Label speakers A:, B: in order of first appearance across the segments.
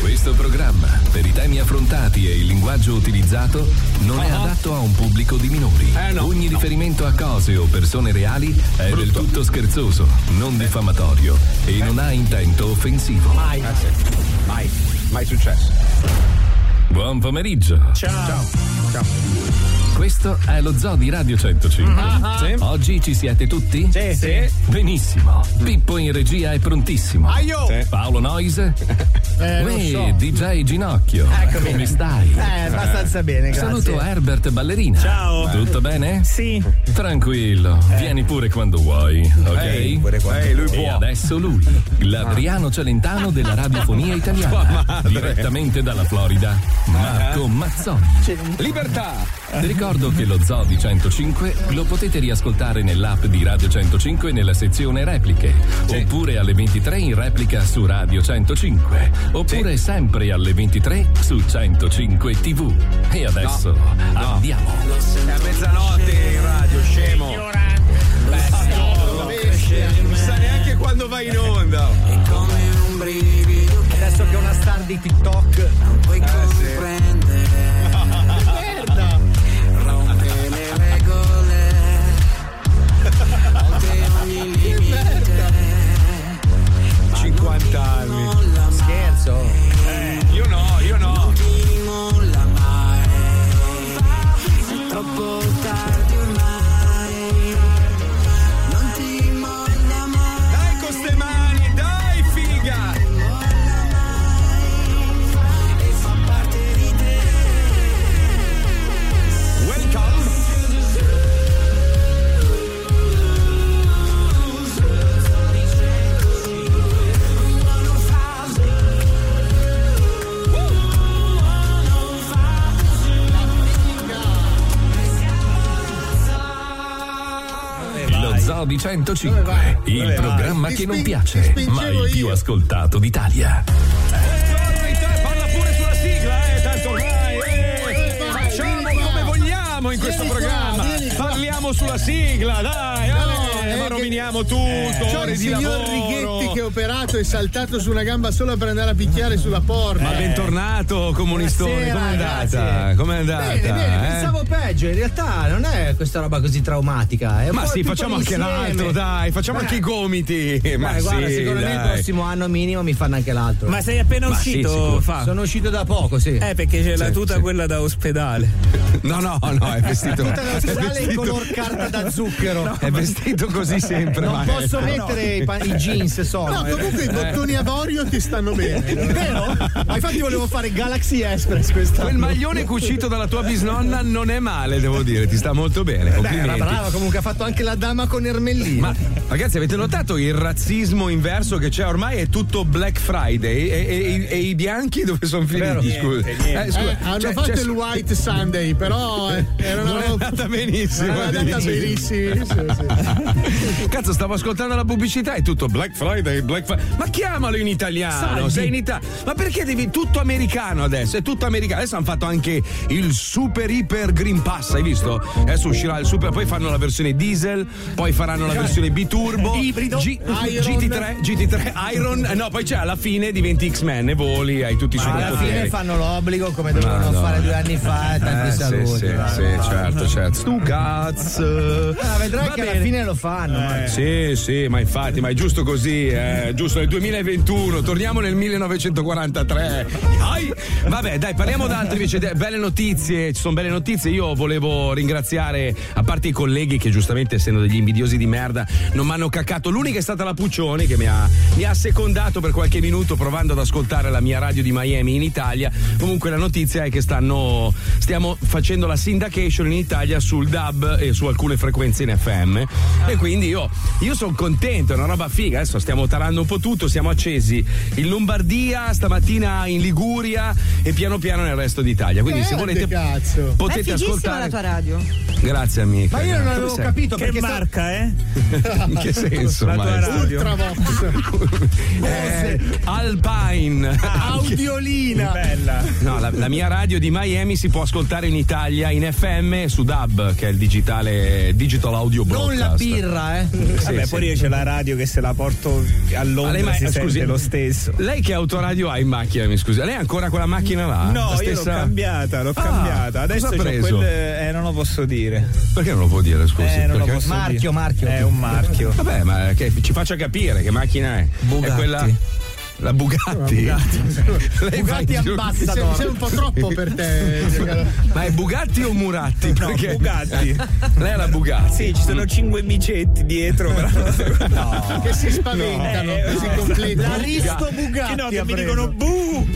A: Questo programma, per i temi affrontati e il linguaggio utilizzato, non
B: Ah.
A: è adatto a un pubblico di minori.
B: Eh,
A: Ogni riferimento a cose o persone reali è del tutto scherzoso, non diffamatorio e non ha intento offensivo.
B: Mai. Ah, Mai. Mai successo.
A: Buon pomeriggio.
B: Ciao. Ciao.
A: Questo è lo zoo di Radio 105. Oggi ci siete tutti?
B: Ah, Sì. Sì.
A: Benissimo. Pippo in regia è prontissimo.
B: Aio. Sì.
A: Paolo Noise.
C: Eh, non
A: Uè,
C: so.
A: DJ Ginocchio.
C: Eccomi.
A: Come stai?
C: Eh, abbastanza bene, grazie.
A: Saluto Herbert Ballerina.
D: Ciao.
A: Tutto bene?
C: Sì.
A: Tranquillo, vieni pure quando vuoi, ok?
B: Ehi, pure quando Ah. Ehi, lui
A: E adesso lui, l'Adriano Ah. Celentano della radiofonia italiana, direttamente dalla Florida, Marco Mazzoni.
B: Libertà.
A: Vi ricordo che lo Zoo di 105 lo potete riascoltare nell'app di Radio 105 nella sezione repliche, oppure alle 23 in replica su Radio 105, oppure sempre alle 23 su 105 TV. E adesso andiamo.
B: È a mezzanotte in radio, scemo. Ignorante. Non sa neanche quando vai in onda.
C: Adesso che è una star di TikTok.
E: puoi
B: Eh,
E: comprendere
C: Merda.
E: rompe le regole oltre ogni limite
B: 50 anni. Eh,
E: molla mai
C: Scherzo.
B: Io no, io no.
E: ti molla mai è troppo tardi ormai non ti molla mai
B: Dai con ste mani, dai figa.
E: e fa parte di te
B: Welcome.
A: Lo Zoo di 105, il programma che non piace, ma il più ascoltato d'Italia.
B: Buongiorno, Italia. Parla pure sulla sigla, eh, tanto ormai. eh. Facciamo come vogliamo in questo programma. Parliamo sulla sigla, dai. eh, ma roviniamo tutto.
F: C'ho
B: Eh, ore
F: il
B: di
F: signor
B: lavoro.
F: Righetti che è operato e saltato su una gamba sola per andare a picchiare sulla porta. Eh.
B: Ma bentornato comunistone,
C: Buonasera,
B: com'è andata?
C: grazie.
B: Com'è andata?
C: Bene, bene,
B: eh?
C: pensavo peggio, in realtà non è questa roba così traumatica. È un
B: Eh, Ma
C: po'
B: sì,
C: tutto
B: facciamo anche
C: l'insieme.
B: l'altro, dai, facciamo anche i gomiti. Ma
C: Eh, guarda,
B: sì,
C: secondo me il
B: dai.
C: prossimo anno minimo mi fanno anche l'altro.
D: Ma sei appena
B: Esatto. Ma sì,
D: uscito,
B: sicuro.
D: fa?
C: sono uscito da poco, sì.
D: Eh, perché c'è la tuta
B: sì.
D: quella da ospedale.
B: No, no, no, è vestito.
C: Tutta
B: è
C: sale in
B: vestito-
C: color carta da zucchero.
B: È vestito così sempre,
C: non
B: ma- eh,
C: posso mettere i, pa- i jeans eh. solo.
F: No, comunque i bottoni avorio ti stanno bene.
C: Vero? Ma infatti volevo fare Galaxy Express quest'anno.
B: Quel maglione cucito dalla tua bisnonna non è male, devo dire, ti sta molto bene.
C: Beh, era
B: Complimenti.
C: brava, comunque ha fatto anche la dama con Ermellino.
B: Ma ragazzi, avete notato il razzismo inverso che c'è ormai? È tutto Black Friday e, e- e i bianchi dove sono finiti? Scusa. Eh, scusa,
F: Eh, hanno
B: cioè-
F: fatto
B: cioè,
F: il White Sunday, però eh, era una
B: Non è
F: roba-
B: andata
E: Ah,
B: benissimo.
F: era andata
B: dici.
F: benissimo. sì, sì.
B: Cazzo, stavo ascoltando la pubblicità e tutto Black Friday, Black Friday. Ma chiamalo in italiano, sei in Italia. Ma perché devi tutto americano adesso? È tutto americano. Adesso hanno fatto anche il super iper Green Pass, hai visto? Adesso uscirà il super, poi fanno la versione diesel, poi faranno la versione biturbo,
C: Ibrido,
B: G-
F: Cioè, Iron.
B: GT3, GT3 Iron. Eh, No, poi c'è alla fine diventi X-Men e voli, hai tutti i
C: Ah, alla
B: superpoteri.
C: fine fanno l'obbligo come dovevano
B: Madonna.
C: fare due anni fa. Tanti
B: Eh, sì,
C: saluti.
B: sì,
C: va,
B: sì,
C: va.
B: certo, certo. Stu cazzo.
C: Ah, vedrai
B: Va
C: che alla
B: bene. Eh,
C: fine lo fanno. ma-
B: Sì, sì, ma infatti, ma è giusto così, eh, giusto nel 2021, torniamo nel 1943. Ai! Vabbè, dai, parliamo d'altre invece, de- belle notizie, ci sono belle notizie, io volevo ringraziare, a parte i colleghi che giustamente essendo degli invidiosi di merda non mi hanno caccato, l'unica è stata la Puccioni che mi ha, mi ha secondato per qualche minuto provando ad ascoltare la mia radio di Miami in Italia, comunque la notizia è che stanno, stiamo facendo la syndication in Italia sul DAB e su alcune frequenze in FM e quindi io, io sono contento, è una roba figa, adesso stiamo tarando un po' tutto, siamo accesi in Lombardia, stamattina in Liguria e piano piano nel resto d'Italia, quindi se
F: Grande
B: volete
F: Eh, cazzo.
G: È
B: potete
G: fighissima
B: ascoltare...
G: la tua radio.
B: Grazie amica.
C: Ma io non
B: grazie.
C: avevo
B: Dove sei?
C: capito
D: Che
C: perché sta-
D: marca, eh?
B: In che senso?
D: La tua
B: maestro?
D: radio.
F: Ultravox.
B: Eh, Alpine, in.
D: Audiolina. Bella.
B: No, la, la mia radio di Miami si può ascoltare in Italia in FM su DAB, che è il digitale digital audio
C: Non
B: broadcast.
C: la birra, eh.
B: Sì,
D: Vabbè,
B: sì.
D: poi c'è la radio che se la porto a
B: Ma
D: Londra
B: lei ma-
D: si sente
B: scusi,
D: lo stesso.
B: Lei che autoradio ha in macchina, mi scusi? Lei ha ancora quella macchina là?
D: No,
B: ah, La
D: io l'ho
B: stessa-
D: cambiata, l'ho
B: Ah,
D: cambiata. Adesso
B: cosa ha
D: c'ho
B: preso?
D: quel. Eh, non lo posso dire.
B: Perché non lo può dire, scusi?
D: eh, non lo
B: Perché-
D: posso
C: Marchio,
D: dire.
C: marchio.
D: È un marchio.
B: Vabbè, ma che ci faccia capire che macchina è. È
D: Bugatti.
B: quella. La Bugatti. Lei va in
C: Bugatti
B: giro-
F: Sei,
C: ambassador.
F: sei un po' troppo per te. Giancarlo.
B: Ma è Bugatti o Muratti?
D: No,
B: Perché
D: Bugatti.
B: lei è la Bugatti.
D: Sì, ci sono cinque bicetti dietro. però- Eh, No.
F: Che si spaventano,
E: Eh,
D: No.
F: che si
E: esatto.
F: completano.
C: L'Aristo Bugatti.
D: Che no, che
C: ha
D: mi
C: preso.
D: dicono buh!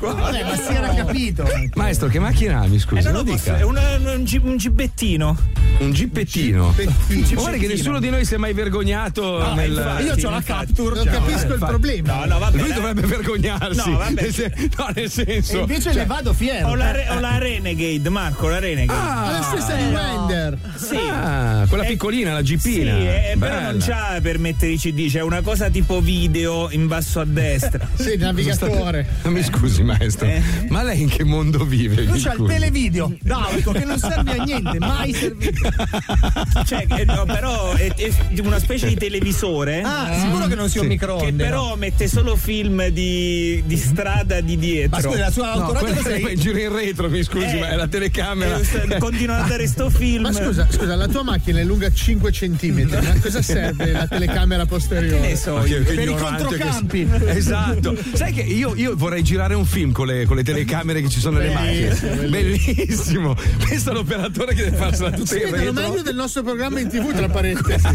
C: Vabbè, ma si era capito.
B: Maestro, che macchina ha, mi scusi?
D: Eh, non
B: lo
D: lo posso,
B: dica.
D: è un, un, gi- un gibbettino.
B: Un gippettino.
F: Pettino.
B: Guarda che nessuno di noi si è mai vergognato nel.
D: infatti.
C: Io ho la
D: Infatti.
C: capture.
F: Non capisco il
B: infatti.
F: problema.
D: No, no, vabbè.
B: Lui
D: la-
B: dovrebbe vergognarsi.
D: No, vabbè.
B: Nel sen- no, nel
C: E
B: senso. cioè,
C: invece ne vado fiero.
D: Ho la, re- ho la Renegade, Marco, la Renegade. Eh,
F: Ha la stessa di Wender.
D: sì.
B: Ah, quella
D: Eh,
B: piccolina, la
D: Sì,
B: gippina.
D: eh, però
B: Bella.
D: non c'ha per mettere i CD, c'è una cosa tipo video in basso a destra.
F: Sì, il navigatore.
B: Ma mi scusi, maestro,
D: Eh.
B: ma lei in che mondo vive?
C: Lui
B: mi
C: c'ha il
B: scusi?
C: televideo nautico che non serve a niente, mai servito.
D: Cioè, eh, no, però è, è una specie di televisore.
C: Ah, sicuro che non sia un microonde.
D: Che
C: no?
D: però mette solo film di, di strada di dietro.
C: Ma scusa, la sua
B: No,
C: autoradio
B: quella
C: cosa
B: che
C: è?
B: fa in giro in retro, mi scusi,
D: Eh.
B: ma è la telecamera.
D: Eh, sta- Continua a dare sto film.
F: Ma scusa, scusa, la tua macchina è lunga 5 cm, ma cosa serve la telecamera posteriore?
B: Ma che- che
C: per i
B: ignorante che
C: controcampi.
B: sei. Esatto. Sai che io, io vorrei girare un film con le, con le telecamere che ci sono nelle macchine. Bellissimo. Pensa all'operatore che deve farsela tutta in
F: Vedono
B: retro.
F: meglio del nostro programma in tv, tra parentesi.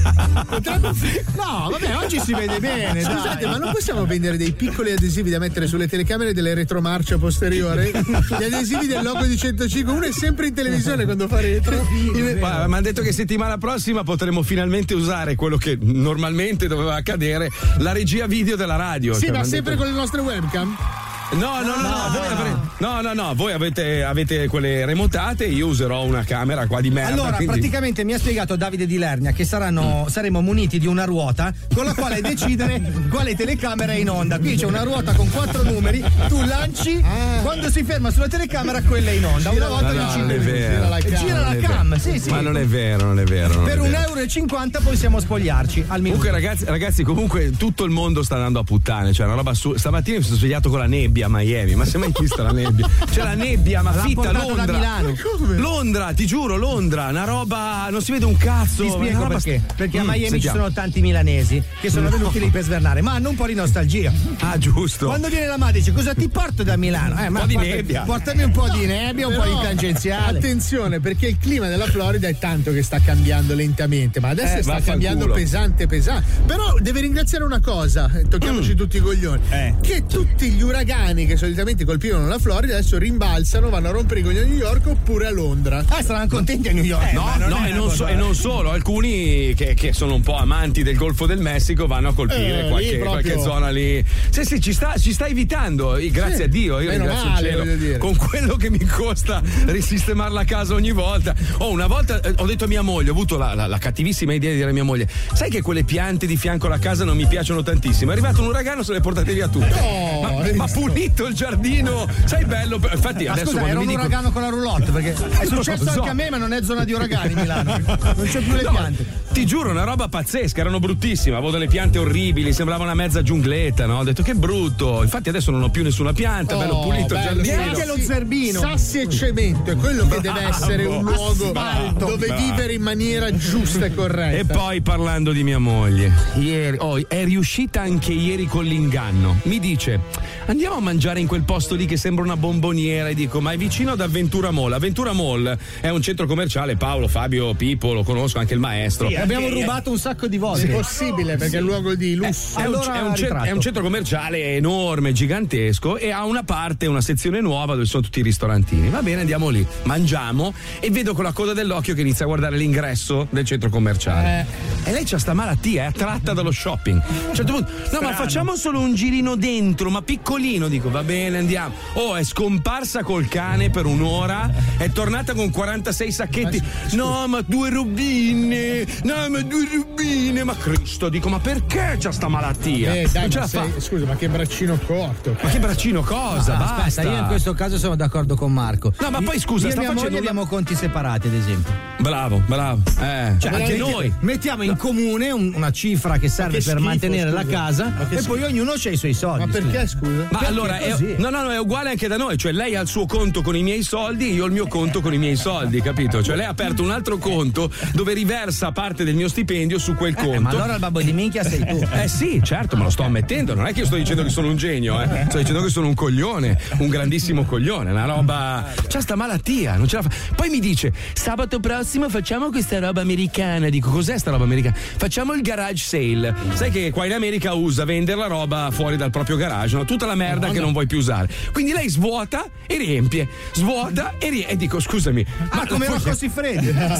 C: No, vabbè, oggi si vede bene. dai.
F: Scusate, ma non possiamo vendere dei piccoli adesivi da mettere sulle telecamere delle retromarcia posteriore? Gli adesivi del logo di 105, uno è sempre in televisione quando fa retro. Il-
B: Ma mi hanno detto che settimana prossima potremo finalmente usare quello che normalmente doveva accadere, la regia video della radio.
F: Sì,
B: Cioè,
F: ma
B: m'han
F: sempre
B: detto-
F: con le nostre webcam? Ah,
B: No, no, no, no, voi, avre- no, no, no, voi avete, avete quelle remotate, io userò una camera qua di merda.
C: Allora,
B: quindi- Mm.
C: praticamente mi ha spiegato Davide Di Lernia che saranno- saremo muniti di una ruota con la quale decidere quale telecamera è in onda. Qui c'è una ruota con quattro numeri, tu lanci,
B: Ah.
C: quando si ferma sulla telecamera quella è in onda. Una
B: Ma
C: volta
B: no,
C: ogni
B: non è
C: cinque minuti.
B: vero.
C: E Gira
B: Non
C: la
B: è
C: cam,
B: vero.
C: sì, sì.
B: Ma non è vero, non è vero. non è
C: Per
B: vero.
C: 1,50 euro e 50 possiamo spogliarci al minuto.
B: Comunque, ragazzi, ragazzi, comunque tutto il mondo sta andando a puttane. Cioè, una roba su. Stamattina mi sono svegliato con la nebbia a Miami. Ma se mai vista la nebbia? C'è la nebbia, ma
C: L'ha
B: fitta
C: portato da
B: Londra.
C: Milano.
B: Londra, ti giuro, Londra, una roba. Non si vede un cazzo.
C: Ti
B: una
C: spiego
B: roba-
C: perché. Perché a
B: Mm,
C: Miami ci
B: sentiamo.
C: sono tanti milanesi che sono venuti lì per svernare, ma hanno un po' di nostalgia.
B: Ah, giusto.
C: Quando viene la madre dice cosa ti porto da Milano? Eh, ma
B: po' di
C: porta-
B: nebbia.
C: Portami un po' di nebbia, un po' di tangenziale.
F: Attenzione, perché il clima della Florida è tanto che sta cambiando lentamente, ma adesso
B: Eh,
F: sta
B: vaffanculo.
F: cambiando pesante, pesante. Però deve ringraziare una cosa, eh, tocchiamoci
B: Mm.
F: tutti i coglioni,
D: Eh.
F: che tutti gli uragani che solitamente colpivano la Florida adesso rimbalzano, vanno a rompere i coglioni a New York oppure a Londra.
C: Ah, saranno contenti a New
F: eh,
C: York.
B: Eh, No, no, e non, so- e non solo, alcuni che, che sono un po' amanti del Golfo del Messico vanno a
F: Eh,
B: colpire
F: lì
B: qualche,
F: proprio.
B: qualche zona lì. Sì, sì, ci sta, ci sta evitando, eh, grazie
F: Sì,
B: a Dio, io
F: meno
B: ringrazio
F: male,
B: il
F: voglio dire.
B: cielo. Con quello che mi costa risistemare la casa ogni volta. Oh, una volta eh, ho detto a mia moglie, ho avuto la, la- la cattivissima idea di dire a mia moglie, sai che quelle piante di fianco alla casa non mi piacciono tantissimo, è arrivato un uragano, se le portate via tutte.
F: No,
B: ma,
F: hai
B: ma
F: visto?
B: pulito il giardino, sai bello, infatti
C: Ma
B: adesso
C: scusa,
B: quando
C: era
B: mi
C: un
B: dico...
C: uragano con la roulotte perché è successo
B: lo so.
C: anche a me, ma non è zona di uragani Milano. Non c'è più le
B: No,
C: piante.
B: Ti giuro, una roba pazzesca, erano bruttissime, avevo delle piante orribili, sembrava una mezza giungletta, no? Ho detto che brutto. Infatti adesso non ho più nessuna pianta,
F: Oh,
B: bello pulito il
F: bello,
B: giardino.
C: Neanche
F: sì.
C: lo zerbino.
F: Sassi e cemento è quello che deve essere un luogo
B: Asfalto.
F: dove
B: Bravo.
F: vivere in maniera giusta e corretta.
B: E poi parlando di mia moglie, ieri, oh, è riuscita anche ieri con l'inganno. Mi dice: Andiamo a mangiare in quel posto lì che sembra una bomboniera. E dico: Ma è vicino ad Avventura Mall. Avventura Mall è un centro commerciale. Paolo, Fabio, Pippo, lo conosco anche il maestro.
D: Sì, eh.
C: Abbiamo
D: Eh,
C: rubato un sacco di
F: È
C: volte.
F: possibile perché è un luogo di lusso.
B: È un-
C: Allora,
B: è, un, cent-
C: ritratto.
B: è un centro commerciale enorme, gigantesco e ha una parte, una sezione nuova dove sono tutti i ristorantini. Va bene, andiamo lì, mangiamo e vedo con la coda dell'occhio che inizia a guardare l'ingresso del centro commerciale. E lei c'ha sta malattia, è attratta dallo shopping. A un certo punto, no, ma facciamo solo un girino dentro, ma piccolino, dico, va bene, andiamo. Oh, è scomparsa col cane per un'ora, è tornata con 46 sacchetti. No, ma due robine, No, ma due rubine, ma Cristo, dico, ma perché c'ha sta malattia?
F: Eh, dai,
B: non ce
F: ma
B: la fa.
F: sei- scusa, ma che braccino corto.
B: Ma che braccino cosa?
C: Ah,
B: Basta.
C: Aspetta, io in questo caso sono d'accordo con Marco.
B: No, ma poi scusa,
C: io e
B: sta
C: mia moglie
B: facendo la-
C: abbiamo conti separati, ad esempio.
B: Bravo, bravo. Eh, cioè, anche
C: Metti-
B: noi.
C: Mettiamo in comune un- una cifra che serve
F: che
C: per
F: schifo,
C: mantenere
F: scusa.
C: la casa
F: Ma
C: e
F: che
C: poi ognuno c'ha i suoi soldi.
F: Ma perché,
C: scusa.
F: scusa?
B: Ma
C: Perché
B: allora, eh, è-
C: così?
B: no, no, no, è uguale anche da noi. Cioè, lei ha il suo conto con i miei soldi, io ho il mio conto con i miei soldi, capito? Cioè, lei ha aperto un altro conto dove riversa parte del mio stipendio su quel
C: Eh, ma
B: conto.
C: allora il babbo di minchia sei tu.
B: Eh sì, certo, me lo sto ammettendo. Non è che io sto dicendo che sono un genio, eh. Sto dicendo che sono un coglione, un grandissimo coglione, una roba. C'ha sta malattia, non ce la fa. Poi mi dice: sabato prossimo facciamo questa roba americana. Dico, cos'è sta roba americana? Facciamo il garage sale. Sai che qua in America usa vendere la roba fuori dal proprio garage, no? Tutta la merda che non vuoi più usare. Quindi lei svuota e riempie. Svuota e riempie. E dico, scusami.
F: Ah,
C: Ma come
B: la-
C: Rocco si fredda?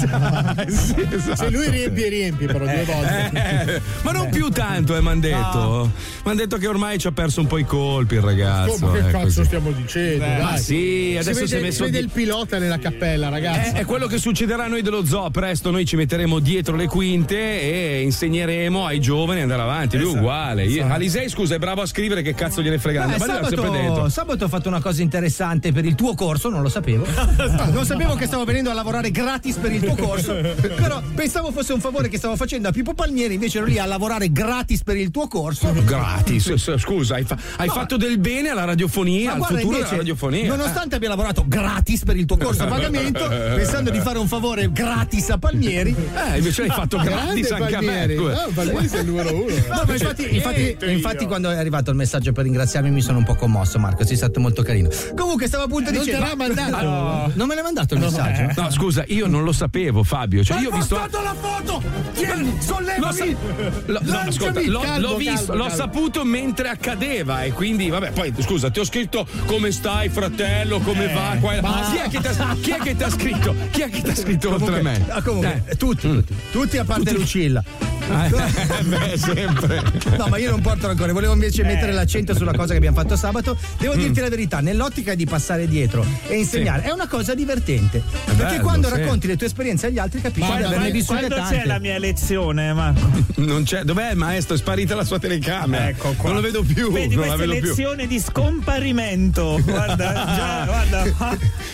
B: Sì, esatto.
F: Se lui riempie, riempie però due volte.
B: Eh, ma non più tanto, eh, mi hanno detto. Mi hanno detto che ormai ci ha perso un po' i colpi il ragazzo.
F: Oh, ma che
B: eh,
F: cazzo
B: così.
F: stiamo dicendo?
B: Ma
F: dai.
B: sì,
F: Si
B: adesso si,
F: vede,
B: è messo.
F: si vede il pilota nella cappella, ragazzi.
B: Eh, è quello che succederà a noi dello zoo. Presto noi ci metteremo dietro le quinte e insegneremo ai giovani ad andare avanti. Lui
C: Esatto.
B: è uguale. Io- Alisei, scusa, è bravo a scrivere, che cazzo gliene frega.
C: Beh,
B: ma lui l'ha sempre
C: Eh, sabato,
B: detto.
C: sabato ho fatto una cosa interessante per il tuo corso, non lo sapevo. Non sapevo che stavo venendo a lavorare gratis per il tuo corso, però pensavo fosse un favore che stavo facendo a Pippo Palmieri, invece ero lì a lavorare gratis per il tuo corso.
B: Gratis, s- scusa, hai, fa- hai fatto del bene alla radiofonia,
C: Ma
B: al
C: guarda,
B: futuro
C: invece,
B: della radiofonia. Eh.
C: Nonostante abbia lavorato gratis per il tuo corso a pagamento, pensando di fare un favore gratis a Palmieri. Ah,
B: Eh, invece l'hai fatto gratis anche a me.
F: Palmieri.
B: scusa.
F: No, Palmieri sei il numero uno.
C: No, ma infatti, infatti- infatti quando è arrivato il messaggio per ringraziarmi mi sono un po' commosso Marco, sei stato molto carino. Comunque stavo appunto
F: Eh, Non te
C: dicendo...
F: l'ha mandato.
B: Ah,
C: Non me l'ha mandato il messaggio?
B: No, scusa, io non lo sapevo, Fabio. Cioè, io ho visto.
C: la foto!
B: L'ho, sa- Lo- no,
F: Lanciami,
B: ascolta, l'ho-
F: calmo,
B: l'ho visto,
F: calmo,
B: l'ho
F: calmo.
B: saputo mentre accadeva e quindi, vabbè, poi scusa, ti ho scritto come stai, fratello, come
D: Eh,
B: va?
F: Eh,
B: Qua e là. chi, è che t'ha- chi è che ti ha scritto? Ecco, Chi è che ti ha scritto oltre a me? Mm.
C: Ah, comunque, tutti, tutti, tutti a parte Lucilla.
B: Eh, beh, sempre. Eh.
C: No, ma io non porto ancora. Volevo invece mettere l'accento sulla cosa che abbiamo fatto sabato. Devo
B: Mm.
C: dirti la verità, nell'ottica di passare dietro e insegnare è una cosa divertente. perché
B: bello,
C: quando
B: sì.
C: racconti le tue esperienze agli altri capisci di
D: Quando,
C: averne vissute
D: quando c'è la
C: tante.
D: mia lezione, Marco?
B: Non c'è. Dov'è il maestro? È sparita la sua telecamera.
D: Ecco qua.
B: Eh, Non lo vedo più.
D: Vedi
B: non la
D: questa
B: vedo più.
D: lezione di scomparimento. Guarda, già, guarda.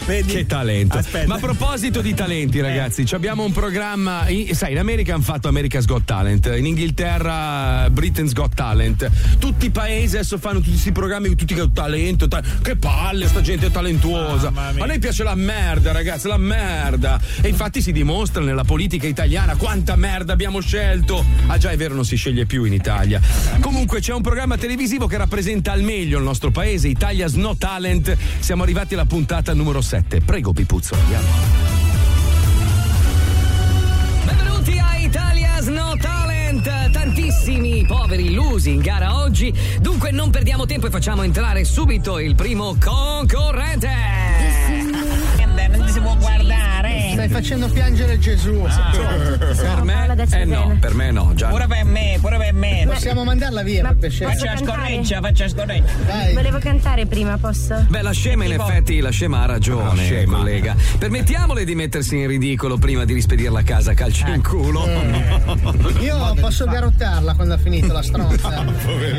D: Vedi?
B: Che talento.
D: Aspetta. Eh.
B: Ma a proposito di talenti, ragazzi, ci abbiamo un programma. in- sai, in America hanno fatto America's Got Talent, in Inghilterra Britain's Got Talent. Tutti i paesi adesso fanno tutti questi programmi con tutti che talento. ta- che palle, sta gente è talentuosa.
D: Mamma mia.
B: Ma a noi piace la merda, ragazzi, la merda. E infatti si dimostra nella politica italiana quanta merda abbiamo scelto. Ah, già, è vero, non si sceglie più in Italia. Comunque, c'è un programma televisivo che rappresenta al meglio il nostro paese, Italia's No Talent. Siamo arrivati alla puntata numero 7. Prego, Pipuzzo. Andiamo.
G: Benvenuti a Italia's No Talent! Tantissimi poveri illusi in gara oggi, dunque non perdiamo tempo e facciamo entrare subito il primo concorrente!
H: non si può guardare.
F: Stai facendo piangere Gesù.
B: Per me? Eh no, per me no, già.
H: Pure per me, pure per me.
F: Possiamo mandarla via
I: Ma-
F: per scelta.
H: Faccia
I: Posso cantare?
H: scorreggia, faccia scorreggia.
F: Dai.
I: Volevo cantare prima, posso?
G: Beh, la scema in effetti, la scema ha ragione,
B: scema.
G: collega. Permettiamole di mettersi in ridicolo prima di rispedirla a casa a calci in culo.
F: Io posso garottarla quando ha finito la stronza.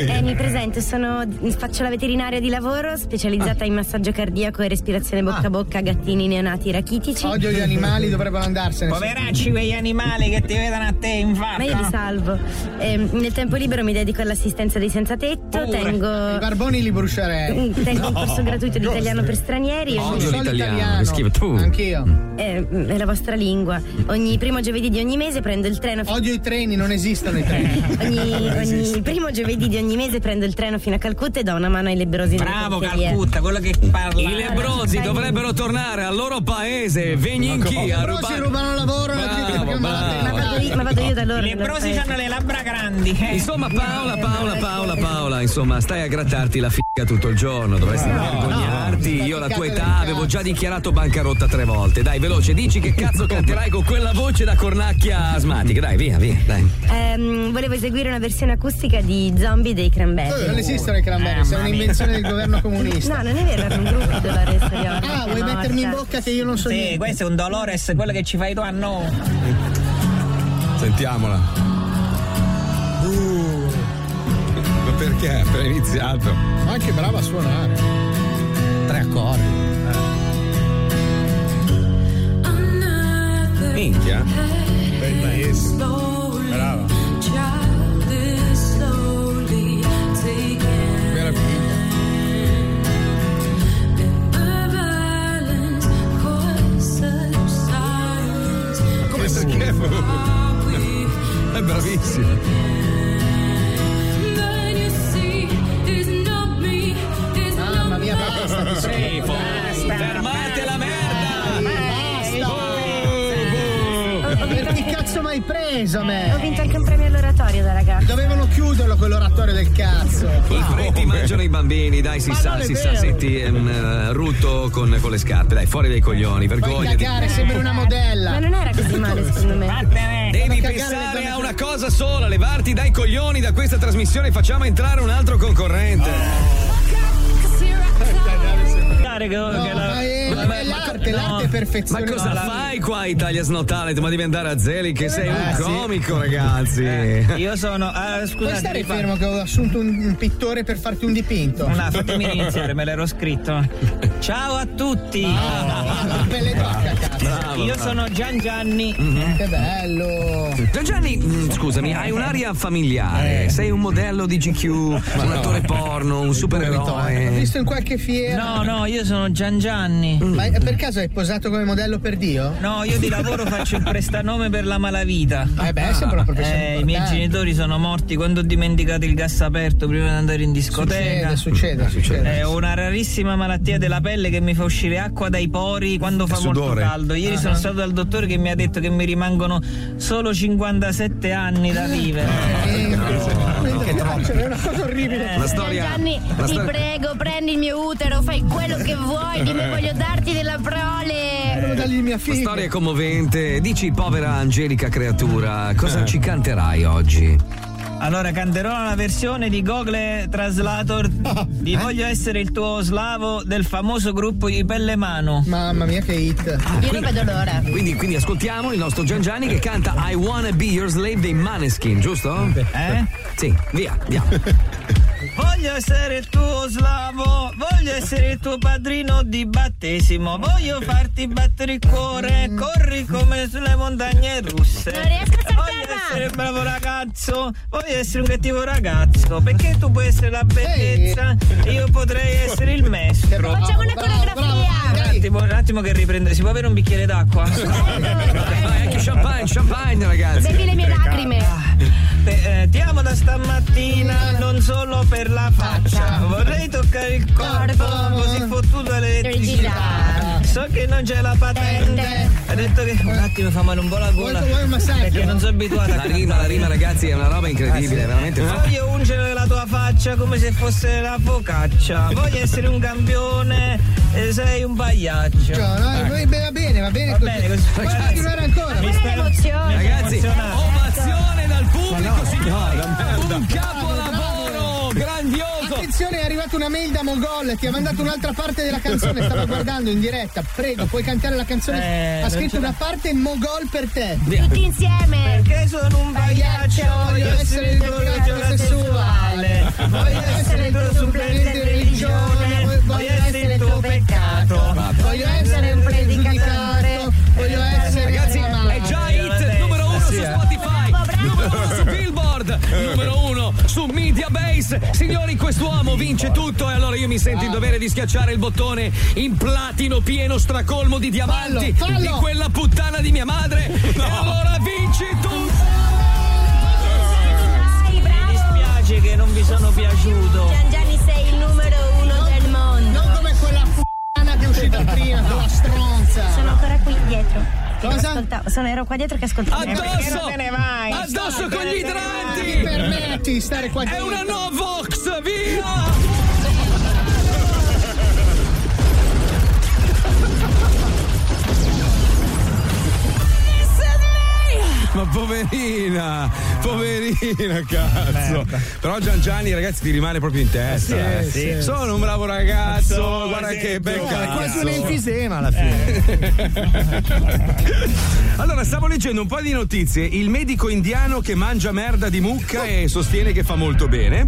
I: Eh, mi presento, sono, faccio la veterinaria di lavoro
F: Ah.
I: specializzata in massaggio cardiaco e respirazione bocca a bocca a gattini neonati rachitici.
F: Odio gli animali, dovrebbero andarsene.
H: Poveracci quegli animali che ti vedono a te in
I: Ma io li
H: faccia.
I: salvo. Ehm, nel tempo libero mi dedico all'assistenza dei senza tetto,
F: I
I: tengo, Mm,
F: barboni li brucerei.
I: tengo un corso gratuito di italiano per stranieri. ogni-
G: Odio
F: Solo
G: l'italiano,
F: italiano.
G: che schifo. Tu. Mm.
F: Anch'io.
I: eh, è la vostra lingua. Ogni primo giovedì di ogni mese prendo il treno.
F: Odio i treni, non esistono i treni.
I: Ogni, ogni primo giovedì di ogni mese prendo il treno fino a Calcutta e do una mano ai lebbrosi della
H: Bravo
I: periferia.
H: Calcutta, quello che
F: Mm.
H: parla.
G: I lebrosi dovrebbero tornare al loro paese, Vegninchi, a
F: Però si
G: rubare.
F: rubano lavoro la gente
G: Bravo,
F: perché è malata
I: Ma
F: di
I: vado
F: mentale.
I: io, ma vado io da loro.
H: I lebrosi
I: allora,
H: hanno le labbra grandi. eh.
G: Insomma, Paola, Paola, Paola, Paola, insomma, stai a grattarti la figa tutto il giorno, dovresti vergognarti. Io alla tua età avevo già dichiarato bancarotta tre volte. Dai, veloce, dici che cazzo canterai con quella voce da cornacchia asmatica. Dai, via, via, dai.
I: ehm, volevo eseguire una versione acustica di Zombie dei Cranberry.
F: Eh, Non esistono i cranberry,
G: Eh,
F: sono un'invenzione del governo comunista.
I: No, non è vero, era un gruppo dolore storiotico.
F: Ah, vuoi mettermi in bocca che io non so
H: Sì,
F: niente?
H: questo è un Dolores, quello che ci fai tu a noi.
B: Sentiamola. Uh, ma perché? È appena iniziato.
F: Ma anche brava a suonare.
C: Tre accordi.
B: Minchia.
E: Bel maestro. Brava.
B: Come perché? È bravissimo.
E: Mamma mia, basta.
B: ti prego.
E: Fermate la merda.
H: Oh,
C: Ma che cazzo mi hai preso me?
I: Ho vinto anche un premio all'oratorio da ragazza.
C: Dovevano chiuderlo quell'oratorio del cazzo.
G: I preti mangiano i bambini, dai, si sa,
C: non è
G: si sa,
C: vero.
G: senti, ehm, eh, rutto con, con le scarpe, dai, fuori dai coglioni, vergogna.
C: cagare, sembri una modella.
I: Ma non era così male, secondo
J: Eh,
I: me.
G: Devi pensare a una cosa sola, levarti dai coglioni da questa trasmissione, facciamo entrare un altro concorrente.
F: ma, ma è l'arte, l'arte è
G: Ma
F: perfezione.
G: cosa fai qua a Italia Snow Talent? Ma devi andare a Zeli che sei un
F: sì.
G: comico, ragazzi.
D: Io
G: eh,
D: sono. ah,
F: Puoi
D: scusate,
F: stare
D: vi fa-
F: fermo che ho assunto un, un pittore per farti un dipinto.
D: Una, fatemi iniziare, me l'ero scritto. Ciao a tutti!
F: Belle tocca, cazzo.
D: Io sono Gian Gianni.
F: Che bello.
G: Gian Gianni, mh, mm, scusami, hai un'aria familiare. Sei un modello di GQ, un attore porno, un
F: L'ho
G: supereroe.
F: visto in qualche fiera. Mm.
D: No, no, io sono Gian Gianni.
F: Ma eh, per caso hai posato come modello per Dio?
D: No, io di lavoro faccio il prestanome per la malavita.
F: Eh beh, sembra una professione
D: Eh, i miei
F: importante.
D: genitori sono morti quando ho dimenticato il gas aperto prima di andare in discoteca.
F: Succede, succede, succede.
D: Eh, ho una rarissima malattia della pelle che mi fa uscire acqua dai pori quando fa molto
B: sudore.
D: caldo. Ieri sono stato dal dottore che mi ha detto che mi rimangono solo 57 anni da vivere.
F: Eh, cioè, È una cosa orribile.
G: La storia.
I: Gianni,
G: la
I: ti
G: storia- Eh.
I: prego, prendi il mio utero, fai quello che vuoi, dimmi voglio darti della prole.
F: Da lì mia
G: La
F: figlia.
G: storia è commovente. Dici, povera angelica creatura, cosa ci canterai oggi?
D: Allora canterò una versione di Google Translator
F: Ah,
D: di
F: eh?
D: Voglio essere il tuo slavo del famoso gruppo di Pelle Mano.
F: Mamma mia che hit.
I: Io non vedo l'ora.
G: Quindi, quindi ascoltiamo il nostro Gian Gianni che canta I Wanna Be Your Slave dei Maneskin, giusto?
D: Eh?
G: Sì, via, andiamo.
D: Voglio essere il tuo slavo, voglio essere il tuo padrino di battesimo, voglio farti battere il cuore, corri come sulle montagne russe.
I: Non riesco a
D: Voglio
I: saltarla.
D: essere un bravo ragazzo, voglio essere un cattivo ragazzo, perché tu puoi essere la bellezza, io potrei essere il maestro.
I: Facciamo una
D: Un
I: coreografia.
D: attimo, un attimo che riprendo, si può avere un bicchiere d'acqua?
G: Vai, anche champagne, champagne, ragazzi.
I: Bevi le mie lacrime.
D: Te- eh, ti amo da stamattina, non solo per la faccia. Vorrei toccare il corpo,
I: Corpo.
D: così fottuto l'elettricità. So che non c'è la patente. Ha detto che un attimo fa male un po' la gola.
F: Vuoi un
D: Perché
F: massaggio?
D: non sono abituata a Ah,
G: La rima, la rima, ragazzi, è una roba incredibile, veramente.
D: Voglio ungere la tua faccia come se fosse la focaccia. Voglio essere un campione e sei un pagliaccio. Ecco.
F: No, no, poi va bene, va bene
D: Va bene
F: così.
D: così.
F: Puoi
D: Ragazzi,
F: continuare ancora.
D: mi
I: Quella è
D: stai-
I: l'emozione.
G: Ragazzi,
D: emozionato.
G: ovazione dal pubblico, signori. Un capolavoro grandioso.
F: Attenzione, è arrivata una mail da Mogol, ti ha mandato un'altra parte della canzone, stavo guardando in diretta. Prego, puoi cantare la canzone.
D: Eh,
F: ha
D: non
F: scritto
D: ce la-
F: una parte Mogol per te.
I: Tutti insieme.
D: Perché sono un pagliaccio, voglio essere il tuo raggio sessuale, voglio essere il tuo supplente religione, voglio essere il tuo peccato.
F: Voglio essere un predicatore, voglio essere
G: Ragazzi,
F: un
G: è già hit numero
F: Eh,
G: uno su Spotify, numero uno su Billboard, numero uno su Media Base. Signori, quest'uomo vince tutto e allora io mi sento in
F: Ah.
G: dovere di schiacciare il bottone in platino pieno stracolmo di diamanti
F: Fallo, fallo.
G: di quella puttana di mia madre. E allora vinci tu!
I: Dai, bravo.
D: Piace che non vi sono piaciuto.
I: Gian Gianni sei il numero uno del mondo.
F: Non come quella f***ana che è uscita prima, quella stronza.
I: Sono ancora qui dietro.
F: Cosa?
I: Ascoltavo- Sono, ero qua dietro che ascoltavo.
G: Addosso!
D: te ne vai?
G: Addosso con gli idranti!
F: Permetti di stare qua
G: È
F: dentro.
G: una
B: oh,
G: Novox, via! Ma poveri
B: poverina, poverina, cazzo. Però Gian Gianni, ragazzi, ti rimane proprio in testa.
C: Sì,
B: eh.
C: sì.
B: Sono un bravo ragazzo,
C: Cazzo,
B: guarda che bel
C: È quasi
B: cazzo. Eh.
C: un enfisema alla fine.
B: Allora, stavo leggendo un po' di notizie. Il medico indiano che mangia merda di mucca e sostiene che fa molto bene.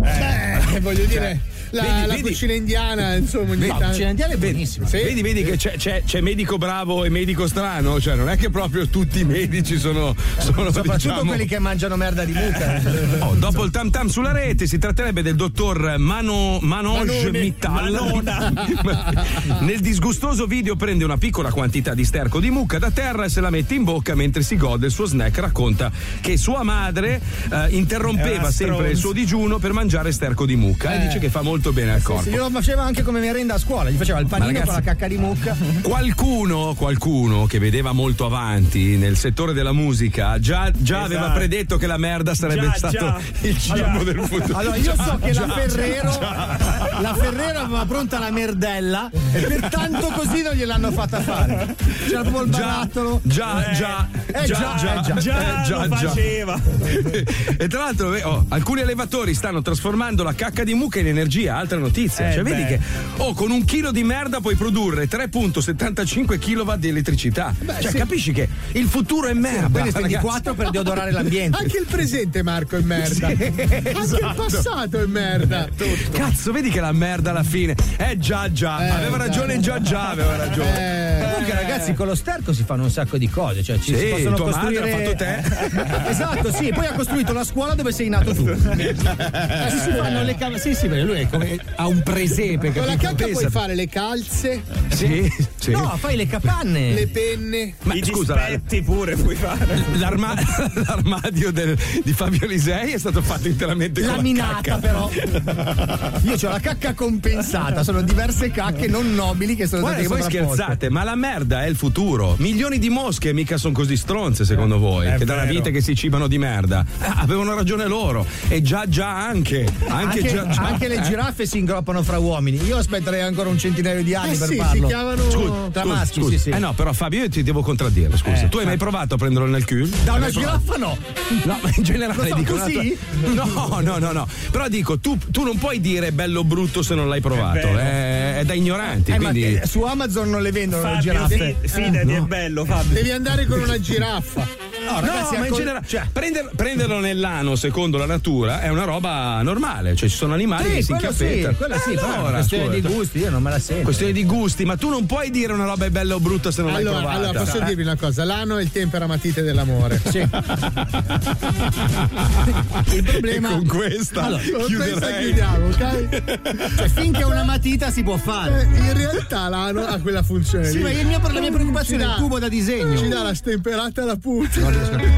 F: Eh, voglio dire, la,
B: vedi,
F: la
B: vedi.
F: cucina indiana, insomma, ogni
B: Vedi,
F: tanto.
B: la cucina
C: indiana è buonissima.
F: Sì.
B: Vedi, vedi che c'è, c'è- c'è medico bravo e medico strano, cioè non è che proprio tutti i medici sono. sono
C: Soprattutto
B: diciamo-
C: quelli che mangiano merda di mucca.
B: Oh, dopo il tam tam sulla rete si tratterebbe del dottor Mano, Manoj
F: Manone.
B: Mittal. Nel disgustoso video prende una piccola quantità di sterco di mucca da terra e se la mette in bocca mentre si gode il suo snack. Racconta che sua madre eh, interrompeva sempre il suo digiuno per mangiare sterco di mucca e dice che fa molto bene al corpo.
C: Sì, io lo facevo anche come merenda a scuola, gli faceva il panino
B: ragazzi-
C: con la cacca di mucca.
B: Qualcuno, qualcuno che vedeva molto avanti nel settore della musica già, già aveva predetto che la merda sarebbe stato il cibo del futuro.
C: Esatto. Allora, io so che
B: già,
C: la Ferrero la Ferrero aveva pronta la merdella e pertanto così non gliel'hanno fatta fare. C'era proprio il barattolo.
B: Già, già,
C: Eh,
B: già, già,
C: già, eh,
B: eh, già, già. e tra l'altro, eh, oh, alcuni allevatori stanno trasformando la cacca di mucca in energia. Altra
C: Eh,
B: notizia, cioè, vedi che oh, con un chilo di merda puoi produrre 3,75 kW di elettricità. cioè, capisci che il futuro è merda.
C: Poi ne spendi
B: ragazzi.
C: 4 per deodorare l'ambiente.
F: Anche il presente, Marco, è merda. Anche il passato è merda.
B: Cazzo, vedi che la merda alla fine. Eh già già, aveva ragione già già, aveva ragione.
C: Comunque, ragazzi, con lo sterco si fanno un sacco di cose. Cioè, ci
B: Sì,
C: si possono
B: tua madre
C: costruire.
B: ha fatto te.
C: esatto, sì. Poi ha costruito la scuola dove sei nato tu. Eh, si fanno le cam- Sì, sì, perché lui è come- ha un presepe.
F: Con la
C: capito?
F: cacca puoi
B: Pensa.
F: fare le calze,
D: Eh,
B: Sì, sì.
C: No, fai le capanne.
F: le penne.
B: Ma scusa,
D: pure puoi fare.
B: l'arma- l'armadio del- di Fabio Lisei è stato fatto interamente con la
C: Laminata
B: cacca.
C: però. Io ho la cacca compensata, sono diverse cacche non nobili che sono
B: Guarda
C: state
B: che voi
C: sovrapposte.
B: scherzate, ma la merda è il futuro. Milioni di mosche mica sono così stronze, secondo voi, che dalla vita che si cibano di merda. Ah, avevano ragione loro. E già già anche. Anche,
C: Anche,
B: già già.
C: anche le
B: eh.
C: giraffe si ingroppano fra uomini. Io aspetterei ancora un centinaio di anni
F: Eh
C: per
F: sì, si
C: farlo.
F: chiamano.
B: Scusa,
C: Tra
B: scusa,
C: maschi,
B: scusa.
C: sì, sì.
B: Eh no, però Fabio, io ti devo contraddire, scusa.
C: Eh,
B: tu hai mai provato a prenderlo nel culo?
C: Da una giraffa no.
B: No, ma in generale
C: Lo so,
B: dico
C: così?
B: una tua- No, no, no, no. Però dico, tu, tu non puoi dire bello o brutto se non l'hai provato. È, è da ignoranti.
C: Eh, ma
B: quindi...
C: te- su Amazon non le vendono le giraffe. Eh,
D: Fidati, è bello, Fabio.
F: Eh, Devi andare con una giraffa.
C: No, ragazzi,
B: no, ma in
C: ancora-
B: generale,
C: cioè,
B: prender- prenderlo nell'ano secondo la natura è una roba normale, cioè ci sono
K: Eh,
B: animali che
C: sì,
B: si
C: quello sì,
B: incappettano.
C: quello sì,
B: Eh,
C: però è una
B: allora,
C: questione
B: scusa,
C: di gusti, io non me la sento.
B: questione di gusti, ma tu non puoi dire una roba è bella o brutta se non l'hai
F: Allora,
B: provata.
F: allora, posso dirvi una cosa: l'ano è il temperamatite dell'amore.
C: Il
B: E
C: problema
B: con questa
C: Allora,
F: Con questa
B: chiuderei.
F: chiudiamo, ok?
C: cioè, finché una matita si può
F: Eh,
C: fare.
F: In realtà l'ano ha quella funzione.
C: Sì,
F: lì.
C: ma il mio- la mia preoccupazione è il tubo da disegno.
F: Ci dà la stemperata alla punta.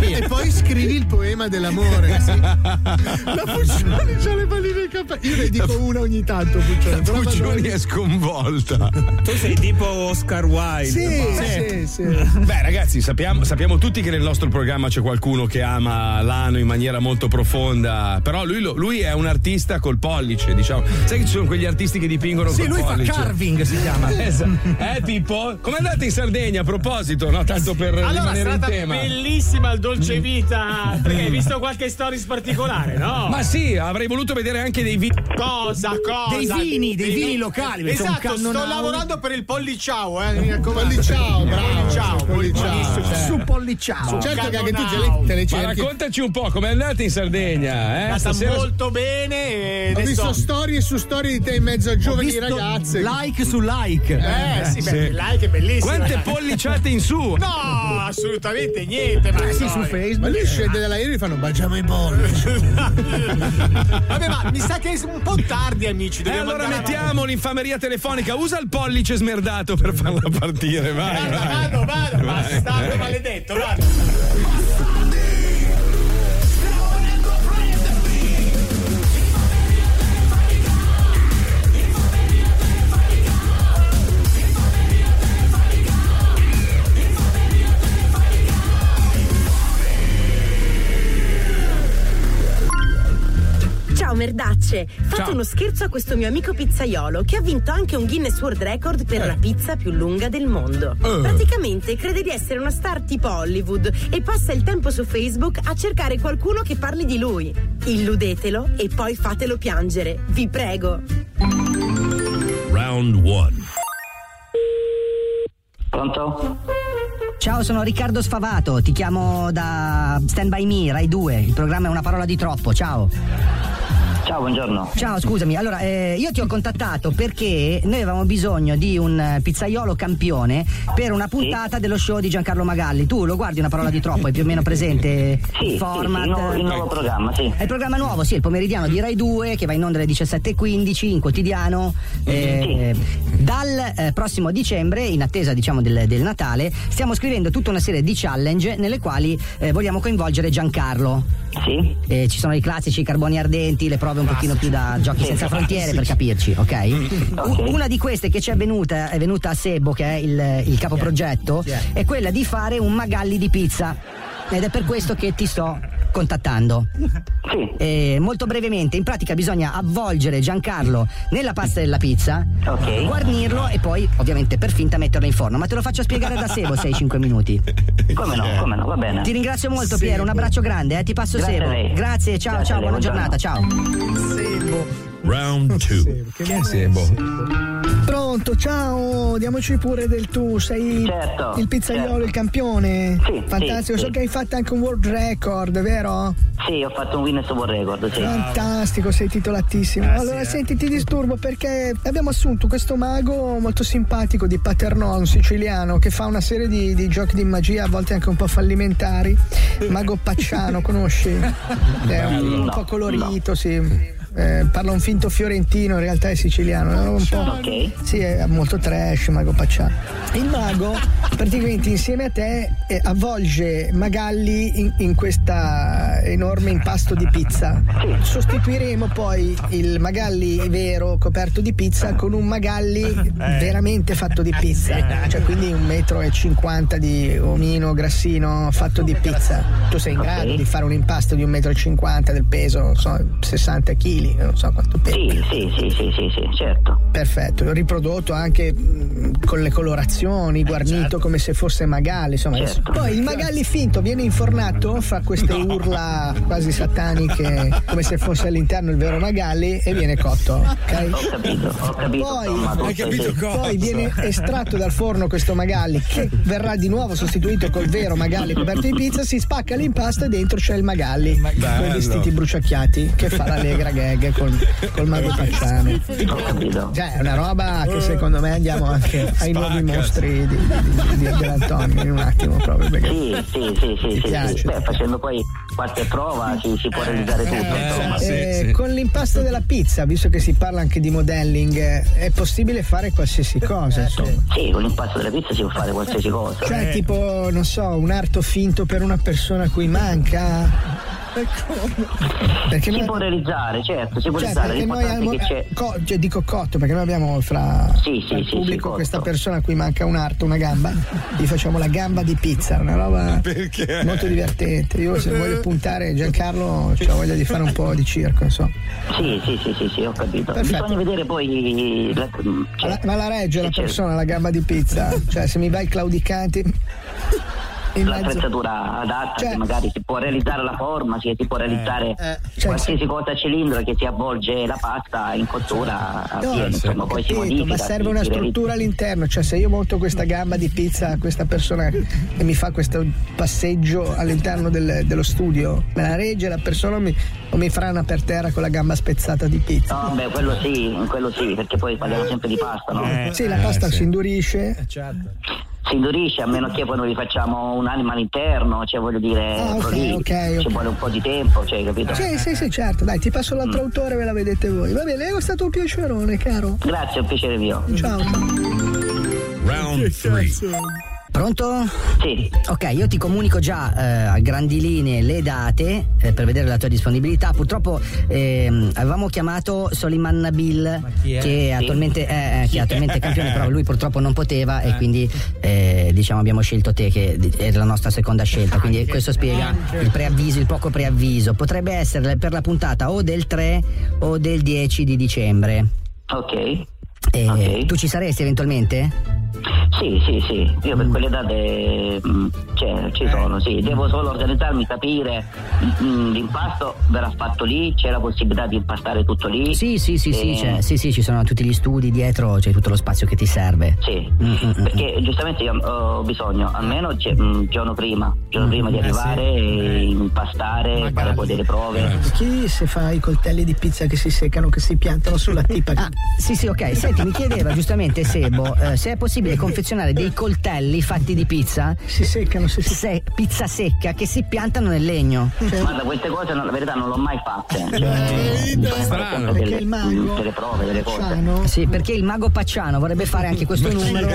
F: E poi scrivi il poema dell'amore. La Puccioni c'ha le palline in capelli. Io ne dico una ogni tanto, Puccioni. però
B: Puccioni
F: vado-
B: è sconvolta.
D: Tu sei tipo Oscar Wilde.
F: Sì, sì, sì.
B: Beh, Eh, ragazzi, sappiamo, sappiamo tutti che nel nostro programma c'è qualcuno che ama l'ano in maniera molto profonda. Però lui, lo- lui è un artista col pollice, diciamo. Sai che ci sono quegli artisti che dipingono
C: Sì,
B: col
C: lui fa
B: pollice?
C: carving, si chiama.
B: Esatto. Eh, Pippo? Come andate in Sardegna a proposito? No, tanto per
K: Allora, è
B: rimanere in
K: stata
B: tema.
K: bellissima il
C: Mm.
K: dolce vita. Perché hai visto qualche stories particolare, no?
B: Ma sì, avrei voluto vedere anche dei video.
K: cosa, cosa?
C: Dei vini, dei vini locali, perché c'è un
K: Esatto, sto
C: cannonau-
K: lavorando per il pollicciao, eh, mi
F: Polli
K: raccomando.
F: ciao, bravo.
K: Pollicciao,
F: Polli ciao.
K: pollicciao.
C: Su polliciao.
F: Certo che anche tu te
K: Cannonau.
F: le, te le
B: Ma
F: cerchi. Ho
B: raccontaci un po', come andate in Sardegna? Eh?
K: Ma sta
B: Stasera-
K: molto bene e
F: visto
K: adesso...
F: storie su storie di te in mezzo a giovani
C: Visto
F: ragazze.
C: Like su like.
K: Eh, sì, beh, il like è bellissimo.
B: Quante
K: ragazzi.
B: polliciate in su?
K: No, assolutamente niente, ma
C: Eh, Sì,
K: no. eh.
C: su Facebook.
F: eh. Ma lì scende dall'aereo e fanno mangiamo i bolli.
K: Vabbè, ma mi sa che è un po' tardi, amici,
B: E
K: dobbiamo
B: Eh, allora
K: andare
B: mettiamo l'infameria telefonica, usa il pollice smerdato per farla partire, vai. vai.
K: avanti. Vado, vado, bastardo maledetto, vado.
I: Ciao merdacci.
J: dice: Fate
B: Ciao.
J: uno scherzo a questo mio amico pizzaiolo che ha vinto anche un Guinness World Record per
B: Eh.
J: la pizza più lunga del mondo.
B: Eh.
J: Praticamente crede di essere una star tipo Hollywood e passa il tempo su Facebook a cercare qualcuno che parli di lui. Illudetelo e poi fatelo piangere, vi prego.
A: Round 1.
L: Pronto? Ciao, sono Riccardo Sfavato, ti chiamo da Stand By Me, Rai 2, il programma è una parola di troppo, ciao.
M: Ciao, buongiorno.
L: Ciao, scusami, allora eh, io ti ho contattato perché noi avevamo bisogno di un eh, pizzaiolo campione per una puntata dello show di Giancarlo Magalli. Tu lo guardi una parola di troppo, è più o meno presente
M: Sì,
L: il format?
M: sì, il nuovo- il nuovo programma, sì.
L: È il programma nuovo, sì, il pomeridiano di Rai 2 che va in onda alle 17.15 in quotidiano. Eh, Dal eh, prossimo dicembre, in attesa diciamo del, del Natale, stiamo scrivendo tutta una serie di challenge nelle quali eh, vogliamo coinvolgere Giancarlo. Eh,
M: Sì.
L: ci sono i classici i carboni ardenti, le prove un pochino più da giochi
M: Sì,
L: senza frontiere per
M: classici.
L: capirci, ok?
M: Mm. Ok.
L: U- Una di queste che ci è venuta, è venuta a Sebo, che è il, il capoprogetto, è quella di fare un magalli di pizza. Ed è per questo che ti sto contattando. Eh, molto brevemente, in pratica bisogna avvolgere Giancarlo nella pasta della pizza, guarnirlo e poi ovviamente per finta metterlo in forno. Ma te lo faccio spiegare da Sebo 6-5 minuti.
N: Eh,
M: Come no, come no, va bene.
L: Ti ringrazio molto Piero, un abbraccio grande, eh, ti passo
M: Grazie a
L: Sebo.
M: lei.
L: Grazie, ciao,
M: Grazie a
L: ciao,
M: lei,
L: buona giornata,
M: buongiorno.
L: ciao.
A: Round 2.
B: Chi è Sebo?
N: Pronto, ciao, diamoci pure del tu, sei
M: Certo,
N: il pizzaiolo,
M: certo.
N: il campione. Fantastico,
M: sì,
N: so
M: sì.
N: che hai fatto anche un world record, vero?
M: Sì, ho fatto un Guinness World Record, sì.
N: Fantastico, sei titolatissimo.
M: Eh,
N: allora,
M: sì, eh.
N: senti, ti disturbo perché abbiamo assunto questo mago molto simpatico di Paternò, un siciliano, che fa una serie di, di giochi di magia, a volte anche un po' fallimentari. Mago Pacciano, conosci? È un, un
M: No,
N: po' colorito, sì. Eh, parla un finto fiorentino, in realtà è siciliano. è un po', Sì, è molto trash, Mago Pacciano. Il mago, praticamente insieme a te, eh, avvolge Magalli in, in questa enorme impasto di pizza. Sostituiremo poi il Magalli vero coperto di pizza con un Magalli veramente fatto di pizza. Cioè, quindi un metro e cinquanta di omino grassino fatto di pizza. Tu sei in grado di fare un impasto di un metro e cinquanta del peso, non so, 60 kg, non so quanto pesi.
M: Sì, sì, sì, sì, sì, sì, certo.
N: Perfetto, l'ho riprodotto anche mh, con le colorazioni, guarnito come se fosse Magalli. Insomma,
M: Certo.
N: poi il Magalli finto viene infornato, fa queste urla quasi sataniche, come se fosse all'interno il vero Magalli, e viene cotto. Ok?
M: Ho capito, ho capito. insomma, tutto, sì.
N: poi viene estratto dal forno questo Magalli che verrà di nuovo sostituito col vero Magalli coperto di pizza, si spacca l'impasto e dentro c'è il Magalli con i
M: Bello.
N: vestiti bruciacchiati che fa l'allegra gag col, col mago Pacciano.
M: Ho capito.
N: Cioè, è una roba che secondo me andiamo anche ai nuovi mostri di, di, di- dell'Antonio in un attimo proprio perché
M: Sì, sì, sì, sì, sì, sì.
N: piace?
M: Beh, facendo poi qualche prova si, si può realizzare tutto, insomma. ecco.
N: Eh, Con l'impasto della pizza, visto che si parla anche di modelling, eh, è possibile fare qualsiasi cosa, insomma.
M: Eh, Sì, con l'impasto della pizza si può fare qualsiasi cosa.
N: Cioè, tipo, non so, un arto finto per una persona a cui manca. Perché
M: Eh, si
N: noi-
M: può realizzare, certo, si può
N: Cioè,
M: realizzare.
N: perché noi
M: L'importante
N: abbiamo-
M: è che c'è.
N: co- cioè, dico cotto, perché noi abbiamo fra
M: Sì,
N: fra
M: sì,
N: il
M: sì, sì,
N: pubblico
M: cotto.
N: questa persona a cui manca un arto, una gamba, gli facciamo la gamba di pizza, una roba
B: Perché?
N: Eh. molto divertente. Io se voglio puntare Giancarlo, ho voglia di fare un po' di circo, insomma.
M: Sì, sì, sì, sì, sì, ho capito.
N: Perfetto.
M: Bisogna vedere poi. la- cioè,
N: Ma la regge la
M: Sì, certo.
N: persona, la gamba di pizza. Cioè, se mi vai claudicanti. in mezzo- Cioè
M: l'attrezzatura adatta che magari si può realizzare la forma si, si può
N: Eh,
M: realizzare qualsiasi cosa a cilindro che si avvolge la pasta in cottura a
N: No,
M: pieno, insomma poi si
N: Capito,
M: modifica
N: ma serve
M: si-
N: una
M: si realizza.
N: struttura all'interno, cioè se io monto questa gamba di pizza a questa persona e mi fa questo passeggio all'interno del- dello studio, me la regge la persona o mi, o mi frana per terra con la gamba spezzata di pizza?
M: no beh quello sì quello sì perché poi parliamo sempre di pasta no?
N: Eh. sì, la pasta si indurisce.
M: certo. si indurisce a meno che poi non gli facciamo un'anima all'interno cioè voglio dire
N: Ah, ok,
M: lì,
N: ok,
M: ci vuole un po' di tempo cioè capito
N: Sì, sì, sì, certo. Dai, ti passo
M: Mm.
N: l'altro autore, ve la vedete voi. Va bene, è stato un piacerone, caro.
M: grazie è un piacere mio
N: Ciao.
A: Round 3.
L: Pronto? Sì. Ok, io ti comunico già eh, a grandi linee le date eh, per vedere la tua disponibilità. Purtroppo ehm, avevamo chiamato Soliman Nabil,
O: chi è?
L: che, è
O: Sì.
L: attualmente, eh, eh, che è attualmente campione, però lui purtroppo non poteva e quindi eh, diciamo abbiamo scelto te, che di- è la nostra seconda
O: Ah,
L: scelta. Quindi questo spiega
O: certo.
L: il preavviso, il poco preavviso. Potrebbe essere per la puntata o del 3 o del 10 di dicembre.
M: Ok.
L: Eh, Tu ci saresti eventualmente?
M: Sì, sì, sì, io
L: Mm.
M: per quelle date mm, cioè,
L: Eh.
M: ci sono, sì, devo solo organizzarmi, capire, mm, mm, l'impasto verrà fatto lì, c'è la possibilità di impastare tutto lì.
L: Sì, sì, sì, sì,
M: Eh,
L: c'è- sì, sì, ci sono tutti gli studi dietro, c'è tutto lo spazio che ti serve.
M: Sì,
L: Mm, mm, mm.
M: perché giustamente io ho bisogno, almeno c'è, mm, giorno prima,
L: Mm,
M: giorno prima di
N: Eh, sì.
M: arrivare, e impastare, fare poi delle prove.
L: Eh.
N: Chi se fa i coltelli di pizza che si seccano, che si piantano sulla tipa?
L: Ah, sì, sì, ok. Senti, mi chiedeva giustamente Sebo eh, se è possibile confezionare dei coltelli fatti di pizza.
N: Si seccano, Cioè, si
L: pizza secca che si piantano nel legno.
M: Guarda, queste cose non- la verità non l'ho mai fatte. Cioè,
L: Eh. Strano.
M: delle,
L: Perché il mago-
M: mm, delle prove, delle cose.
L: Sì, perché il mago Pacciano vorrebbe fare anche questo numero.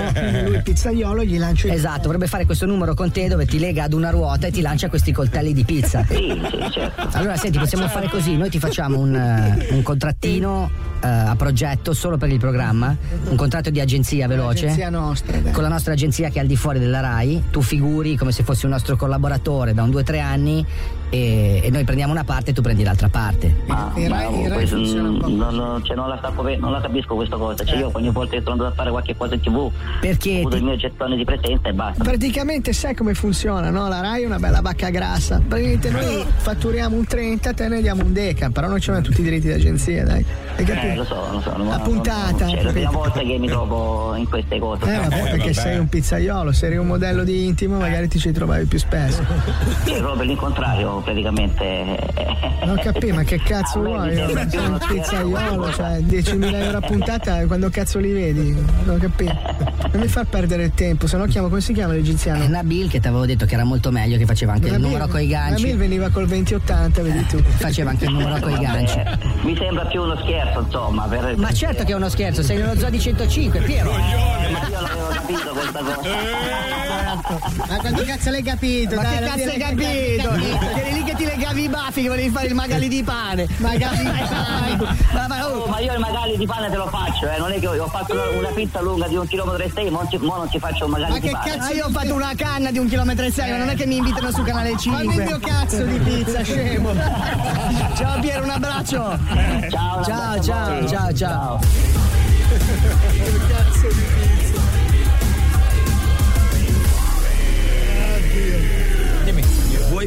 M: Lui,
L: pizzaiolo gli lancia Esatto, vorrebbe fare questo numero con te dove ti lega ad una ruota e ti lancia questi coltelli di pizza. Allora, senti, possiamo fare così: noi ti facciamo un, eh, un contrattino eh, a progetto solo per il programma, un contratto di agenzia veloce.
N: Agenzia nostra, dai.
L: Con la nostra agenzia che è al di fuori della RAI, tu figuri come se fossi un nostro collaboratore da un 2-3 anni e, e noi prendiamo una parte e tu prendi l'altra parte.
M: Ma, ma oh, questo, mm, non, non- cioè, non la sta capi- non la capisco questa cosa.
N: Eh.
M: Cioè, io ogni volta che sono andato a fare qualche cosa in tv, ho avuto il mio gettone di presenza e basta.
N: Praticamente sai come funziona, no? La RAI è una bella vacca grassa. Praticamente noi fatturiamo un 30, te ne diamo un deca, però noi ci abbiamo tutti i diritti d'agenzia, dai. Hai capito?
M: Eh, lo so, lo so. non-
N: La
M: non-
N: puntata.
M: cioè, è la prima volta che mi trovo in queste cose.
N: Eh, vabbè, perché sei un pizzaiolo, se eri un modello di intimo magari ti ci trovavi più spesso.
M: Sì, proprio l'incontrario, praticamente.
N: Non capì, ma che cazzo vuoi? Io
M: sembra
N: sono un
M: più una-
N: pizzaiolo, cioè 10.000 euro a puntata, quando cazzo li vedi? Non capì. Non mi far perdere il tempo, se no chiamo come si chiama l'egiziano?
L: Eh, Nabil che ti avevo detto che era molto meglio, che faceva anche il numero coi ganci. Eh,
N: Nabil veniva col 2080, vedi tu.
L: Faceva anche il numero coi ganci.
M: Mi sembra più uno scherzo, insomma. Per...
L: Ma certo che è uno scherzo, sei nello zoo di 105, Piero.
M: Ma io l'avevo capito questa
B: Eh.
M: cosa.
N: Ma quanto cazzo l'hai capito?
L: Ma
N: Dai,
L: che
N: non
L: cazzo
N: dire
L: hai
N: capito?
L: capito?
N: Eri lì che ti legavi i baffi che volevi fare il magali di pane. Magali di pane. Ma, ma, oh.
M: Oh, ma io il magari di pane te lo faccio, eh. non è che ho ho fatto una, una pizza lunga di un chilometro e sei, mo, ci- mo non ci faccio un magari
N: Ma
M: di
N: che
M: pane.
N: cazzo? Io ho fatto una canna di un chilometro e sei, ma non è che mi invitano su canale 5. Ma il mio cazzo di pizza, scemo. ciao Piero, un abbraccio.
M: Ciao,
N: ciao, ciao, ciao, ciao.
P: Vuoi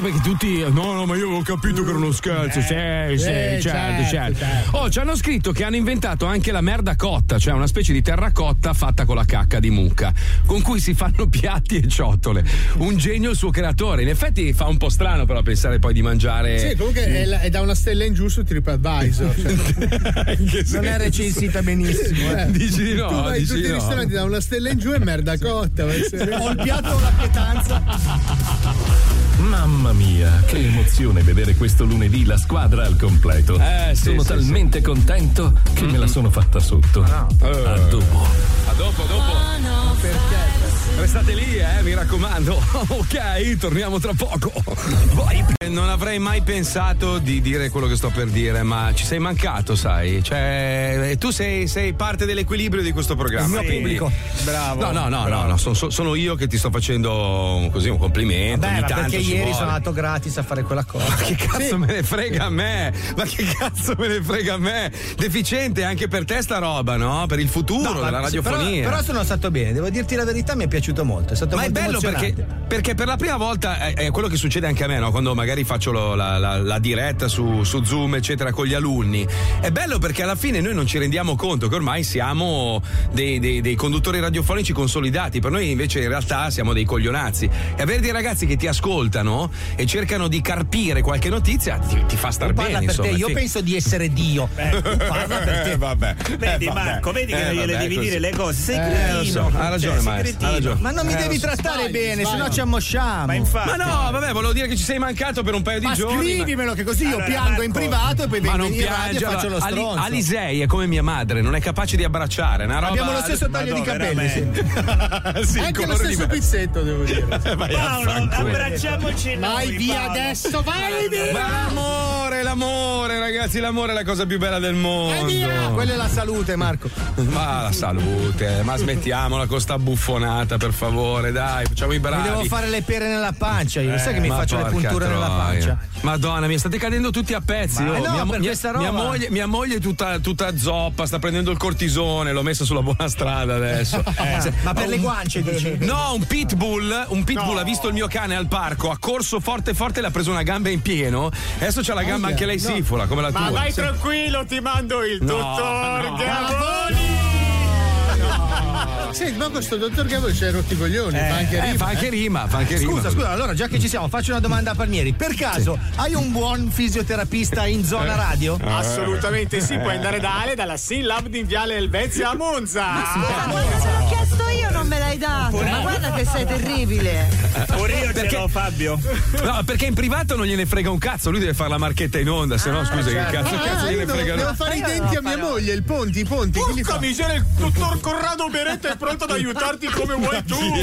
B: perché tutti. No, no, ma io avevo capito che era uno scherzo. Sì,
P: Eh,
B: sì,
P: eh,
B: certo,
P: certo,
B: certo.
P: certo.
B: Oh, ci hanno scritto che hanno inventato anche la merda cotta, cioè una specie di terracotta fatta con la cacca di mucca, con cui si fanno piatti e ciotole. Un genio il suo creatore. In effetti fa un po' strano, però, pensare poi di mangiare.
F: Sì, comunque è, la- è da una stella in giù su TripAdvisor. cioè.
B: senso?
F: non è recensita benissimo. eh.
B: Dici di no,
F: tu vai
B: dici
F: in tutti
B: di
F: i
B: no.
F: ristoranti da una stella in giù e merda cotta.
C: Ho il piatto o la pietanza.
A: Mamma mia, che emozione vedere questo lunedì la squadra al completo.
B: Eh, sì,
A: sono
B: sì, Ah,
A: talmente contento che me la sono fatta sotto. A dopo.
B: Eh. A dopo, a dopo. Perché? Restate lì, eh, mi raccomando. ok, torniamo tra poco. Vai. Non avrei mai pensato di dire quello che sto per dire, ma ci sei mancato, sai? Cioè, e tu sei, sei parte dell'equilibrio di questo programma.
Q: Il mio
B: quindi-
Q: pubblico. Bravo.
B: No, no, no,
Q: Bravo.
B: no, no, son- son- sono io che ti sto facendo così un complimento.
Q: Beh,
B: ogni
Q: ma
B: tanto
Q: perché
B: ci
Q: ieri
B: vuole.
Q: sono andato gratis a fare quella cosa.
B: Ma che cazzo me ne frega a me? Ma che cazzo me ne frega a me? Deficiente anche per te sta roba, no? Per il futuro
Q: No, ma
B: della
Q: sì,
B: radiofonia.
Q: Però, però sono stato bene, devo dirti la verità, mi è piaciuto molto. È stato
B: Ma è
Q: molto
B: bello perché, perché per la prima volta eh, è, è quello che succede anche a me, no? quando magari faccio lo- la, la- la diretta su, su Zoom, eccetera, con gli alunni. È bello perché alla fine noi non ci rendiamo conto che ormai siamo dei, dei- dei conduttori radiofonici consolidati, per noi invece in realtà siamo dei coglionazzi. E avere dei ragazzi che ti ascoltano e cercano di carpire qualche notizia ti, ti fa star bene.
Q: Parla per
B: insomma,
Q: te, io
B: sì.
Q: penso di essere Dio. Tu parla per te.
B: Eh, vabbè.
Q: Vedi,
B: Eh, vabbè.
Q: Marco, vedi che
B: Eh,
Q: gliele
B: vabbè,
Q: devi
B: così.
Q: dire le cose. Sei
B: Eh,
Q: cretino.
B: lo so. Ha
Q: Cioè,
B: ragione,
Q: sei
B: maestro. Ha
Q: cretino.
B: ragione.
Q: Ma non mi
B: Eh,
Q: devi
B: lo so.
Q: trattare
B: Sbagli,
Q: bene,
B: sbagli.
Q: sennò ci ammosciamo.
B: Ma infatti. Ma no, vabbè, volevo dire che ci sei mancato per un paio di
Q: Ma
B: giorni.
Q: scrivimelo,
C: che così io piango in privato e poi
B: Ma
C: vengo
B: non
C: in radio e
B: piange,
C: faccio lo
B: allora, Ali-
C: stronzo.
B: Alisei è come mia madre, non è capace di abbracciare. è Una roba...
F: Abbiamo lo stesso taglio di capelli, sì.
B: Sì,
F: Anche
B: colore
F: lo stesso
B: diverso.
F: pizzetto, devo dire.
B: Vai a fanculo.
F: Vai via adesso, vai via!
B: L'amore, l'amore, ragazzi, l'amore è la cosa più bella del
Q: Eh,
B: mondo.
C: Eh, Quella è la salute, Marco.
B: Ma la salute, ma smettiamola con sta buffonata, per favore, dai, facciamo i bravi.
C: Mi devo fare le pere nella pancia. Cioè, Io
B: Eh,
C: sai che mi
B: ma
C: faccio le
B: porca
C: punture nella
B: troia.
C: pancia.
B: Madonna, mi state cadendo tutti a pezzi.
C: Ma
B: oh.
C: no,
B: mia, mo-
C: per
B: mia-
C: questa roba.
B: mia moglie, mia moglie è tutta, tutta zoppa, sta prendendo il cortisone, l'ho messa sulla buona strada adesso. Eh, Se-
C: Eh,
B: Oh.
C: Ma per
B: ho
C: le
B: un-
C: guance, dici?
B: No, un pitbull, un pitbull ha visto il mio cane al parco, ha corso forte forte, le ha preso una gamba in pieno. Adesso c'ha la gamba anche lei sifola, come la
K: Ma
B: tua.
K: vai
B: Sì.
K: tranquillo, ti mando il
B: No,
K: dottor
B: no.
K: Gavoni.
F: Senti, ma questo dottor Gavone c'è rotti i coglioni, fa anche
B: eh,
F: rima.
B: fa anche rima, fa anche rima.
C: Scusa, scusa, allora già che ci siamo, faccio una domanda a Palmieri. Per caso hai un buon fisioterapista in zona radio?
K: Eh. Assolutamente sì, puoi andare da Ale dalla Synlab di Viale Elvezia a Monza.
O: L'ho chiesto io, non me l'hai dato. Ma guarda che sei terribile.
B: Pure io perché... Fabio. No, perché in privato non gliene frega un cazzo, lui deve fare la marchetta in onda, se no scusa che cazzo,
F: Ah,
B: cazzo
F: io
B: gliene
F: devo,
B: frega
F: devo fare i denti a mia moglie, il Ponti, i Ponti. Porca
K: miseria, il dottor Corrado Beretta è pronto ad aiutarti come vuoi tu.
B: Chi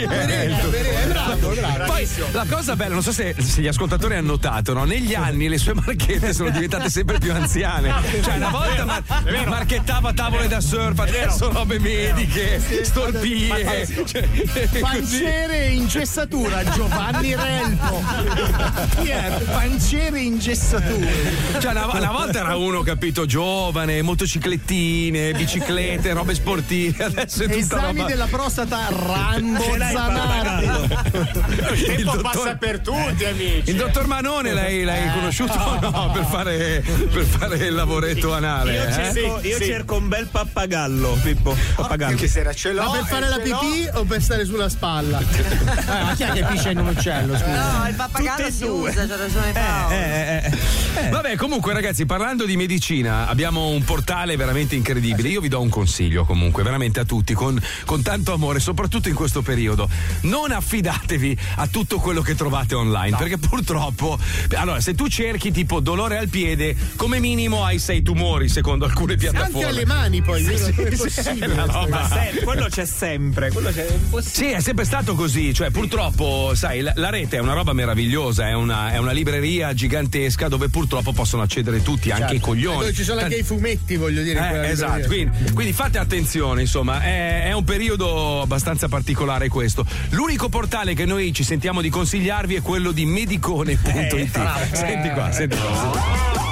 B: è? Il- Poi la cosa bella, non so se, se gli ascoltatori hanno notato, no? negli anni le sue marchette sono diventate sempre più anziane. Cioè, una volta mar- marchettava tavole da surf, adesso robe mediche, storpie. Cioè,
C: Panciere in gessatura, Giovanni Relpo. Chi è? Panciere in gessatura.
B: Cioè, una, una volta era uno, capito, giovane, motociclettine, biciclette, robe sportive. Adesso è tutta
C: Esami
B: roba...
C: della prostata Rambo
B: Ce l'hai,
C: Zanardi.
K: Il tempo
B: dottor- Eh.
K: passa per tutti, amici.
B: Il dottor Manone l'hai, l'hai conosciuto o no per fare, per fare il lavoretto anale?
Q: Io,
B: eh?
Q: cerco, io cerco un bel pappagallo, Pippo. Pappagallo. ce
F: Ma per fare la pipì o per stare sulla spalla? Eh,
C: ma chi è che piscia in un uccello?
O: No, il
E: Eh,
O: pappagallo si usa, c'ha ragione
B: Eh,
O: Paolo.
F: Eh.
B: Vabbè, comunque, ragazzi, parlando di medicina, abbiamo un portale veramente incredibile. Io vi do un consiglio, comunque, veramente a tutti, con, con tanto amore, soprattutto in questo periodo. Non affidatevi a tutto quello che trovate online, perché purtroppo. Allora, se tu cerchi tipo dolore al piede, come minimo hai sei tumori, secondo alcune piattaforme.
F: Anche alle mani poi,
B: Sì,
F: io non-
B: sì,
F: è
B: sì,
F: possibile.
B: una roba.
F: Ma se-
B: quello c'è sempre. Sì, è sempre stato così. Cioè, purtroppo, sai, la, la rete è una roba meravigliosa. È una, è una libreria gigantesca dove purtroppo possono accedere tutti, anche i coglioni.
F: Poi eh, Certo. ci sono anche
B: Tan-
F: i fumetti, voglio dire. in
B: Eh,
F: quella
B: esatto,
F: libreria.
B: quindi, quindi fate attenzione, insomma, è, è un periodo abbastanza particolare questo. L'unico portale che noi ci sentiamo di consigliarvi è quello di medicone.it.
F: Eh,
B: senti qua, senti qua. senti qua.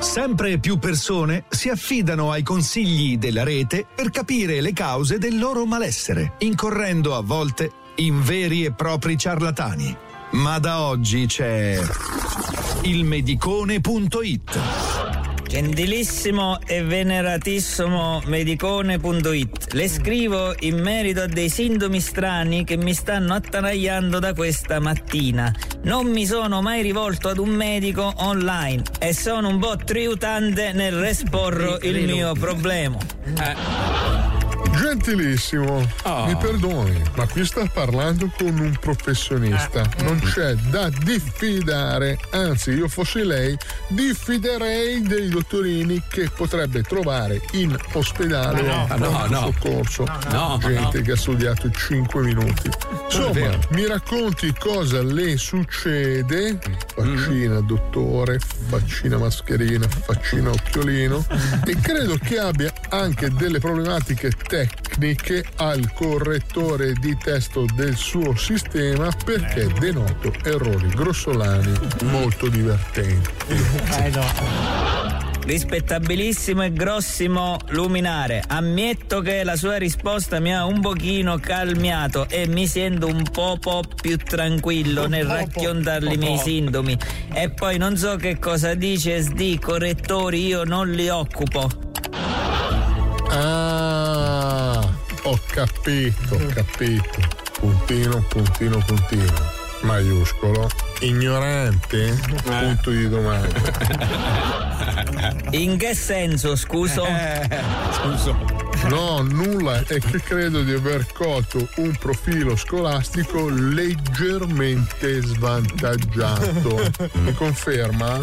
R: Sempre più persone si affidano ai consigli della rete per capire le cause del loro malessere, incorrendo a volte in veri e propri ciarlatani. Ma da oggi c'è ilmedicone.it.
D: Gentilissimo e veneratissimo medicone.it, le scrivo in merito a dei sintomi strani che mi stanno attanagliando da questa mattina. Non mi sono mai rivolto ad un medico online e sono un po' triutante nel resporro il mio problema.
S: Gentilissimo,
C: Ah.
S: mi perdoni, ma qui sta parlando con un professionista.
C: Eh.
S: Non c'è da diffidare. Anzi, io fossi lei, diffiderei dei dottorini che potrebbe trovare in ospedale
C: Ah,
B: Ma no,
S: o in
B: no,
S: pronto
B: no.
S: soccorso.
B: No, no,
S: Gente
B: no.
S: che ha studiato 5 minuti. Insomma,
B: vero.
S: mi racconti cosa le succede? Faccina, dottore, faccina mascherina, faccina occhiolino. e credo che abbia anche delle problematiche tecniche tecniche al correttore di testo del suo sistema perché denoto errori grossolani molto divertenti.
D: Eh Rispettabilissimo e grossimo luminare, ammetto che la sua risposta mi ha un pochino calmiato e mi sento un po', po più tranquillo nel raccontarli i miei sintomi. E poi non so che cosa dice SD, correttori io non li occupo.
S: Ah, ho capito, ho capito. Puntino, puntino, puntino. Maiuscolo. Ignorante? Punto di domanda.
D: In che senso, scuso?
S: scuso. No, nulla, è che credo di aver colto un profilo scolastico leggermente svantaggiato. Mi conferma?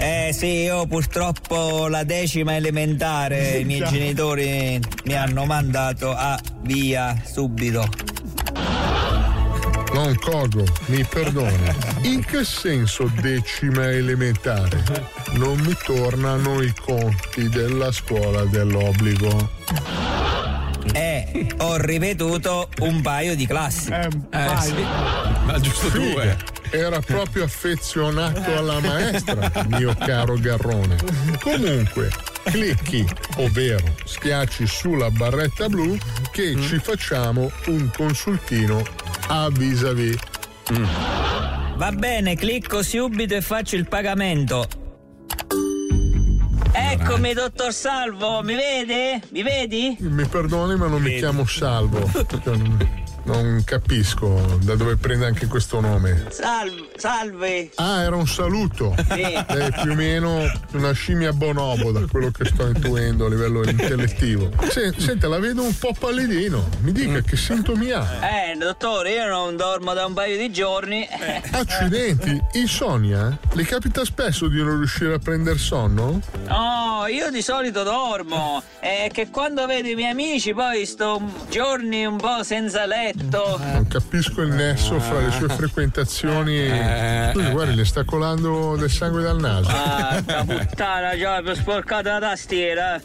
D: Eh sì, io purtroppo la decima elementare, i miei
S: Già.
D: genitori mi hanno mandato a via subito.
S: Non cogo, mi perdoni. In che senso decima elementare? Non mi tornano i conti della scuola dell'obbligo.
D: E ho ripetuto un paio di classi.
S: Eh,
D: Eh,
S: paio. sì.
B: Ma giusto
S: Figa, Era proprio affezionato alla maestra, mio caro Garrone. Comunque, clicchi, ovvero schiacci sulla barretta blu che ci facciamo un consultino a vis-à-vis.
D: Mm. Va bene, clicco subito e faccio il pagamento. Eccomi, dottor Salvo, mi vede? Mi vedi?
S: Mi perdoni, ma non mi chiamo Salvo. Cioè, non- Non capisco da dove prende anche questo nome.
D: Salve, salve.
S: Ah, era un saluto.
D: Sì.
S: È Eh, più o meno una scimmia bonobo da quello che sto intuendo a livello intellettivo. Se- senta, la vedo un po' pallidino. Mi dica che sintomi ha.
D: Eh, dottore, io non dormo da un paio di giorni.
S: Accidenti, insonnia? Le capita spesso di non riuscire a prendere sonno?
D: No, Oh, io di solito dormo. È che quando vedo i miei amici poi sto giorni un po' senza letto.
S: Non capisco il nesso fra le sue frequentazioni. e- Scusi, guardi, le sta colando del sangue dal naso.
D: Porca puttana, già mi ho sporcato la tastiera.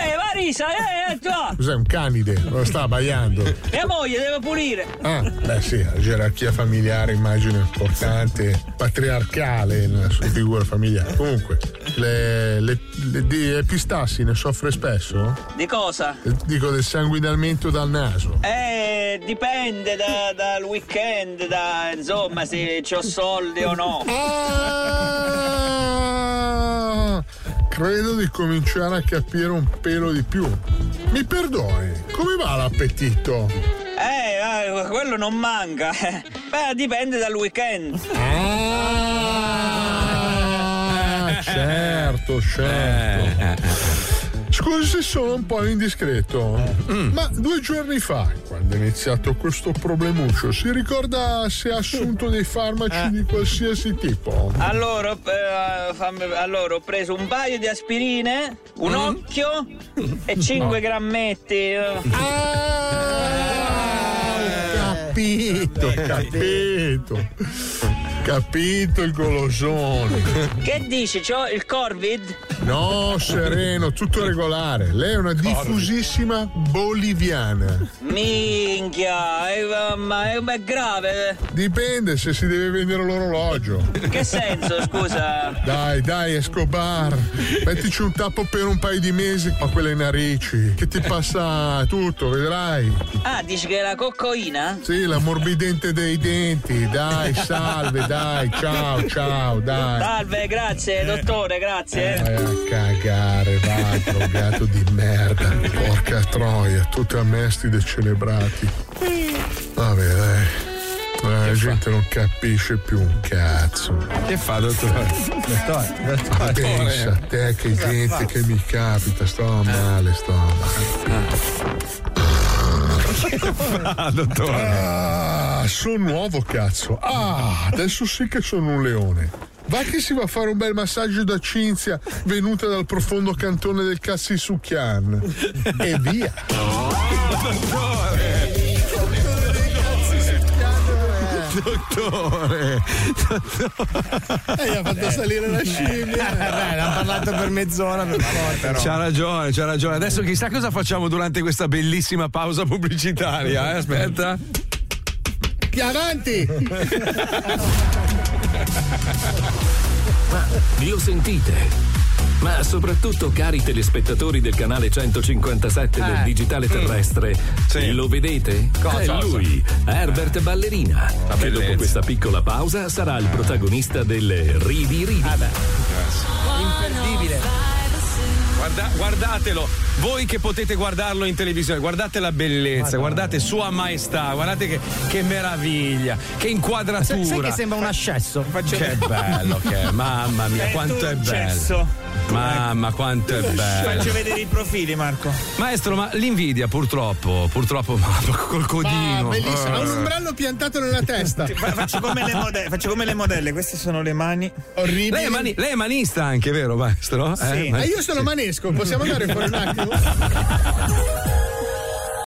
D: Ehi, Marisa, eh, già!
S: Cos'è un canide? Lo sta abbaiando.
D: Mia moglie deve pulire.
S: Ah, beh sì, la gerarchia familiare immagino è importante, patriarcale nella sua figura familiare. Comunque, le, le, le- di epistassi ne soffre spesso?
D: Di cosa?
S: Eh, Dico del sanguinamento dal naso.
D: Eh, dipende da- dal weekend, da, insomma, se ho soldi o no.
S: Ah, credo di cominciare a capire un pelo di più. Mi perdoni, come va l'appetito?
D: Eh, eh, quello non manca. Beh, dipende dal weekend.
S: Ah, certo, certo. Scusi se sono un po' indiscreto, ma due giorni fa, quando è iniziato questo problemuccio, si ricorda se ha assunto dei farmaci di qualsiasi tipo?
D: Allora, eh, fammi- allora, ho preso un paio di aspirine,
F: Mm.
D: un occhio e 5
S: No.
D: grammetti.
F: Ah.
S: Capito, Eh, capito. Capito il golosone.
D: Che dici? C'ho il Corvid?
S: No, sereno, tutto regolare. Lei è una diffusissima boliviana.
D: Minchia, eh, va- ma è, ma è grave.
S: Dipende se si deve vendere l'orologio.
D: Che senso, scusa?
S: Dai, dai, Escobar, mettici un tappo per un paio di mesi a quelle narici, che ti passa tutto, vedrai.
D: Ah, dici che è la coccoina?
S: Sì, la morbidente dei denti, dai, salve, dai, ciao, ciao, dai.
D: Salve,
F: Eh.
D: grazie, dottore, grazie.
S: Vai a cagare, vai, drogato di merda. Porca troia, tutti ammestide celebrati. Vabbè, dai. Ma La gente non capisce più un cazzo.
B: Che fa, dottore? Dottore,
S: Ma pensa a te che gente che mi capita, sto male, sto male. Che fa, dottore? Ah, sono nuovo, cazzo. Ah, adesso sì che sono un leone. Va che si va a fare un bel massaggio da Cinzia venuta dal profondo cantone del Cassisucchian. E via.
E: Dottore!
P: dottore.
F: E gli ha fatto salire la scimmia.
B: Eh, l'hanno parlato per mezz'ora per
F: però.
B: C'ha ragione, c'ha ragione. Adesso chissà cosa facciamo durante questa bellissima pausa pubblicitaria. eh, Aspetta.
F: Chiavanti!
A: Ma lo sentite? Ma soprattutto, cari telespettatori del canale 157 del
E: Eh.
B: Mm.
A: Digitale Terrestre, lo vedete?
E: Cosa?
A: È lui, Herbert Ballerina, che
E: bellezza.
A: dopo questa piccola pausa sarà il protagonista del Ridi Ridi.
B: Imperdibile. Guarda- guardatelo, voi che potete guardarlo in televisione, guardate la bellezza, guardate Sua Maestà, guardate che, che meraviglia, che inquadratura.
C: Sai, sai che sembra un ascesso?
B: Che bello che è, mamma mia,
C: È
B: quanto è
C: un
B: bello.
C: cesso.
B: Mamma, quanto è bello.
Q: Faccio vedere i profili, Marco.
B: Maestro, ma l'invidia purtroppo, purtroppo, ma col codino. Eh.
F: Ah, bellissimo, ha un ombrello piantato nella testa.
Q: Fa- Faccio come, le mode- faccio come le modelle, queste sono le mani.
F: Orribili.
B: Lei è, mani- lei è manista anche, vero maestro? Eh,
Q: Sì.
B: ma-
F: Ma Eh, io sono
B: sì.
F: manesco, possiamo andare fuori un attimo?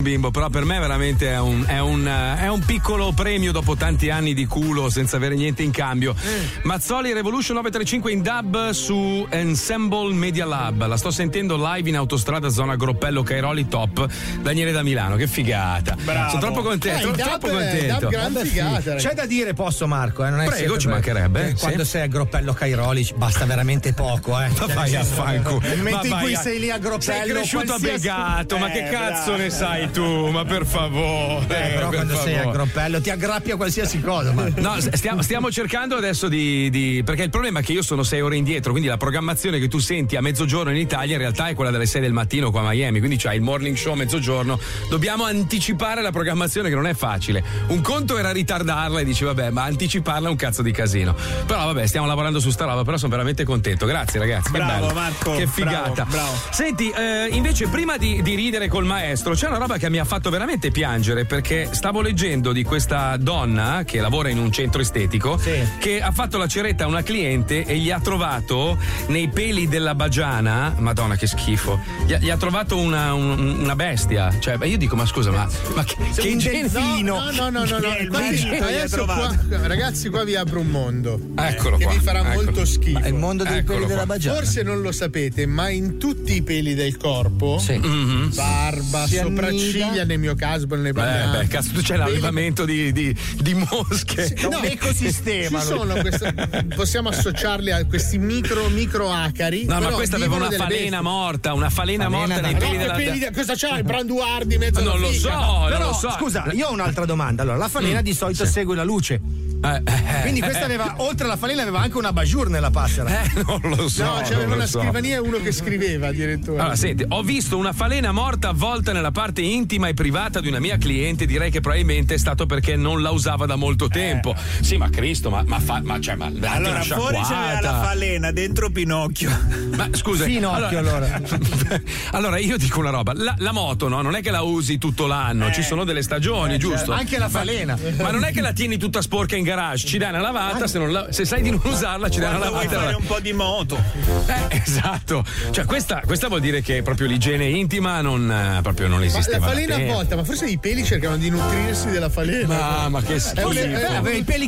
B: Bimbo, però per me veramente è un, è un, eh, è un piccolo premio dopo tanti anni di culo senza avere niente in cambio. Mazzoli Revolution 935 in dub su Ensemble Media Lab. La sto sentendo live in autostrada zona Groppello Cairoli top. Daniele da Milano, che figata. Sono
F: Eh,
B: troppo contento, troppo contento.
C: Vabbè, sì. C'è da dire, posso, Marco? eh, non è
B: Prego,
C: sempre
B: ci
C: per-
B: mancherebbe,
C: eh,
B: sì.
C: Quando sei a Groppello Cairoli ci basta veramente poco, eh.
B: Ma vai a fanculo.
C: Nel momento
B: Ma
C: in
B: vai
C: cui
B: a-
C: sei lì a Groppello.
B: Sei cresciuto a
C: qualsiasi-
B: Begato, ma
C: Eh,
B: che cazzo
C: bravo.
B: ne sai tu? Ma per favore.
C: Eh, però
B: per
C: quando sei a
B: favore.
C: Groppello ti aggrappi a qualsiasi cosa. Ma...
B: No, s- stiamo, stiamo cercando adesso di, di- Perché il problema è che io sono sei ore indietro, quindi la programmazione che tu senti a mezzogiorno in Italia in realtà è quella delle 6 del mattino qua a Miami, quindi c'hai il morning show a mezzogiorno. Dobbiamo anticipare la programmazione che non è facile. Un conto era ritardarla e dici vabbè, ma anticiparla è un cazzo di casino. Però vabbè, stiamo lavorando su sta roba, però sono veramente contento. Grazie ragazzi. che
Q: Bravo,
B: bello.
Q: Marco,
B: Che figata.
Q: bravo, bravo.
B: Senti, eh, invece prima di, di ridere col maestro, c'è una roba che mi ha fatto veramente piangere perché stavo leggendo di questa donna che lavora in un centro estetico che ha fatto la ceretta a una cliente e gli ha trovato nei peli della bagiana, madonna che schifo, gli ha, gli ha trovato una, un- una bestia. Cioè, beh, io dico ma scusa, ma, ma che, che
F: Un de-
B: ingegno-
F: No, no, no, no, no.
B: Che
F: Qua vi-
B: ingegno gli ha
F: adesso
B: trovato.
F: qua- ragazzi, qua vi apro un mondo. eh,
B: Eccolo
F: che
B: qua,
F: vi farà
B: eccolo.
F: molto schifo.
B: Ma il mondo dei Eccolo peli della qua. bagiana.
F: Forse non lo sapete, ma in tutti i peli del corpo, barba,
B: Si
F: sopracciglia, nel mio caso, poi non ne parliamo.
B: Beh, beh, cazzo, tu c'è l'allevamento di, di- di mosche.
F: No, Ci sono queste- possiamo associarli a questi micro micro acari.
B: No, ma
F: però
B: questa aveva
F: vivono
B: una
F: delle
B: falena
F: bestie.
B: morta, una falena, morta nei
F: No,
B: peli
F: che
B: della
F: peli di- cosa c'ha il Branduardi in mezzo
B: Non
F: alla
B: lo
F: figa?
B: so, non
F: Però,
B: lo so.
C: Scusa, io ho un'altra domanda. Allora, la falena
B: Mm,
C: di solito
B: sì.
C: segue la luce.
B: Eh,
C: Quindi questa aveva, oltre alla falena, aveva anche una bajour nella passera. cioè,
B: Eh, non lo so.
F: No, c'aveva
B: non lo
F: una
B: so.
F: scrivania e uno che scriveva addirittura.
B: Allora, senti, ho visto una falena morta avvolta nella parte intima e privata di una mia cliente. Direi che probabilmente è stato perché non la usava da molto tempo. Sì, ma Cristo, ma, ma, fa- ma, cioè, ma date
Q: Eh. Allora,
B: una
Q: fuori c'era la
B: sciacquata.
Q: falena, dentro Pinocchio.
B: Ma scusa, Allora, io dico una roba: la, la moto, no? Non è che la usi tutto l'anno,
Q: Eh.
B: ci sono delle stagioni,
Q: certo.
B: giusto?
C: Anche la
B: Ma-
C: falena.
B: Ma, non è che la tieni tutta sporca in garage, ci dai una lavata, se, non la- se sai di non usarla, ci dai una
Q: Quando vuoi
B: lavata.
Q: fare un po' di moto.
B: Eh, esatto. Cioè, questa, questa vuol dire che proprio l'igiene intima non, eh, proprio non
F: Ma
B: esisteva.
F: la
B: da
F: falena
B: tempo.
F: a volta, ma forse i peli cercavano di nutrirsi della falena.
B: Ma- ma che
F: È
B: schifo.
F: un-
B: Forse
F: è-
B: aveva i
C: peli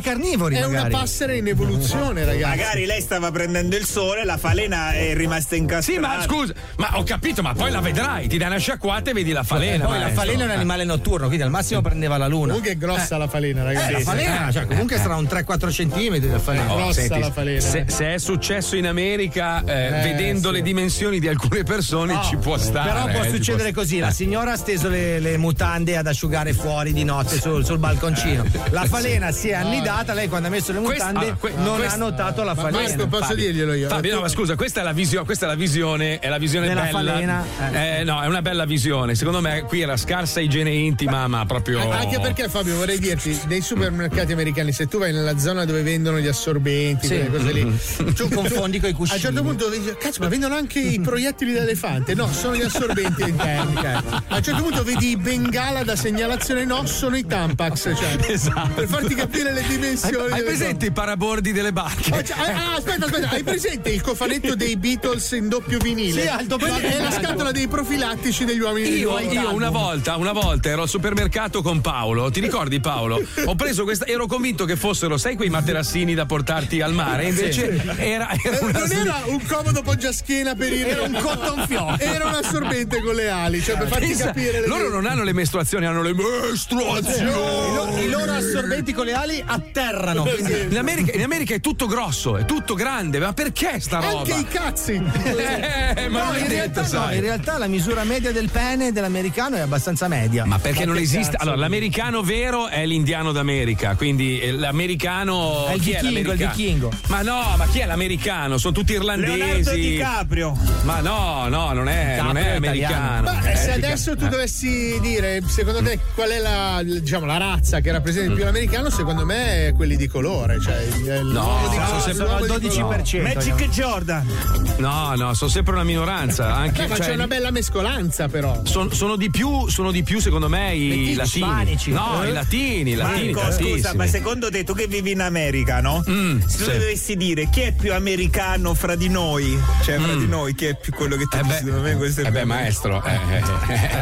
C: carnivori.
F: È una passera in evoluzione, ragazzi.
Q: Magari lei stava prendendo il sole, la falena è rimasta incastrata.
B: Sì, ma scusa, ma ho capito, ma poi la vedrai, ti dai una sciacquata e vedi la falena.
C: Poi la
B: maestro.
C: falena è un animale notturno, quindi al massimo prendeva la
B: Oh,
C: luna.
F: Comunque è grossa la falena,
C: Eh,
F: ragazzi.
C: la falena, cioè, comunque sarà un 3-4 centimetri la
B: Eh,
C: falena.
B: oh, senti, se, se è successo in America, eh,
C: Eh,
B: vedendo
C: sì.
B: le dimensioni di alcune persone, ci
C: Oh.
B: può stare.
C: Però
B: eh,
C: può
B: ci
C: succedere
B: può-
C: così: la
B: Eh.
C: signora ha steso le, le mutande ad asciugare fuori di notte sul, sul balconcino. La falena si è annidata. Lei, quando ha messo le
B: Questa-
C: mutande,
B: Eh, ah, que-
C: non
B: questa-
C: ha notato la
B: Ma
C: falena.
B: questo posso
C: Fabio.
B: dirglielo Fabio, no, ma scusa, questa è la visione, questa è la visione, è la visione
C: Della
B: bella.
C: falena,
B: Eh, no, è una bella visione. Secondo me qui era scarsa igiene intima, ma proprio.
F: Anche perché Fabio vorrei dirti, nei supermercati americani, se tu vai nella zona dove vendono gli assorbenti,
C: Sì.
F: quelle cose lì,
C: Mm. Tu confondi coi cuscini.
F: A un certo punto vedi, cazzo, ma vendono anche i proiettili da elefante? No, sono gli assorbenti interni. A un certo punto vedi i bengala da segnalazione, no, sono i Tampax. Cioè,
B: Esatto.
F: Per farti capire le dimensioni.
B: Hai, hai
F: delle
B: presente i parabordi delle barche?
F: cose. Ah, cioè, ah, aspetta, aspetta, hai presente il cofanetto dei Beatles in doppio vinile?
B: Sì, alto,
F: Ma È la scatola dei profilattici degli uomini di
B: Io,
F: Volta.
B: io una volta, una volta ero al supermercato con Paolo, ti ricordi Paolo? Ho preso questa, ero convinto che che fossero, sai, quei materassini da portarti al mare. Invece eh, era, era una
F: Eh, non
B: sli-
F: era un comodo poggiaschiena per il
B: Era un cotton fioc.
F: Era un assorbente con le ali, cioè per farti
B: Pensa,
F: capire. le-
B: loro non hanno le mestruazioni, hanno le
C: I loro-
B: mestruazioni.
C: I loro assorbenti con le ali atterrano. quindi-
B: In America, in America è tutto grosso, è tutto grande, ma perché sta roba?
C: Anche i
F: cazzi!
B: Eh, ma
C: No,
B: non è detto,
C: in realtà no,
B: sai.
C: in realtà la misura media del pene dell'americano è abbastanza media.
B: Ma perché
C: Ma
B: non
C: che
B: esiste?
C: cazzo?
B: Allora, l'americano vero è l'indiano d'America, quindi eh, l'americano.
C: È il
B: chi
C: vichingo, il
B: l'americano?
C: vichingo.
B: Ma no, ma chi è l'americano? Sono tutti irlandesi.
Q: Leonardo DiCaprio.
B: Ma no, no, non è, non è americano.
F: Ma
B: Eh,
F: se
B: mica-
F: adesso tu
B: eh.
F: dovessi dire, secondo te, qual è la, diciamo, la razza che rappresenta di più l'americano? Secondo me è quelli di colore. Cioè, il- l'uomo di colore, l'uomo di colore.
Q: Magic Jordan.
B: No, no, sono sempre una minoranza. Anche,
F: Eh, ma
B: cioè,
F: c'è una bella mescolanza, però.
B: son- sono di più, sono di più, secondo me, i
F: Latini,
B: latini.
F: ispanici.
B: No,
F: Eh?
B: i latini, i latini.
Q: Marco, scusa,
B: tantissimi. Mm,
Q: ma secondo te, tu che vivi in America, no? Se tu
B: sì.
Q: dovessi dire chi è più americano fra di noi, cioè fra di noi, chi è più quello che ti dice, secondo me questo è
B: Mm. eh beh, maestro, eh, eh,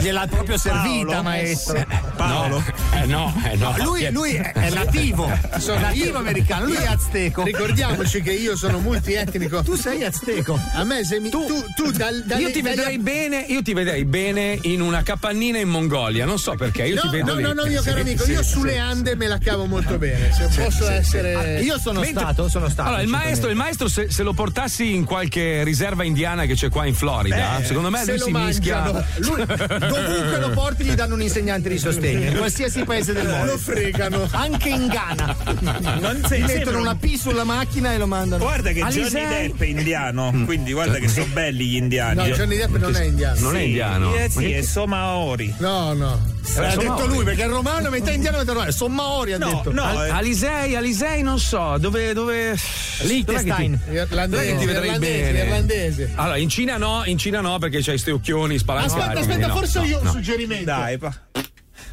C: Gliel'ha proprio servita,
Q: Paolo?
C: maestro.
Q: Paolo?
B: Eh no, eh no.
C: Lui, lui è, è nativo,
F: Sono
C: nativo
F: io.
C: americano, lui è azteco.
F: Ricordiamoci che io sono multietnico. Tu sei azteco. A me se mi. Tu, tu dal, dalle-
B: Io ti
F: dagli-
B: vedrei bene, io ti vedrei bene in una capannina in Mongolia, non so perché, io
F: no,
B: ti vedo
F: no,
B: lì.
F: no, no, mio
B: Sì,
F: caro amico,
B: sì,
F: io
B: sì.
F: sulle Ande me la cavo molto bene. Se
B: Sì,
F: posso
B: sì, Ah,
F: essere.
B: sì. Mentre- Allora, il maestro, il maestro se, se lo portassi in qualche riserva indiana che c'è qua in Florida,
C: Eh,
B: secondo me
C: se
B: lui
C: lo
B: si
C: mangiano.
B: mischia.
C: Lui- dovunque lo porti gli danno un insegnante di sostegno, in qualsiasi paese del mondo.
Q: Lo fregano.
C: Anche in Ghana.
Q: Non
C: Gli
Q: sei-
C: mettono
Q: sembra un-
C: una P sulla macchina e lo mandano.
Q: Guarda che Johnny
C: Alisei-
Q: Depp è indiano, quindi guarda
B: Mm.
Q: che sono belli gli indiani.
F: No, Johnny Depp non è indiano.
Q: Sì,
F: Non è indiano.
Q: eh sì, è Somaori.
F: No, no.
B: Eh,
C: L'ha detto lui perché è romano, metà indiano, metà romano. Sono Maori, ha
Q: No,
C: detto.
Q: no,
C: Al-
Q: eh.
B: Alisei, Alisei, non so, dove. dove...
C: Liechtenstein.
B: Dov'è che ti- dov'è che ti vedrei
F: irlandese,
B: bene?
F: irlandese.
B: Allora, in Cina no, in Cina no, perché c'hai sti occhioni spalancati.
F: Aspetta,
B: quindi
F: aspetta,
B: no,
F: forse
B: no,
F: io ho un
B: no.
F: suggerimento. Dai,
Q: pa.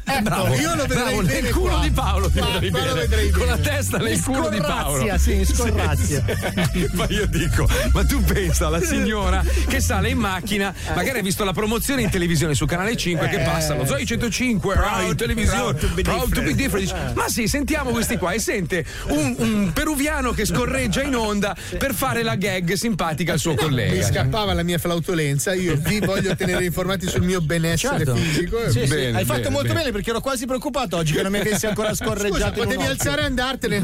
F: Ecco,
B: Bravo.
F: io lo vedrei
B: Bravo,
F: bene
B: nel culo
F: qua.
B: di Paolo ti
F: Ma-
B: vedrei
F: ma lo
B: bene.
F: vedrei
B: con la
F: bene.
B: testa nel
F: In
B: culo di Paolo
F: scorrazia, sì, in scorrazia.
B: Sì, sì. ma io dico ma tu pensa alla signora che sale in macchina magari ha visto la promozione in televisione su canale 5 che
Q: Eh.
B: passa lo Zoe 105 ah, in televisione
Q: proud to be
B: proud to be
Q: different.
B: different Dice, ma sì sentiamo questi qua e sente un, un peruviano che scorreggia in onda per fare la gag simpatica al suo
F: Mi
B: collega
F: scappava la mia flautolenza, io vi voglio tenere informati sul mio benessere
C: Certo.
F: fisico.
C: Sì, sì.
B: Bene,
C: Hai fatto
B: bene,
C: molto
B: bene.
C: bene. perché ero quasi preoccupato oggi che non mi avessi ancora scorreggiato.
F: Scusa,
C: in un
F: potevi
C: occhio.
F: alzare e andartene.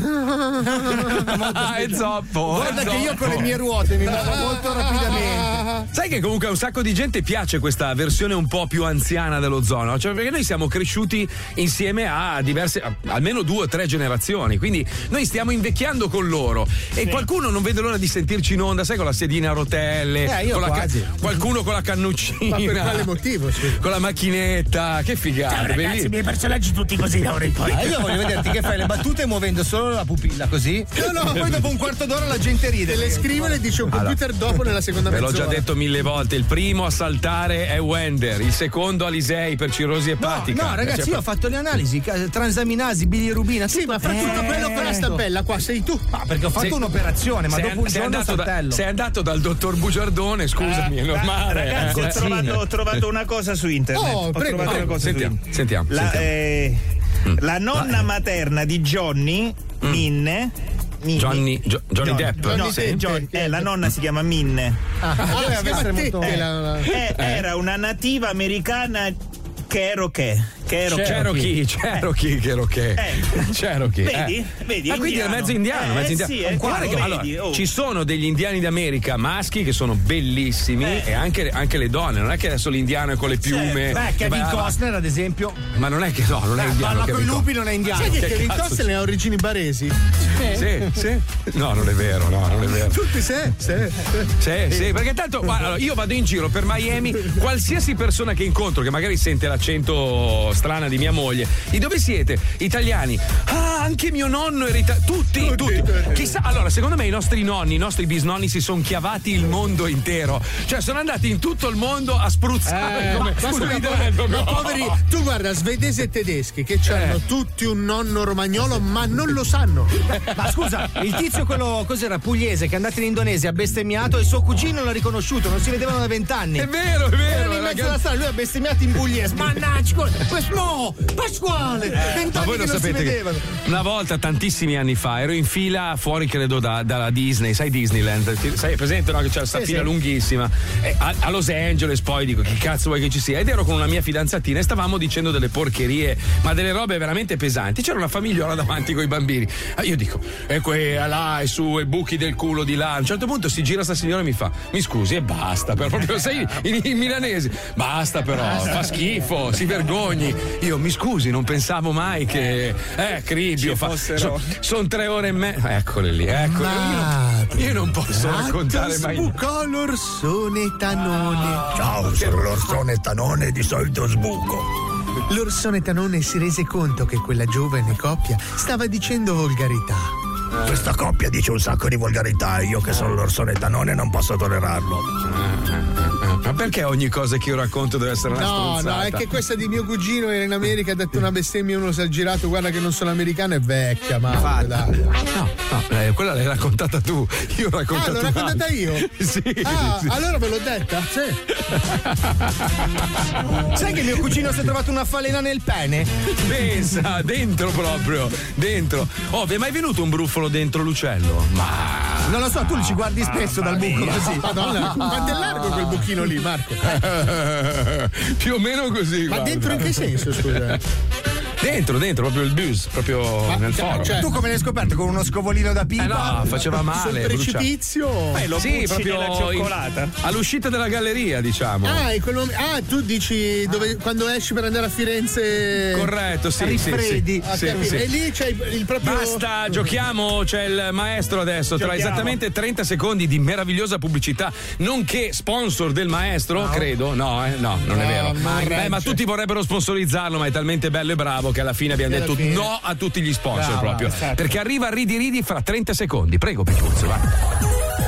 B: Ah, è
K: Oh,
B: zoppo.
C: esatto. Guarda
B: è
C: che io
B: zoppo.
C: con
K: esatto.
C: le mie ruote mi muovo molto rapidamente.
B: Sai che comunque a un sacco di gente piace questa versione un po' più anziana dell'ozono, cioè perché noi siamo cresciuti insieme a diverse, a- almeno due o tre generazioni, quindi noi stiamo invecchiando con loro e qualcuno non vede l'ora di sentirci in onda, sai, con la sedina a rotelle,
F: Eh, io
B: con la ca-
F: quasi.
B: qualcuno con la cannuccina.
F: Ma per quale motivo? scusa?
B: Con la macchinetta, che figata. belli-
K: personaggi tutti così da ora in poi.
C: Ah, io voglio vederti che fai le battute muovendo solo la pupilla così. No, no, ma poi dopo un quarto d'ora la gente ride.
F: Te le scrivo e le dice un computer dopo nella seconda
B: Ve
F: mezz'ora.
B: l'ho già detto mille volte, il primo a saltare è Wender, il secondo Alisei per cirrosi epatica.
C: No, ragazzi,
B: Cioè,
C: io ho fatto le analisi, ca- transaminasi, bilirubina.
F: Sì, ma fra
C: tutto
K: Eh.
F: tutto quello con la stampella qua sei tu.
C: Ma perché ho fatto
B: Sei-
C: un'operazione, ma
B: sei
C: dopo
B: an-
C: un
B: sei
C: giorno
B: andato da-
C: saltello.
B: sei andato dal dottor Bugiardone, scusami, è normale.
Q: Eh, Ragazzi,
B: eh.
Q: ho trovato, ho trovato una cosa su internet.
B: Oh,
Q: ho
B: prego,
Q: trovato
B: prego,
Q: una cosa
B: sentiamo,
Q: su internet.
B: sentiamo,
Q: La,
B: sentiamo. Mm.
Q: eh, la nonna materna di Johnny, Minne. Minne-
B: Johnny- Gio- Johnny
Q: No,
B: Depp.
Q: no,
B: Johnny
Q: sì,
B: Depp.
Q: Johnny- eh, la nonna si chiama Minne.
F: Ah, deve essere molto-
Q: Eh, eh, Era una nativa americana Cherokee. Cherokee. Eh.
B: Cherokee, Cherokee, Cherokee. Cherokee.
Q: Vedi?
B: eh.
Q: Vedi,
B: Ah, quindi è
Q: indiano.
B: mezzo indiano,
Q: Eh,
B: mezzo
Q: eh,
B: indiano.
Q: sì, eh,
B: Guarda
Q: lo
B: che-
Q: vedi,
B: allora,
Q: oh.
B: ci sono degli indiani d'America maschi che sono bellissimi
Q: Eh.
B: e anche, anche le donne, non è che adesso l'indiano è con le
Q: Certo.
B: piume.
C: Beh,
B: che
C: Kevin
B: va-
C: Costner, ad esempio.
B: Ma non è che no, non è
C: Eh,
B: indiano.
C: parla
B: Kevin
C: con i lupi,
B: Costner.
C: non è indiano.
F: Sai che Kevin
B: cazzo
F: Costner ha origini baresi?
B: Sì, sì. No, non è vero, no, non è vero.
F: Tutti se, se.
B: Sì, sì, perché tanto guarda, allora, io vado in giro per Miami, qualsiasi persona che incontro, che magari sente l'accento strana di mia moglie, di dove siete? Italiani. Ah, anche mio nonno era italiano. Tutti, tutti. Chissà, allora, secondo me i nostri nonni, i nostri bisnonni si sono chiavati il mondo intero. Cioè, sono andati in tutto il mondo a spruzzare.
F: Eh,
B: come-
F: ma scusa,
B: come
F: ma
B: idrello,
F: poveri, ma
B: no.
F: poveri, tu guarda, svedesi e tedeschi che hanno
B: Eh.
F: tutti un nonno romagnolo, ma non lo sanno.
B: Ecco,
C: Ma scusa, il tizio, quello cos'era pugliese, che è andato in Indonesia, ha bestemmiato e suo cugino l'ha riconosciuto, non si vedevano da vent'anni.
B: È vero, è vero,
C: Erano in
B: ragazzi.
C: mezzo alla strada, lui ha bestemmiato in pugliese. Mannaggia, questo
T: No, Pasquale!
B: Eh, Ma
T: Vent'anni
B: voi
T: che
B: lo
T: non si
B: sapete che
T: vedevano.
B: una volta, tantissimi anni fa, ero in fila fuori, credo, da- dalla Disney, sai Disneyland? Ti- Sai, è presente, no? Che c'è questa
T: Sì,
B: fila
T: sì.
B: lunghissima. E a, a Los Angeles poi dico, che cazzo vuoi che ci sia? Ed ero con una mia fidanzatina e stavamo dicendo delle porcherie, ma delle robe veramente pesanti. C'era una famigliola davanti con i bambini. Ah, io dico, e quella là, e su, e buchi del culo di là. A un certo punto si gira sta signora e mi fa, mi scusi, e basta, però proprio sei in, in milanese. Basta però,
T: Basta.
B: fa schifo, si vergogni. Io mi scusi, non pensavo mai che. Eh, Cribio, fa... sono tre ore e mezza. Eccole lì, eccole. Io, non- io non posso raccontare mai. Ah.
T: Sbucò l'orsone tanone.
U: Ciao, sono l'orsone Tanone di solito sbuco.
T: L'orsone tanone si rese conto che quella giovane coppia stava dicendo volgarità.
U: Questa coppia dice un sacco di volgarità e io che sono l'orsone Tanone non posso tollerarlo.
B: Ma perché ogni cosa che io racconto deve essere una
F: No,
B: stronzata?
F: no, è che questa di mio cugino era in America, ha detto una bestemmia, uno si è girato, guarda che non sono americano, è vecchia, ma... dai.
B: No, eh, quella l'hai raccontata tu. Io ho raccontato.
F: Ah, l'ho raccontata
B: male.
F: io?
B: sì,
F: Ah,
B: sì.
F: allora ve l'ho detta?
C: Sì. Sai che mio cugino si è trovato una falena nel pene?
B: Pensa, dentro proprio, dentro. Oh, vi è mai venuto un brufolo dentro l'ucello? Ma.
C: Non lo so, tu li ci guardi spesso dal buco così.
F: Madonna, quanto è largo quel buchino lì, Marco?
B: Più o meno così.
F: Ma
B: guarda.
F: dentro in che senso, scusa?
B: Dentro, dentro, proprio il bus, proprio Oh, nel
C: cioè,
B: foro. Cioè-
T: tu come l'hai scoperto? Con uno scovolino da pipa?
B: Eh no, faceva
T: Sul
B: male.
T: precipizio?
B: bruciava. sì, proprio Eh, in- all'uscita della galleria, diciamo.
F: Ah, in quel mom- ah, tu dici dove- quando esci per andare a Firenze.
B: Corretto, sì, sì, sì.
F: Ah,
B: Sì,
F: capito.
B: sì.
F: E lì c'è il, il proprio.
B: Basta, giochiamo, c'è il maestro adesso. Tra
F: Giochiamo.
B: esattamente 30 secondi di meravigliosa pubblicità, nonché sponsor del maestro, credo. No, eh, no, non è
T: No,
B: vero.
T: ma
B: Eh,
T: regge.
B: ma tutti vorrebbero sponsorizzarlo, ma è talmente bello e bravo che alla fine abbiamo
T: Alla
B: detto
T: fine.
B: no a tutti gli sponsor
T: Bravo,
B: proprio.
T: esatto.
B: Perché arriva Ridi Ridi fra 30 secondi. Prego, Pipuzzo, va.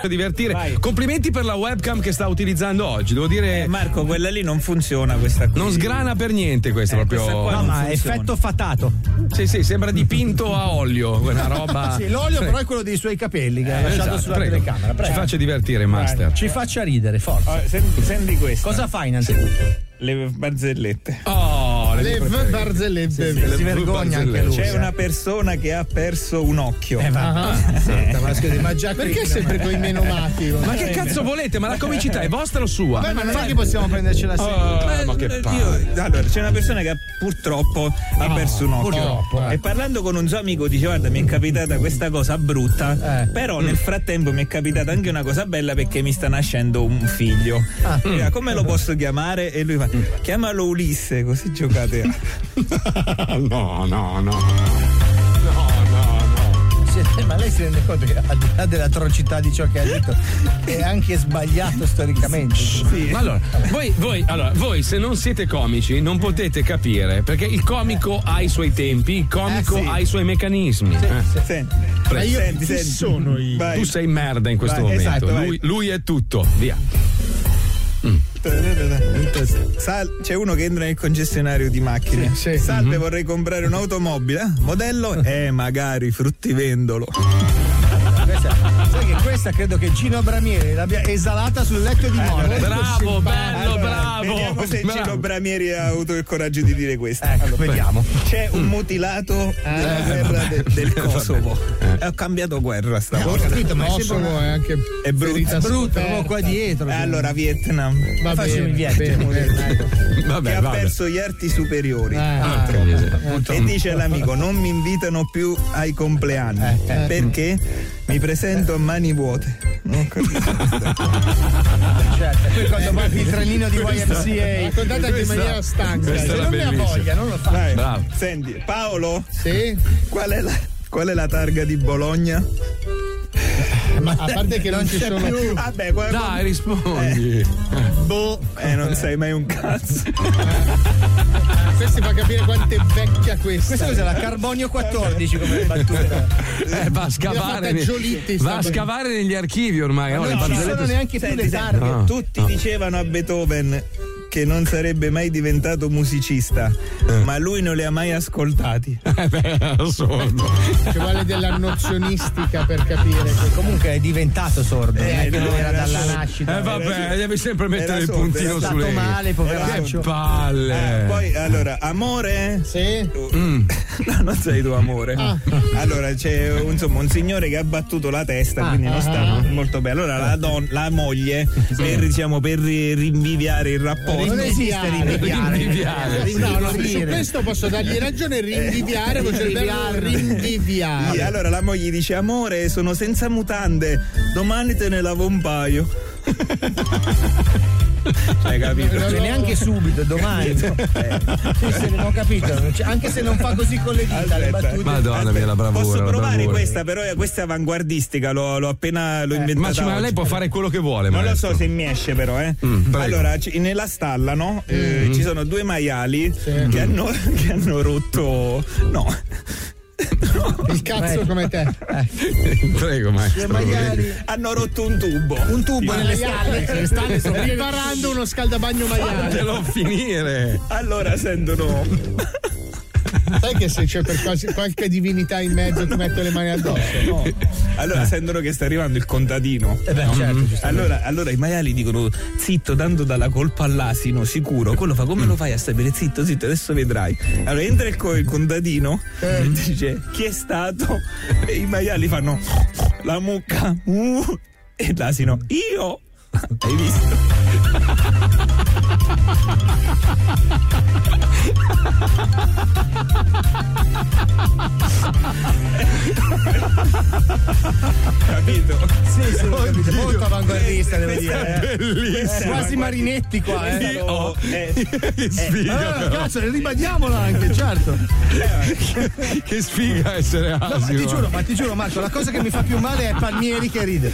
B: Per divertire. Complimenti per la webcam che sta utilizzando oggi. Devo dire. Marco, quella lì non funziona questa Non sgrana per niente questa proprio.
T: qua
C: No, ma effetto fatato.
B: Sì, sì, sembra dipinto a olio, quella roba.
C: Sì, l'olio
B: Prego.
C: però è quello dei suoi capelli che ha
B: Eh,
C: lasciato
B: esatto,
C: sulla
B: prego.
C: telecamera.
B: Ci faccia divertire, master. Eh,
C: Ci faccia ridere, forza.
K: senti, questo.
C: Cosa fai innanzitutto?
K: Le barzellette.
B: Oh,
K: le
F: Le
K: mie preferite.
F: barzellette.
K: Le
F: Si vergogna anche lui,
K: C'è
F: eh.
K: una persona che ha perso un occhio. Eh,
B: Ah,
F: va. Ah, Senta, ma scusi, ma già Perché qui- sempre coi menomati?
B: Ma che cazzo volete? Ma la comicità è vostra o sua?
K: Beh, ma non è che
F: possiamo prendercela
B: sempre. ma che palle.
K: Eh,
B: Ah,
K: Allora, c'è una persona che ha- purtroppo ha perso un occhio.
B: purtroppo, eh.
K: E parlando con un suo amico dice: Guarda, mi è capitata questa cosa brutta.
B: Eh.
K: Però nel frattempo mi è capitata anche una cosa bella perché mi sta nascendo un figlio.
B: Ah.
K: Dice, Come lo posso chiamare? E lui fa: Chiamalo Ulisse, così giocate.
B: no, no, no.
T: Sì, ma lei si rende conto che al di là dell'atrocità di ciò che ha detto è anche sbagliato storicamente.
B: Ma allora voi, voi- allora, voi se non siete comici non potete capire perché il comico ha i suoi tempi, il comico
T: Eh, sì.
B: ha i suoi meccanismi. eh.
K: Senti,
B: Prego.
K: Ma io- Senti, chi senti. sono io? Vai.
B: Tu sei merda in questo
K: Vai,
B: momento.
K: esatto, vai.
B: lui, lui è tutto. Via.
K: Sal- c'è uno che entra nel concessionario di macchine. Salve, vorrei comprare un'automobile. Eh, Modello? Eh, magari fruttivendolo.
T: Questa- sai che questa credo che Gino Bramieri l'abbia esalata sul letto di morte.
B: Eh, Bravo, bello,
K: Vediamo se Gino Bramieri ha avuto il coraggio di dire questo.
T: vediamo.
K: C'è un mutilato
F: Eh.
K: della
D: eh,
K: guerra de- del Kosovo. Ho cambiato guerra stavolta.
F: Eh, Ho capito, ma è sempre
K: Kosovo
F: una-
K: è brutta.
F: ferita scoperta.
K: dietro. Eh, Allora, Vietnam.
F: Va
K: Facciamo
F: bene,
K: il Vietnam.
B: Vabbè,
K: che ha
B: vabbè.
K: perso gli arti superiori.
T: eh,
B: Ah, eh,
K: e dice all'amico: Non mi invitano più ai compleanni
F: Eh,
K: perché mi presento a mani vuote. Non
T: Certo, poi quando manchi il trenino di
K: Questa-
T: YMCA.
F: Raccontata in
K: Questa-
F: maniera stanca.
K: questa
F: Se
K: era
F: non ne ha
K: bellissima.
F: voglia, non lo fa.
K: Dai,
F: Bravo.
K: Senti, Paolo,
F: Sì?
K: qual, è la, qual è la targa di Bologna?
F: Ma a parte che non ci
K: c'è
F: sono
K: più. Vabbè, qua-
B: Dai, rispondi.
K: boh, eh, non sei mai un cazzo.
F: Questo fa capire quanto è vecchia questa.
C: Questa cos'è la carbonio 14 come battuta?
B: Eh, va a scavare,
F: fatta Giolitti
B: va a
F: stamattina.
B: scavare negli archivi ormai. no,
K: No,
B: le
K: non ci
B: barzellette
K: sono neanche più
B: Senti,
K: le targhe.
B: no.
K: Tutti dicevano a Beethoven che non sarebbe mai diventato musicista, ma lui non li ha mai ascoltati.
B: Ah,
F: Ci vuole della nozionistica per capire.
C: Comunque è diventato sordo. non è che lui era dalla nascita.
B: Eh vabbè, devi sempre mettere il puntino
C: Era
B: sulle
C: stato
B: i.
C: male, poveraccio.
B: Che palle.
K: Eh, poi allora, amore? Sì. No, non sei tu, amore. Allora, c'è un- insomma un signore che ha battuto la testa, quindi non sta molto bene. Allora, la, don- la moglie, per, diciamo, per ri- rinviviare il rapporto.
F: Non esiste rinviviare.
B: Ah,
K: Rinviviare, sì.
F: No, no, su questo posso dargli ragione cioè, rinvidiare, voce cervello rinvidiare.
K: Sì, allora la moglie dice: Amore, sono senza mutande, domani te ne lavo un paio. Hai capito?
T: Cioè, neanche subito, domani. Eh, Sì, sì, non ho capito. Cioè, anche se non fa così con le dita, le battute.
B: Madonna mia, la bravura.
K: Posso
B: la
K: provare
B: bravura.
K: questa, però eh, questa è avanguardistica, l'ho, l'ho appena
F: Eh,
K: l'ho inventata.
B: Ma, ci- ma
K: oggi.
B: lei può fare quello che vuole,
K: Non lo
B: maestro. Mm,
K: so se mi esce, però, eh.
B: prego. Mm.
K: allora, ci- nella stalla, no? Eh, ci sono due maiali che, hanno, che hanno rotto. No.
F: Il cazzo come te.
B: Prego, maestro.
K: Hanno rotto un tubo. Un
F: tubo nelle stalle. Le stalle sono riparando uno scaldabagno maiale.
B: Fatelo finire.
K: Allora sentono.
F: Sai che se c'è per quasi- qualche divinità in mezzo ti metto le mani
B: Eh,
F: addosso? No.
K: Allora sentono che sta arrivando il contadino.
B: certo,
K: No? allora, allora i maiali dicono zitto, dando dalla colpa all'asino, sicuro. Quello fa
B: Mm.
K: come lo fai a sapere? Zitto, zitto, adesso vedrai. Allora entra il, co- il contadino
B: Eh.
K: e dice chi è stato? E i maiali fanno la mucca "Uh", e l'asino io. Hai visto? capito?
T: Sì, sì, ho capito. Molto avanguardista, devo
E: Questa
T: dire.
E: è
T: eh.
E: bellissima.
T: Eh, Quasi marinetti qua, eh.
E: Io-
T: Oh.
E: sfiga,
T: allora,
E: però.
T: cazzo, ribadiamola anche, certo.
B: Eh. Che sfiga essere
T: No, ma
B: asino.
T: ti giuro, ma ti giuro, Marco, la cosa che mi fa più male è Palmieri che ride.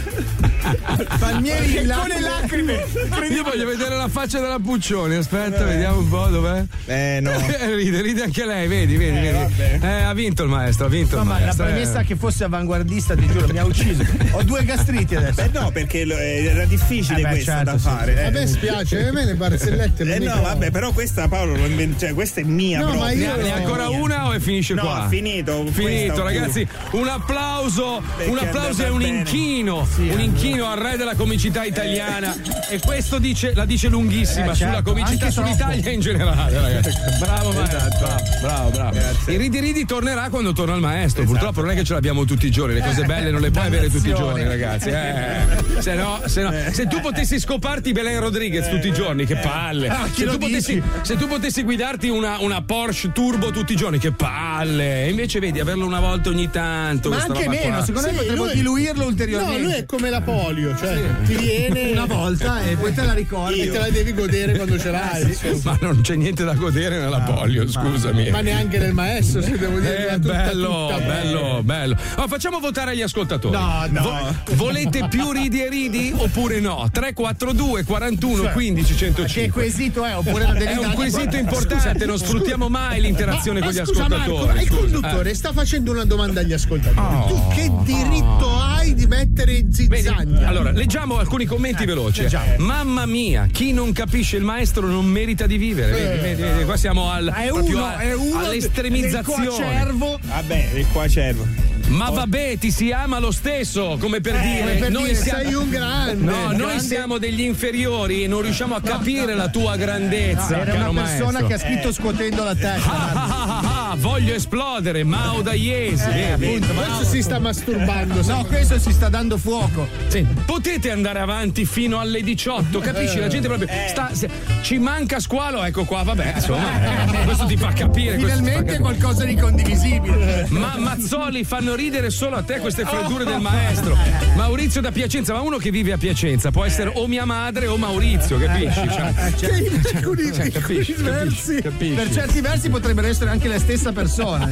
T: Palmieri
B: Che
T: in
B: con le
T: lacrime.
B: Io voglio vedere la faccia della Puccioni, aspetta, vediamo un po' dov'è.
K: Eh
T: no.
B: ride, ride anche lei, vedi, vedi, vedi. Eh, ha vinto il maestro, ha vinto
T: No,
B: il
T: ma la
B: maestro. eh.
T: premessa che fosse avanguardista, ti giuro, mi ha ucciso. Ho due gastriti adesso.
K: Beh, no, perché lo- eh, era difficile
T: Eh beh,
K: questa
T: certo,
K: da
T: sì,
K: fare.
T: sì.
K: eh.
T: A me spiace, a me le barzellette non
K: Eh
T: mi
K: no,
T: piacciono.
K: vabbè, però questa Paolo l'ho inven- cioè questa è mia
B: No,
K: proprio.
B: ma io- Ne ha- ne ha ancora una o è finisce
K: no,
B: qua?
K: No, finito.
B: Finito, ragazzi. Un applauso, un applauso e un inchino, un inchino al re della comicità italiana. E questo dice, la dice lunghissima
A: Eh,
B: sulla
A: certo,
B: comicità
A: anche
B: sull'Italia
A: troppo.
B: in generale, ragazzi.
T: Eh.
B: Bravo,
A: Esatto.
B: maestro. Bravo, bravo. Il ridi ridi tornerà quando torna il
T: Esatto.
B: maestro. Purtroppo non è che ce l'abbiamo tutti i giorni, le cose belle non le puoi avere tutti i giorni, ragazzi. eh. Se no, se no- se tu potessi scoparti Belen Rodriguez tutti i giorni, che palle.
T: Eh, Ah, chi
B: se,
T: lo
B: tu potessi,
T: dici?
B: se tu potessi guidarti una, una Porsche Turbo tutti i giorni, che palle. E Invece vedi, averlo una volta ogni tanto.
F: Ma
B: questa
F: anche
B: roba qua.
F: meno, secondo me potremmo diluirlo ulteriormente. No, lui è come la polio, cioè ti viene
T: Una volta e poi te la ricordi.
F: E te la devi godere quando ce l'hai.
B: Ma non c'è niente da godere nella polio, scusami.
F: Ah, Ma neanche del maestro, se devo dire.
B: Eh, bello, bello, bello. Oh, facciamo votare agli ascoltatori.
F: No, no.
B: volete più ridi e ridi oppure no? 342 41 15 105.
T: Che quesito è? Oppure la devi
B: È un
T: dare-
B: quesito importante,
T: Scusa,
B: non
T: scusa.
B: sfruttiamo mai l'interazione
F: Ma-
B: con gli
F: ma scusa, Marco,
B: ascoltatori.
F: ma il
B: scusa.
F: conduttore
B: Eh.
F: sta facendo una domanda agli ascoltatori.
B: Oh.
F: tu che diritto hai di mettere zizzagna?
B: Eh. Allora, leggiamo alcuni
T: Eh,
B: commenti veloci.
F: leggiamo.
B: Mamma mia, chi non capisce il maestro non merita di vivere. Vedi, vedi, vedi, qua siamo al,
T: Eh. È
B: proprio
T: uno,
B: a-
T: è uno
B: all'estremizzazione.
T: del coacervo.
K: Vabbè, il qua cervo.
B: Ma vabbè, ti si ama lo stesso, come per
F: Eh,
B: dire,
F: come per
B: noi
F: dire,
B: siamo...
F: sei un grande.
B: No, noi
F: Grande.
B: siamo degli inferiori e non riusciamo a capire la tua grandezza.
T: No, Eh, era una
B: caro
T: persona
B: maestro. Eh,
T: che ha scritto scuotendo la testa.
B: Ah, voglio esplodere, Mao Daiese.
T: Eh,
B: vedi?
T: appunto,
B: Mao-
T: questo si sta masturbando. No, questo si sta dando fuoco.
B: Sì, potete andare avanti fino alle 18, capisci? La gente proprio
K: Eh.
B: sta- se- ci manca squalo, ecco qua, vabbè, insomma, eh, questo ti fa capire. questo ti fa
T: Finalmente
B: capire.
T: qualcosa di condivisibile.
B: Ma Mazzoli fanno ridere solo a te queste freddure
T: Oh.
B: del maestro. Maurizio da Piacenza, ma uno che vive a Piacenza può essere o mia madre o Maurizio, capisci? Cioè,
T: Cioè,
B: cioè, capisci, capisci, capisci.
T: Per certi versi potrebbero essere anche la stessa
B: Eh,
T: persona.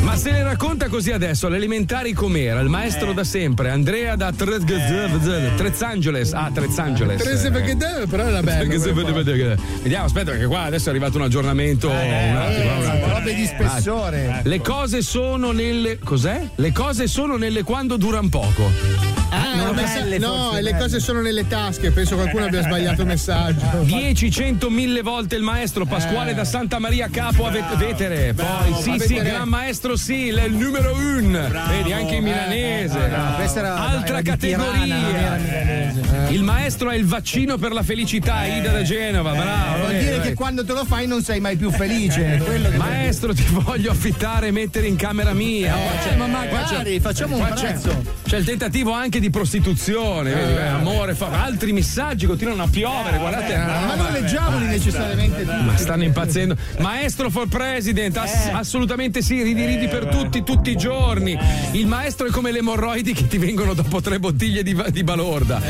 B: Ma se le racconta così adesso, all'elementari com'era? Il maestro da sempre, Andrea da Trez- Trezzangeles. Ah, Trezzangeles.
F: Treze perché te, però era
B: Perché se-
F: bello.
B: Vediamo, aspetta, che qua adesso è arrivato un aggiornamento. un attimo, eh, un attimo. Eh, ecco.
T: Robe di spessore.
B: Le cose sono nelle. Cos'è? Le cose sono nelle quando durano poco.
F: Ah,
B: Non
F: no, ma sa-
B: belle,
F: no,
B: forse,
F: le
B: belle.
F: cose sono nelle tasche. Penso qualcuno abbia sbagliato il messaggio.
B: 10, 100, 1000 volte il maestro
T: Eh.
B: Pasquale da Santa Maria Capo a Vet- Vetere. Poi
F: Bravo,
B: sì,
F: a
B: sì,
F: Vetere.
B: gran maestro sì, il il numero un. Vedi anche in milanese.
T: Eh, questa era-
B: Altra
T: era di
B: categoria.
T: Tirana, non era
B: Eh. Il maestro è il vaccino per la felicità, Ida da Genova, bravo.
T: Eh. Vuol
B: vedi,
T: dire
B: vedi.
T: che quando te lo fai non sei mai più
B: Eh,
T: felice. Quello che
B: Maestro, ti voglio affittare e mettere in camera mia.
T: Eh,
B: Qua c'è-
T: ma
B: qua
T: magari,
B: c'è-
T: facciamo un
B: qua c'è-
T: prezzo. Eh.
B: C'è il tentativo anche di prostituzione, vedi, beh, amore, fa- altri messaggi continuano a piovere, guardate.
T: ma non
B: leggiamoli
T: necessariamente
B: Ma stanno impazzendo. Maestro for president, ass-
T: Eh.
B: assolutamente sì, ridi ridi per tutti, tutti i giorni.
T: Eh.
B: Il maestro è come le emorroidi che ti vengono dopo tre bottiglie di, va- di balorda.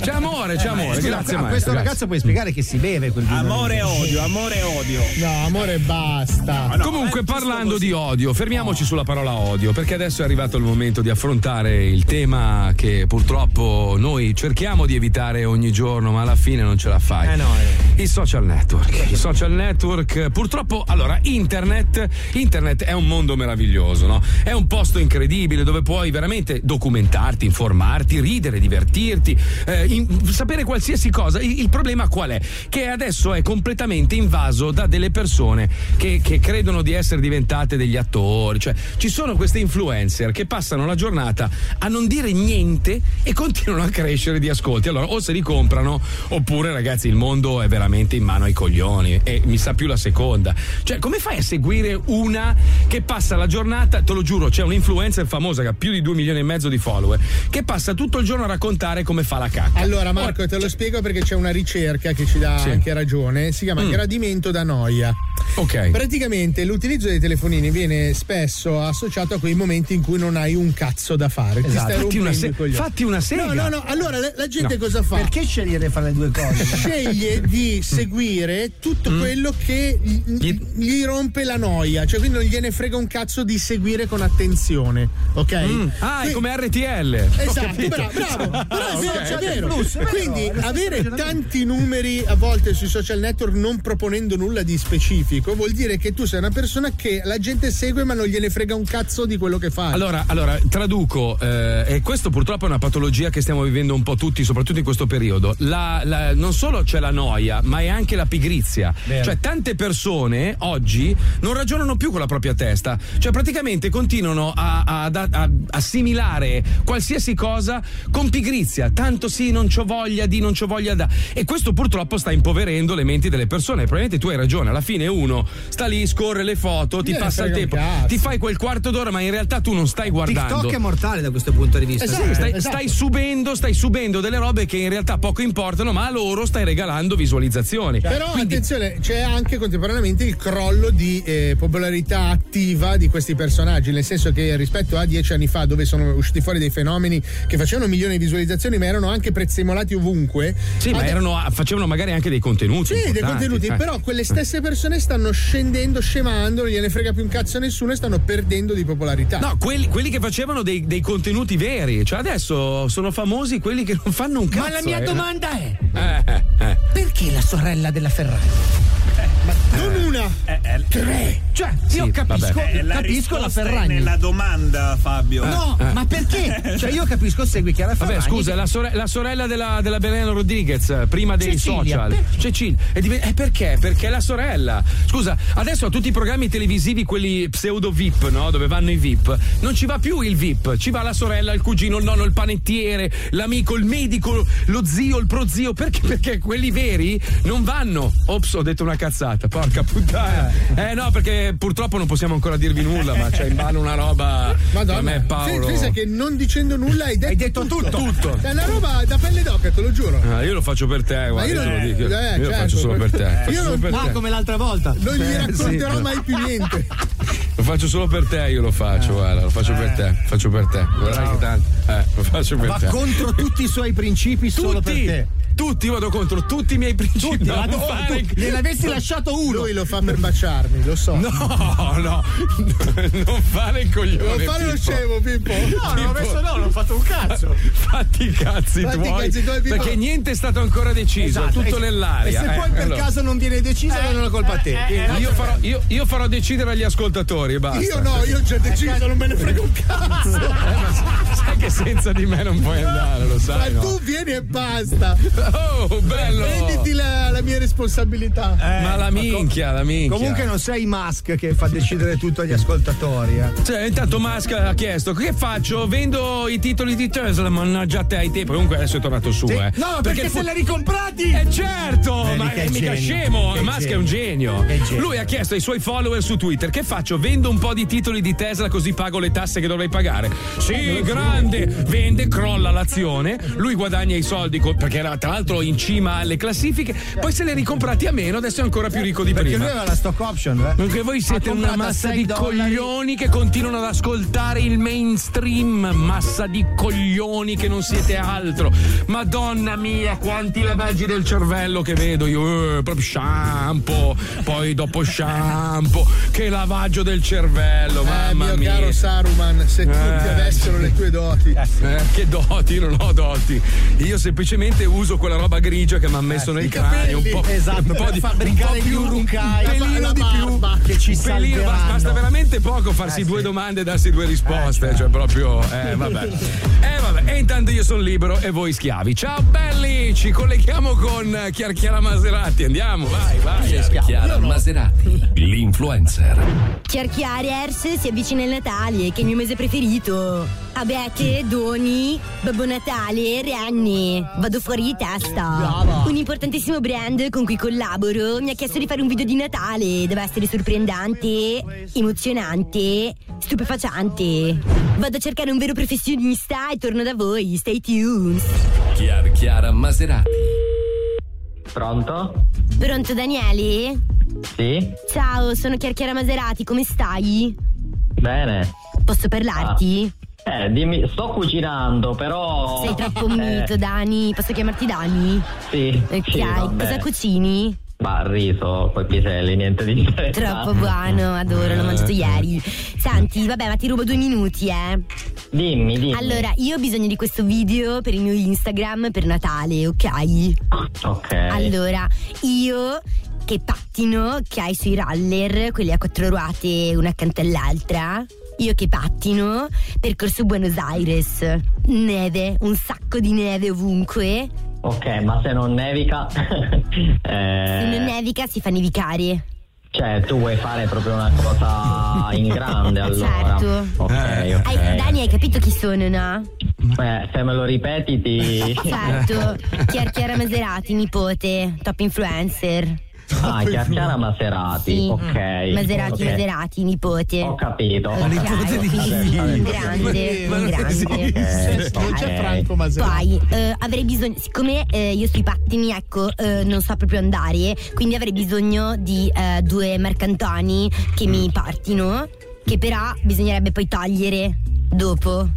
B: C'è amore, c'è amore.
T: Eh.
B: Grazie,
T: Scusa, a
B: maestro.
T: questo
B: grazie.
T: ragazzo puoi spiegare che si beve quel vino.
B: Amore
T: e
B: e odio,
F: amore e odio. No, amore basta.
T: Ah, eh,
B: Comunque, parlando di odio, fermiamoci sulla parola odio, perché adesso è arrivato il momento di affrontare il tema che purtroppo noi cerchiamo di evitare ogni giorno, ma alla fine non ce la fai.
T: Eh no,
B: I social network. I social network, purtroppo, allora, internet, internet è un mondo meraviglioso, no? È un posto incredibile dove puoi veramente documentarti, informarti, ridere, divertirti, eh, in- sapere qualsiasi cosa. Il, il problema qual è? Che adesso è completamente invaso da delle persone che, che credono di essere diventate degli attori. Cioè, ci sono queste influencer che passano la giornata a non dire niente e continuano a crescere di ascolti. Allora, o se li comprano, oppure, ragazzi, il mondo è veramente in mano ai coglioni. E mi sa più la seconda. Cioè, come fai a seguire una che passa la giornata, te lo giuro, c'è un'influencer famosa che ha più di 2 milioni e mezzo di follower, che passa tutto il giorno a raccontare come fa la cacca.
F: Allora Marco te lo spiego perché c'è una ricerca che ci dà
B: Sì.
F: anche ragione, si chiama
B: Mm.
F: gradimento da noia.
B: Ok.
F: Praticamente l'utilizzo dei telefonini viene spesso associato a quei momenti in cui non hai un cazzo da fare. Ti
T: Esatto.
F: stai
T: Fatti una
F: rompendo
T: se-
F: i coglioni.
T: fatti una sega.
F: No, no, no, allora la, la gente
T: No.
F: cosa fa?
T: Perché scegliere fra le due cose?
F: Sceglie di seguire tutto
T: Mm.
F: quello che gli, gli rompe la noia, cioè quindi non gliene frega un cazzo di seguire con attenzione, ok?
B: Mm. Ah, è
F: Qui-
B: come RTL. Ho
F: Esatto,
B: capito.
F: bra- bravo, bravo,
B: ok.
F: è vero.
B: Plus, è vero.
F: Quindi
B: Lo stesso
F: avere
B: ragionamento.
F: tanti numeri a volte sui social network non proponendo nulla di specifico vuol dire che tu sei una persona che la gente segue ma non gliene frega un cazzo di quello che fai.
B: Allora, allora, traduco, eh, e questo purtroppo è una patologia che stiamo vivendo un po' tutti, soprattutto in questo periodo. La- la- non solo c'è la noia, ma è anche la pigrizia.
T: Vero.
B: Cioè, tante persone oggi non ragionano più con la propria testa, cioè praticamente continuano a, a- ad- a- assimilare qualsiasi cosa con pigrizia. Tanto sì, non c'ho voglia di, non c'ho voglia da. E questo purtroppo sta impoverendo le menti delle persone. Probabilmente tu hai ragione, alla fine uno sta lì, scorre le foto, ti
T: Gliene
B: passa il
T: frega un
B: tempo,
T: cazzo.
B: ti fai quel quarto d'ora, ma in realtà tu non stai guardando.
T: TikTok è mortale da questo punto di vista.
B: Sì, stai,
F: esatto.
B: stai subendo, stai subendo delle robe che in realtà poco importano, ma a loro stai regalando visualizzazioni.
F: Però attenzione, c'è anche contemporaneamente il crollo di eh, popolarità attiva di questi personaggi, nel senso che rispetto a dieci anni fa, dove sono usciti fuori dei fenomeni che facevano milioni di visualizzazioni, ma erano anche prezzemolati ovunque.
B: Sì, ma
F: ade-
B: erano- facevano magari anche dei contenuti.
F: Sì, dei
B: importanti,
F: contenuti,
B: eh.
F: però quelle stesse persone stanno scendendo, scemando, non gliene frega più un cazzo a nessuno e stanno perdendo di popolarità.
B: No, quelli, quelli che facevano dei, dei contenuti veri, cioè adesso sono famosi quelli che non fanno un cazzo.
T: Ma la mia
B: eh.
T: domanda è:
B: Eh, eh, eh.
T: perché la sorella della Ferrari?
F: non
B: eh.
F: una,
T: tre. Cioè, io
K: Sì,
T: capisco,
K: vabbè. Eh, la
T: capisco la
K: risposta è
T: Ferragni.
K: nella domanda, Fabio.
T: No,
K: Eh.
T: ma perché? Cioè, io capisco, segui Chiara Ferragni.
B: Vabbè, scusa, la, sore- la sorella della, della Belen Rodriguez, eh, prima dei
T: Cecilia,
B: social.
T: perché?
B: Cecilia. E diven- eh, perché? Perché è la sorella. Scusa, adesso a tutti i programmi televisivi, quelli pseudo VIP, no? Dove vanno i VIP, non ci va più il VIP, ci va la sorella, il cugino, il nonno, il panettiere, l'amico, il medico, lo zio, il prozio. Perché? Perché quelli veri non vanno. Ops, ho detto una cazzata, porca puttana. Eh no, perché purtroppo non possiamo ancora dirvi nulla, ma c'è in mano una roba.
F: Madonna,
B: da me e Paolo.
F: Sì, pensa che non dicendo nulla hai detto, tutto.
B: tutto.
F: È una roba da pelle d'oca, te lo giuro.
B: Ah, io lo faccio per te, guarda, io,
F: io
B: te lo
F: non-
B: dico.
F: eh,
B: Io lo
F: certo,
B: faccio solo per te.
F: eh,
B: Faccio
F: io
B: solo
F: non-
B: per
F: ah,
B: te.
T: come l'altra volta.
F: Non gli
B: Eh,
F: racconterò
B: sì.
F: mai più niente.
B: Lo faccio solo per te, io lo faccio, guarda, lo faccio per te, faccio per te. Guarda che tanto. Eh, lo faccio per
T: Va
B: te.
T: contro tutti i suoi principi solo per
B: Tutti,
T: te.
B: tutti, vado contro tutti i miei principi.
T: Tutti,
B: No,
T: vado
B: non
T: contro
B: fare-
T: tutti. Gliel'avessi lasciato uno.
F: Lui lo fa per baciarmi, lo so.
B: No, no, non fare il coglione.
F: Non fare lo
B: Pippo.
F: scemo, Pippo.
B: No, non ho messo no, non ho
T: fatto un cazzo.
B: Fatti i cazzi
T: Fatti i
B: tuoi.
T: cazzi tuoi, Pippo.
B: perché niente è stato ancora deciso, è
F: Esatto,
B: tutto
T: e,
B: nell'aria.
T: E se
B: Eh,
T: poi per
B: allora.
T: caso non viene deciso, non è una colpa a te.
F: Eh,
B: Quindi io, farò, io- io farò decidere agli ascoltatori e basta. Eh,
F: Io no, io ho già deciso, non me ne frega un cazzo.
B: sai che senza di me non puoi andare, lo
F: Ma
B: sai. no?
F: tu vieni e basta.
B: Oh, bello. Eh,
F: Prenditi la, la mia responsabilità.
B: ma la minchia, la minchia.
C: Comunque non sei Musk che fa decidere tutto agli ascoltatori. eh.
B: Cioè, intanto Musk ha chiesto che faccio? Vendo i titoli di Tesla, mannaggia te ai tempo. Comunque adesso è tornato su, eh.
C: No, perché,
B: il fu-
C: se l'hai ricomprati!
B: Eh certo!
C: Eh,
B: ma
C: mica
B: è
C: è
B: mica
C: genio.
B: scemo,
C: Che
B: Musk è un genio.
C: Che genio.
B: Lui ha chiesto ai suoi follower su Twitter che faccio? Vendo un po' di titoli di Tesla così pago le tasse che dovrei pagare.
C: Eh,
B: Sì, grande! Vende, crolla l'azione, lui guadagna i soldi co- perché era tra l'altro in cima alle classifiche, poi se li è ricomprati a meno, adesso è ancora più ricco di
C: Perché
B: prima.
C: lui aveva la stock option, eh?
B: Perché voi siete
C: Ha
B: una
C: comprato a
B: massa
C: sei
B: di
C: dollari.
B: coglioni che continuano ad ascoltare il mainstream, massa di coglioni che non siete altro. Madonna mia, quanti lavaggi del cervello che vedo io, eh, proprio shampoo, poi dopo shampoo, che lavaggio del cervello,
F: Eh,
B: mamma
F: mio
B: mia.
F: caro Saruman, se tutti
B: Eh.
F: avessero le tue doti.
B: Eh, che doti, io non ho doti. Io semplicemente uso quella roba grigia che mi ha messo nel
C: Eh, i
B: cranio. Un
C: capelli.
B: po',
C: Esatto,
B: un po
C: per
B: di,
C: fabbricare
B: un po' più
C: gli urukai,
B: un pelino
C: la
B: di più.
C: che ci
B: Un pelino, basta-
C: salveranno.
B: basta veramente poco farsi due domande e darsi due risposte. cioè, proprio. Eh, vabbè. Eh, vabbè. E intanto io sono libero e voi schiavi. Ciao belli, ci colleghiamo con eh, Chiar Chiara Maserati. Andiamo, vai, vai.
A: Chiara Maserati, l'influencer.
I: Chiarchiariers si avvicina il Natale, che è il mio mese preferito. Abete, doni, Babbo Natale, Renni. Vado fuori di testa. Un importantissimo brand con cui collaboro mi ha chiesto di fare un video di Natale. Deve essere sorprendente, emozionante, stupefacente. Vado a cercare un vero professionista e torno da voi. Stay tuned.
A: Chiar Chiara Maserati.
T: Pronto?
I: Pronto Daniele?
T: Sì?
I: Ciao, sono Chiarchiara Maserati, come stai?
T: Bene.
I: Posso parlarti?
T: Eh, dimmi, sto cucinando, però.
I: Sei troppo
T: Eh,
I: mito, Dani. Posso chiamarti Dani?
T: Sì.
I: Ok,
T: sì, va
I: cosa
T: bene.
I: cucini?
T: Ma riso, poi piselli, niente di interessante.
I: Troppo buono, adoro, l'ho
T: Eh.
I: mangiato ieri. Senti, vabbè, ma ti rubo due minuti, eh.
T: Dimmi, dimmi.
I: Allora, io ho bisogno di questo video per il mio Instagram per Natale, ok?
T: Ok.
I: Allora, io che pattino, che hai sui roller, quelli a quattro ruote una accanto all'altra. Io che pattino, percorso Buenos Aires. Neve, un sacco di neve ovunque.
T: Ok, ma se non nevica. eh,
I: Se non nevica si fa nevicare.
T: Cioè, tu vuoi fare proprio una cosa in grande allora.
I: Certo.
T: Ok,
I: Eh,
T: ok.
I: hai- Dani, hai capito chi sono, no?
T: Eh, se me lo ripeti ti.
I: Certo, Chiar Chiara Maserati, nipote, top influencer.
T: Ah, Chiara Maserati.
I: Sì. Mm.
T: Ok.
I: Maserati,
T: ok.
I: Maserati, nipote.
T: Ho capito.
I: Ok, quindi un grande, un grande.
T: Non c'è Franco
I: Poi eh, avrei bisogno, siccome eh, io sui pattini ecco eh, non so proprio andare, quindi avrei bisogno di eh, due mercantoni che
T: Mm.
I: mi partino, che però bisognerebbe poi togliere dopo.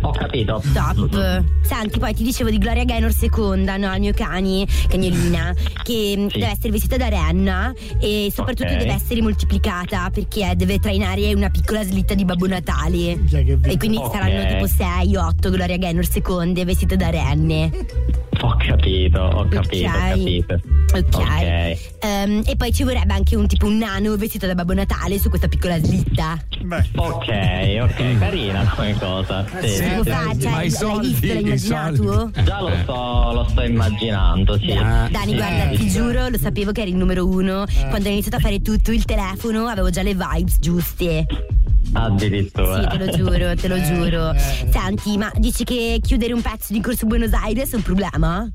T: Ho capito.
I: Top.
T: Mm-hmm.
I: Senti, poi ti dicevo di Gloria Gaynor seconda, no? Il mio cani, cagnolina, che mh, deve essere vestita da renna e soprattutto
T: Ok.
I: deve essere moltiplicata perché eh, deve trainare una piccola slitta di Babbo Natale. E quindi
T: Ok.
I: saranno tipo 6, 8 Gloria Gaynor seconde vestite da renne.
T: Ho capito, ho capito,
I: Ok.
T: ho capito.
I: Ok.
T: Ok.
I: Ehm, e poi ci vorrebbe anche un tipo un nano vestito da Babbo Natale su questa piccola slitta.
T: Ok, ok, carina come cosa. Sì.
I: sì, Come sì, fa? sì. Cioè, Ma i l'hai soldi, visto? L'hai i immaginato? soldi.
T: Già lo sto, lo sto immaginando, sì.
I: Dani,
T: Ah, Sì,
I: guarda,
T: sì,
I: ti
T: sì. Eh.
I: giuro, lo sapevo che eri il numero uno. Quando ho iniziato a fare tutto il telefono, avevo già le vibes giuste. Sì,
T: Addirittura.
I: te lo giuro, te
T: Eh.
I: lo giuro. Senti, ma dici che chiudere un pezzo di corso Buenos Aires è un problema?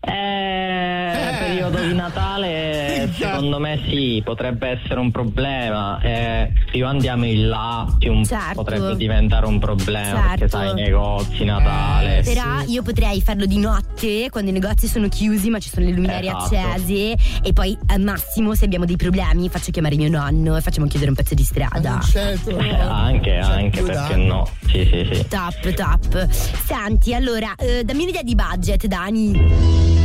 T: Eh, periodo di Natale secondo me sì, potrebbe essere un problema. Eh, più andiamo in là, più un-
I: Certo.
T: potrebbe diventare un problema. Perché
I: Certo. Eh,
T: sai, i negozi, Natale.
I: Però io potrei farlo di notte, quando i negozi sono chiusi, ma ci sono le luminarie
T: Esatto.
I: accese. E poi al massimo, se abbiamo dei problemi, faccio chiamare mio nonno e facciamo chiudere un pezzo di strada.
T: Eh, anche, anche perché no. Sì, sì, sì.
I: Top, top. Senti, allora, eh, dammi un'idea di budget, Dani.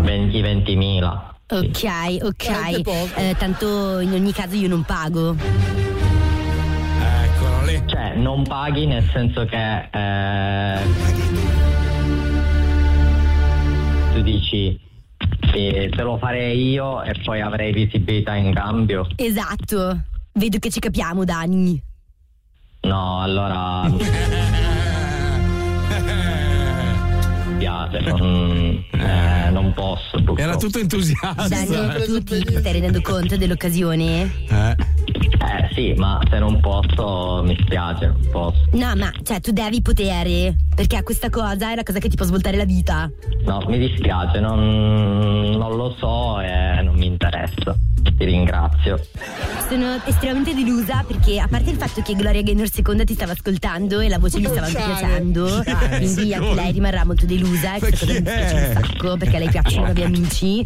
T: 20-20.000.
I: Ok, ok. Eh, tanto in ogni caso io non pago.
T: Eccolo lì. Cioè, non paghi nel senso che. eh, tu dici. eh, se lo farei io e poi avrei visibilità in cambio.
I: Esatto. Vedo che ci capiamo, Dani.
M: No, allora. mi Piace, non, eh, non posso.
B: Era tutto
T: Ah,
B: entusiasta.
I: Daniel, tu ti stai rendendo conto dell'occasione?
M: Eh. sì, ma se non posso mi spiace, non posso.
I: No, ma cioè tu devi potere, perché questa cosa è la cosa che ti può svoltare la vita.
M: No, mi dispiace, non, non lo so e non mi interessa. Ti ringrazio.
I: Sono estremamente delusa perché a parte il fatto che Gloria Gaynor seconda ti stava ascoltando e la voce gli stava anche
E: Ciao.
I: piacendo,
E: Ciao,
I: quindi
E: seconda.
I: anche lei rimarrà molto delusa e questa cosa mi dispiace un sacco perché a lei piacciono i nuovi amici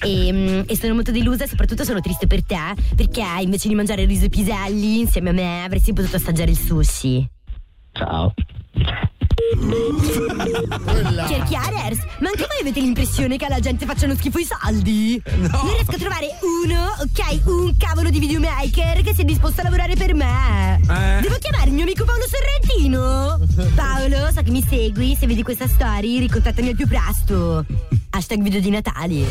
I: e, mm, e sono molto delusa e soprattutto sono triste per te perché eh, invece di mangiare riso e piselli insieme a me avresti potuto assaggiare il sushi.
M: Ciao.
I: Cerchi Arers, Cioè, ma anche voi avete l'impressione che alla gente facciano schifo i soldi? Non riesco a trovare uno, ok, un cavolo di videomaker che sia disposto a lavorare per me.
E: Eh.
I: Devo chiamare il mio amico Paolo Sorrentino. Paolo, so che mi segui, se vedi questa story ricontattami al più presto. Hashtag video di Natale.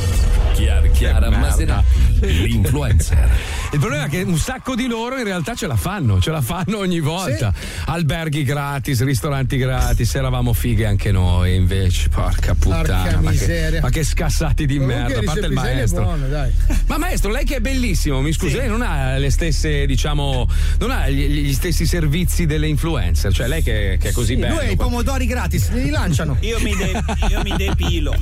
A: Chiara, Chiara Maserati, l'influencer.
B: Il problema è che un sacco di loro in realtà ce la fanno, ce la fanno ogni volta. Alberghi gratis, ristoranti gratis, eravamo fighe anche noi invece. Porca puttana. ma, che,
F: miseria.
B: ma che scassati di merda, a parte il maestro.
F: buono, dai.
B: Ma maestro, lei che è bellissimo, mi scusi, lei non ha le stesse, diciamo, non ha gli, gli stessi servizi delle influencer, cioè lei che, che è così
C: Sì,
B: bello.
C: Lui ha i pomodori gratis, li lanciano.
K: Io mi, de- io mi depilo.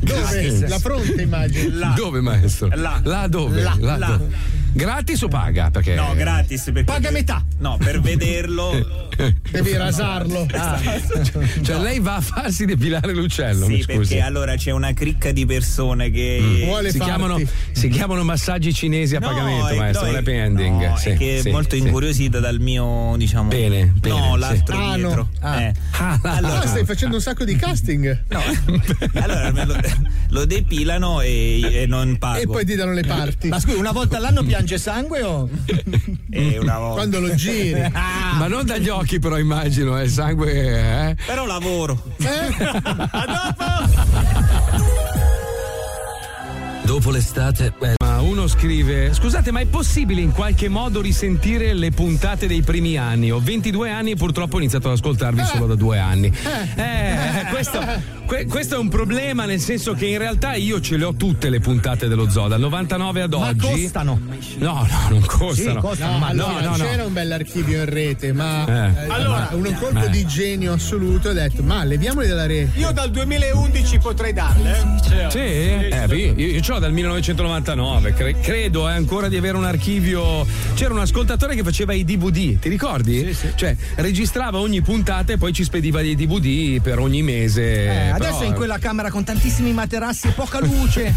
B: Gratis.
F: La fronte immagino.
B: Dove maestro?
K: Là.
B: Là dove?
K: Là, là.
B: dove? Gratis o paga? Perché...
K: No, gratis. Perché
F: Paga metà.
K: No, per vederlo. Ah.
F: Devi rasarlo.
B: Cioè, lei va a farsi depilare l'uccello, mi
K: Sì,
B: scusi. Mm.
K: perché allora c'è una cricca di persone che
B: si, chiamano, si chiamano massaggi cinesi a
K: No,
B: pagamento,
K: eh,
B: maestro.
K: no,
B: Rap ending.
K: no,
B: sì,
K: è che è
B: sì,
K: molto
B: sì.
K: incuriosita dal mio, diciamo.
B: Bene, bene,
K: No,
B: sì.
K: l'altro
B: Ah, no.
K: dietro. Eh.
F: Ah,
B: Ah,
F: allora, stai facendo un sacco di casting.
K: Allora me lo, lo depilano e, e non pago.
F: E poi ti danno le parti.
C: Ma scusi, una volta all'anno piange sangue o?
K: Eh, una volta.
F: Quando lo giri.
B: Ma non dagli occhi, però immagino, eh, il sangue. Eh.
K: Però lavoro.
F: Eh? Ah.
B: Dopo l'estate. Ma uno scrive: Scusate, ma è possibile in qualche modo risentire le puntate dei primi anni? Ho 22 anni e purtroppo ho iniziato ad ascoltarvi solo da due anni. Eh, eh, questo, que- questo è un problema, nel senso che in realtà io ce le ho tutte le puntate dello zoo, dal 99 ad oggi.
C: costano.
B: No, no, non costano.
F: No,
B: No,
F: allora,
B: no, no.
F: c'era un bell'archivio in rete, ma
B: Eh.
F: eh,
B: Allora-
F: ma un colpo
B: Eh.
F: di genio assoluto ha detto: Ma leviamoli dalla rete.
T: Io dal 2011 potrei darle. eh.
B: Sì? Eh, beh, io, io ce l'ho dal 1999, cre- credo eh, ancora di avere un archivio. C'era un ascoltatore che faceva i DVD, ti ricordi? Cioè, registrava ogni puntata e poi ci spediva dei DVD per ogni mese.
C: Eh, adesso
B: Però-
C: è in quella camera con tantissimi materassi e poca luce.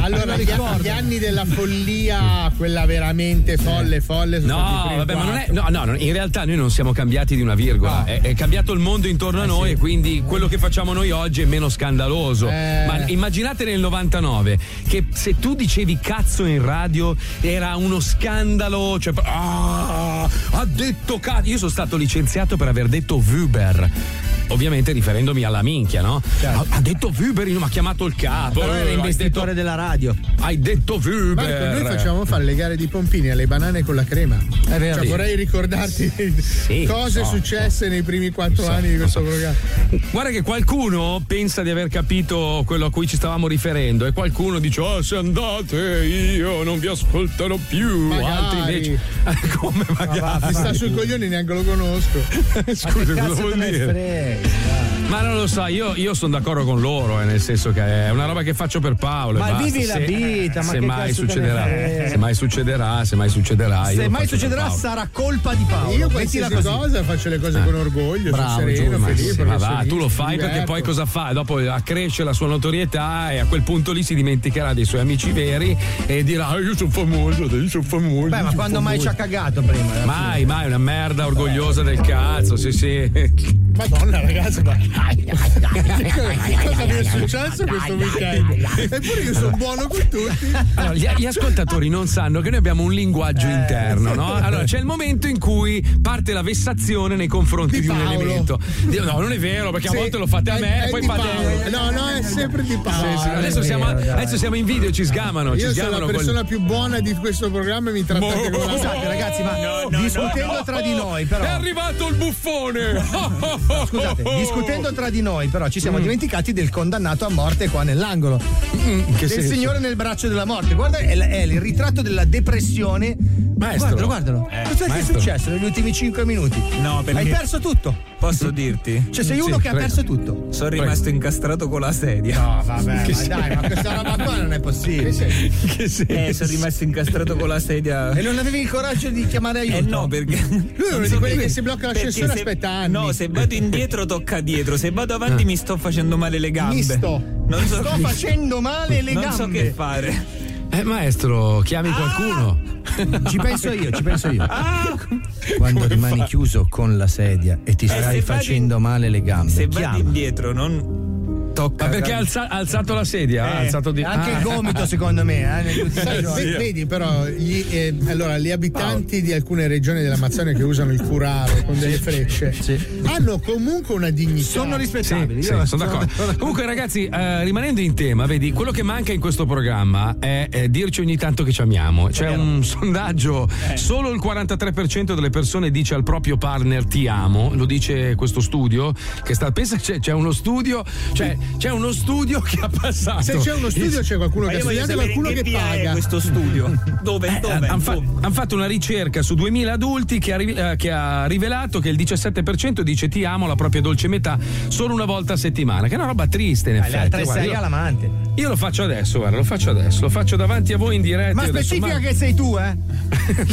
F: Allora, gli, gli anni della follia, quella veramente folle, folle. Sono stati i
B: No,
F: primi
B: vabbè, ma non è.
F: quattro.
B: No, no, no, in realtà noi non siamo cambiati di una
F: Ah.
B: virgola. È, è cambiato il mondo intorno a
F: Eh,
B: noi, e quindi quello che facciamo noi oggi è meno scandaloso.
F: Eh.
B: Ma immaginate nel 99 che se tu dicevi cazzo in radio era uno scandalo. Cioè, ah, ha detto cazzo. Io sono stato licenziato per aver detto Uber. Ovviamente riferendomi alla minchia, no?
F: Certo.
B: Ha, ha detto Uber, mi ha chiamato il capo.
C: Però era
B: eh, hai
C: investitore
B: detto-
C: della radio.
B: Hai detto Uber.
F: Marco, ecco, noi facciamo fare le gare di pompini alle banane con la crema.
B: eh. È vero.
F: Cioè, vorrei ricordarti cose
B: so,
F: successe nei primi quattro
B: so,
F: anni di
B: lo
F: questo programma.
B: Guarda che qualcuno pensa di aver capito quello a cui ci stavamo riferendo e qualcuno dice oh se andate io non vi ascolterò più altri invece Eh, come magari
F: Mi sta sui coglioni, neanche lo conosco.
B: Scusa, cosa vuol dire? Ma non lo so, io, io sono d'accordo con loro, eh, nel senso che è una roba che faccio per Paolo. e
C: Ma
B: basta.
C: vivi la
B: Se-
C: vita, ma
B: se
C: che
B: mai
C: cazzo te ne
B: succederà,
C: frega?
B: se mai succederà, se mai succederà. io
C: Se
B: lo
C: mai
B: faccio per
C: succederà
B: Paolo.
C: sarà colpa di Paolo.
F: Io
C: Mettila
F: qualsiasi
C: così.
F: cosa faccio le cose con orgoglio, sono
B: Bravo,
F: sereno,
B: Giulio, ma
F: felice.
B: sì, ma va,
F: professionista,
B: tu lo fai
F: mi
B: perché poi
F: diverto.
B: cosa fa? Dopo eh, accresce la sua notorietà e a quel punto lì si dimenticherà dei suoi amici veri e dirà "Ah, io sono famoso, io sono famoso.
C: Beh, ma quando mai ci ha cagato prima?
B: Mai, mai, una merda orgogliosa del cazzo, sì, sì.
F: Madonna ragazzi, ma cosa mi è successo questo weekend? Eppure io sono buono con tutti.
B: Allora, gli, gli ascoltatori non sanno che noi abbiamo un
F: Eh,
B: linguaggio interno, no? Allora, c'è il momento in cui parte la vessazione nei confronti di, un
F: Paolo.
B: elemento. Di- No, non è vero, perché
F: Sì,
B: a volte lo fate a
F: è-
B: me,
F: è
B: poi
F: di
B: fate.
F: Paolo. No, no, è sempre di Paolo.
B: Sì, sì, adesso, siamo, adesso siamo in video, ci sgamano. ci
F: Io sono
B: sgamano
F: la
B: col-
F: persona più buona di questo programma e mi trattate come
C: Scusate, ragazzi, ma discutendo tra di noi, però.
F: È
B: arrivato il buffone!
C: No, Scusate,
F: Oh,
C: discutendo tra di noi, però, ci siamo
T: Mm.
C: dimenticati del condannato a morte qua nell'angolo. del
T: che senso?
C: signore nel braccio della morte. Guarda, è, la- è il ritratto della depressione.
K: Maestro.
C: Guardalo, guardalo.
K: Eh,
C: Cos'è che è
K: maestro.
C: successo negli ultimi 5 minuti?
K: No, perché-
C: Hai perso tutto.
K: Posso dirti?
C: Cioè, sei uno che ha perso tutto.
K: Sono rimasto incastrato con la sedia. No,
C: vabbè, ma dai, ma questa roba qua non è possibile. Che
K: Eh, sono rimasto incastrato con la sedia.
C: E non avevi il coraggio di chiamare aiuto?
K: Eh no, perché. Lui
F: è uno di quelli che si blocca l'ascensore e aspetta anni.
K: No, se vado indietro tocca dietro, se vado avanti mi sto facendo male le gambe.
F: Mi sto.
K: Non so
C: Eh. Sto facendo male le
K: Non so
C: gambe.
K: che fare.
B: Eh, maestro, chiami
F: Ah!
B: qualcuno.
C: Ci penso io, ci penso io.
K: Ah,
C: Quando rimani chiuso con la sedia e ti
K: Eh,
C: stai
K: se vado
C: facendo male le gambe,
K: se
C: chiama.
K: vado indietro non tocca.
B: Ma perché ha alza- ha alzato la sedia? ha
C: Eh,
B: alzato di-
C: anche
B: Ah.
C: il gomito, secondo me. Eh, negli ultimi
F: Sai,
C: giorni.
F: ve- vedi però gli, eh, allora, gli abitanti di alcune regioni dell'Amazzonia che usano il curare con delle frecce hanno comunque una dignità sono
B: rispettabili Sì, sono d'accordo. Comunque, ragazzi, eh, rimanendo in tema, vedi, quello che manca in questo programma è, eh, dirci ogni tanto che ci amiamo. C'è un sondaggio:
F: Eh.
B: solo il 43% delle persone dice al proprio partner ti amo. Lo dice questo studio. Che sta, pensa che c'è, c'è uno studio, cioè, c'è uno studio che ha passato.
F: se c'è uno studio c'è qualcuno
B: Ma
F: che ha
B: io voglio
F: studiato e
B: sapere
F: qualcuno
B: in
F: che,
B: che via è
F: paga
B: questo
K: studio
B: Eh,
K: dove,
B: hanno fatto una ricerca su 2000 adulti che ha, rive- eh, che ha rivelato che il 17% dice ti amo la propria dolce metà solo una volta a settimana, che è una roba triste in
C: Dai, le altre
B: effetti. guarda,
C: sei
B: io-
C: all'amante.
B: Io lo faccio adesso, guarda, lo faccio adesso, lo faccio davanti a voi in diretta.
C: Ma
B: io adesso
C: specifica
B: mando-
C: che sei tu, eh?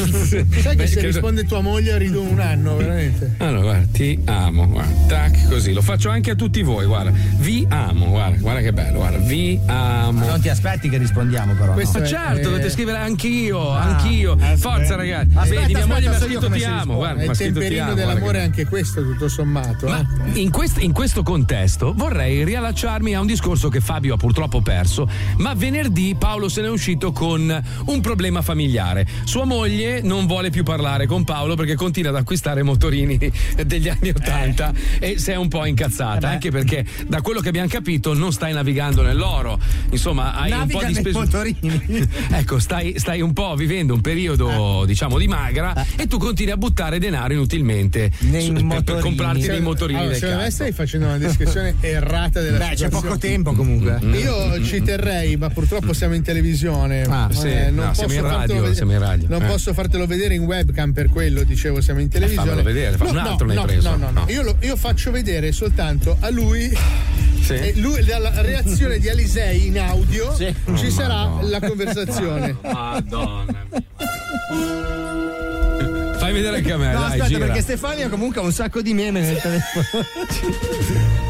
F: sai
B: Beh,
F: che se
B: credo-
F: risponde tua moglie rido un anno veramente
B: Allora, guarda, ti amo, guarda, tac, così, lo faccio anche a tutti voi, guarda, vi amo, guarda, guarda che bello, guarda, vi amo.
C: Non ti aspetti che rispondiamo, però.
B: Questo
C: no? Ah. Eh,
B: Ma certo, dovete scrivere anch'io, anch'io. Forza, ragazzi.
F: Aspetta,
B: Vedi, mia
F: aspetta,
B: moglie mi ha
F: so io
B: scritto
F: come
B: ti
F: si
B: amo.
F: risponde.
B: Guarda, mi ha
F: il
B: scritto ti
F: temperino
B: amo. guarda
F: dell'amore
B: che-
F: è anche questo tutto sommato eh.
B: In, quest- in questo contesto vorrei riallacciarmi a un discorso che Fabio ha purtroppo perso, ma venerdì Paolo se n'è uscito con un problema familiare. Sua moglie non vuole più parlare con Paolo perché continua ad acquistare motorini degli anni 80 e si è un po'
C: Eh
B: incazzata, anche perché da quello che abbiamo capito non stai navigando nell'oro, insomma hai un po'
C: Naviga
B: di
C: nei
B: spesa.
C: motorini. Eh.
B: Ecco, stai, stai un po' vivendo un periodo, diciamo, di magra e tu continui a buttare denaro inutilmente su- per- per, comprarti dei motorini.
F: Allora,
B: del
F: secondo me
B: cazzo.
F: stai facendo Cioè, una descrizione errata della
C: Beh, c'è
F: situazione.
C: poco tempo comunque.
B: Mm.
F: Io ci terrei, ma purtroppo siamo in televisione. Eh,
B: Ah, sì. No, siamo in radio,
F: fartelo
B: siamo in radio,
F: Non
B: eh.
F: posso fartelo vedere in webcam per quello, dicevo, siamo in televisione.
B: fammelo vedere, fa- un altro
F: no,
B: l'hai
F: no,
B: preso.
F: No, no, no.
B: No.
F: Io, lo- io faccio vedere soltanto a lui.
B: Sì.
F: E lui, dalla reazione di Alisei in audio ci
B: Oh,
F: sarà
B: Madonna.
F: la conversazione.
B: Madonna. Fai vedere anche a me,
C: No,
B: dai,
C: aspetta,
B: gira.
C: perché Stefania comunque ha un sacco di meme nel telefono.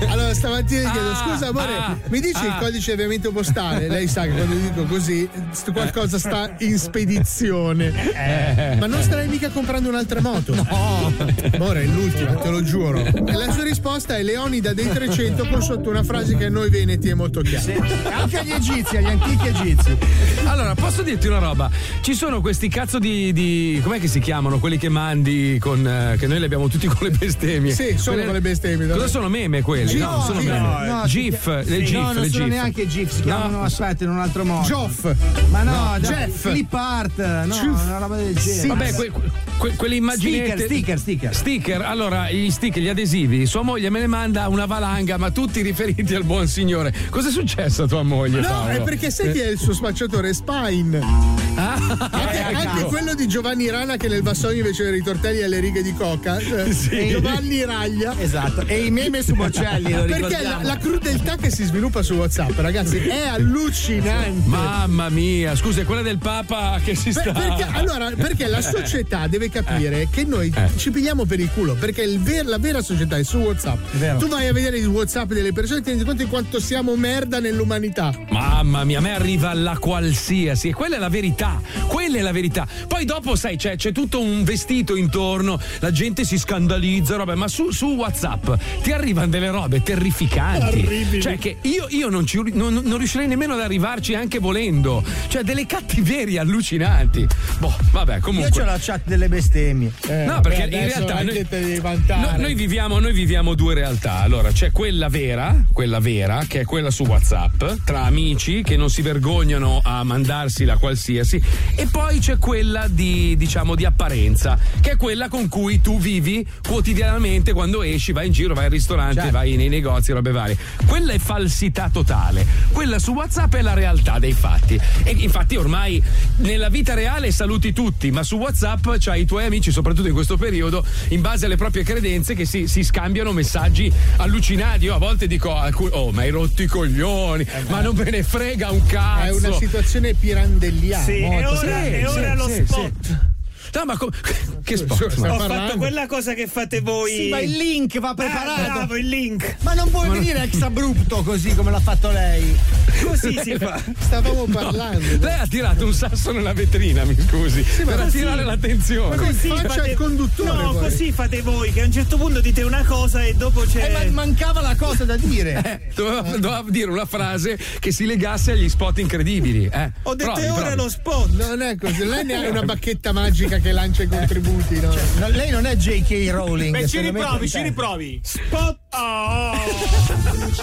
F: Allora, stamattina gli chiedo: scusa, amore,
C: ah,
F: mi dici il codice di avviamento postale? Lei sa che quando dico così, st- qualcosa sta in spedizione.
E: Eh.
F: Ma non starai mica comprando un'altra moto? No, amore, è l'ultima, te lo giuro. E la sua risposta è Leonida dei 300 con sotto una frase che a noi veneti è molto chiara.
C: Anche agli egizi, agli antichi egizi.
B: Allora, posso dirti una roba? Ci sono questi cazzo di. di- com'è che si chiamano? Quelli che mandi con. eh, che noi li abbiamo tutti con le bestemmie.
F: Sì, solo
B: Quelle-
F: con le bestemmie, dai.
B: Cosa sono meme quelli?
F: Gif,
B: no, sono
F: gif,
B: meme.
F: no,
B: GIF,
C: No,
B: le GIF,
C: non
B: le
C: sono
B: GIF.
C: neanche GIF, si chiamano, aspetta, in un altro modo.
F: Joff.
C: Ma no,
B: No,
C: da-
B: Jeff.
C: Flip art, no, una roba del genere.
B: Vabbè, que, que, quelle immaginette-
C: Sticker, sticker, sticker.
B: Sticker, allora gli sticker, gli adesivi, sua moglie me ne manda una valanga, ma tutti riferiti al buon signore. Cosa è successo a tua moglie?
F: No,
B: Paolo?
F: è perché sai chi è il suo spacciatore? Spine. anche, anche quello di Giovanni Rana che nel vassoio invece dei ritortelli ha le righe di coca. eh,
C: Sì.
F: Giovanni Raglia.
C: Esatto. E i meme su Bocelli, lo
F: Perché la,
C: ricordiamo.
F: la crudeltà che si sviluppa su WhatsApp, ragazzi, è allucinante.
B: Mamma mia, scusa, è quella del Papa che si
F: Per-
B: sta.
F: perché, allora, perché la società deve deve capire che noi ci pigliamo per il culo perché il ver- la vera società è su WhatsApp.
B: vero.
F: Tu vai a vedere i WhatsApp delle persone e ti rendi conto di quanto siamo merda nell'umanità.
B: Mamma mia, a me arriva la qualsiasi, e quella è la verità, quella è la verità. Poi dopo, sai, c'è, c'è tutto un vestito intorno, la gente si scandalizza, roba, ma su, su WhatsApp ti arrivano delle robe terrificanti.
H: Orribili.
B: Cioè, che io, io non, ci- non- non riuscirei nemmeno ad arrivarci anche volendo. Cioè, delle cattiverie allucinanti. Boh, vabbè, comunque.
T: Io ho la chat delle bestemmie.
C: Eh,
B: No, perché in realtà noi, No, noi viviamo, noi viviamo due realtà. Allora, c'è quella vera, quella vera, che è quella su WhatsApp, tra amici che non si vergognano a mandarsi la qualsiasi, e poi c'è quella di, diciamo, di apparenza, che è quella con cui tu vivi quotidianamente quando esci, vai in giro, vai al ristorante, vai nei negozi, robe varie. Quella è falsità totale. Quella su WhatsApp è la realtà dei fatti. E infatti ormai nella vita reale saluti tutti, ma su WhatsApp c'hai i tuoi amici, soprattutto in questo periodo, in base alle proprie credenze che si, si scambiano messaggi allucinati. Io a volte dico, a alcuni, oh, ma hai rotto i coglioni, ma non me ne frega un
F: È
B: cazzo.
F: una situazione pirandelliana.
B: Sì, e
F: molto.
B: ora-
F: Sì,
B: e ora
F: sì,
B: lo
F: sì,
B: spot.
F: sì.
B: No, ma co- che sport?
F: Sta
K: Ho
F: parlando.
K: fatto quella cosa che fate voi.
T: Sì, ma il link va preparato.
B: Eh,
K: Ah, bravo, il link.
T: Ma non puoi
K: Ma-
T: venire ex abrupto così come l'ha fatto lei.
K: Così si fa.
F: Stavamo
B: No, Lei ha tirato un sasso nella vetrina, mi scusi,
K: ma
B: per
K: così-
B: attirare l'attenzione.
K: Così fate- No, così fate voi che a un certo punto dite una cosa e dopo c'è.
T: Eh, ma mancava la cosa da dire.
B: Eh, doveva, doveva dire una frase che si legasse agli spot incredibili. eh. Provi, provi.
K: spot.
F: Non è così. Lei ne ha una bacchetta magica che lancia i contributi, no?
T: No, lei non è J.K. Rowling.
F: Beh, ci
T: secondo me,
F: riprovi,
T: con
F: ci
T: te.
F: riprovi. Oh.
K: Spot.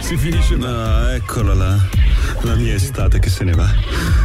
V: Si finisce. No, eccola là. La mia estate che se ne va.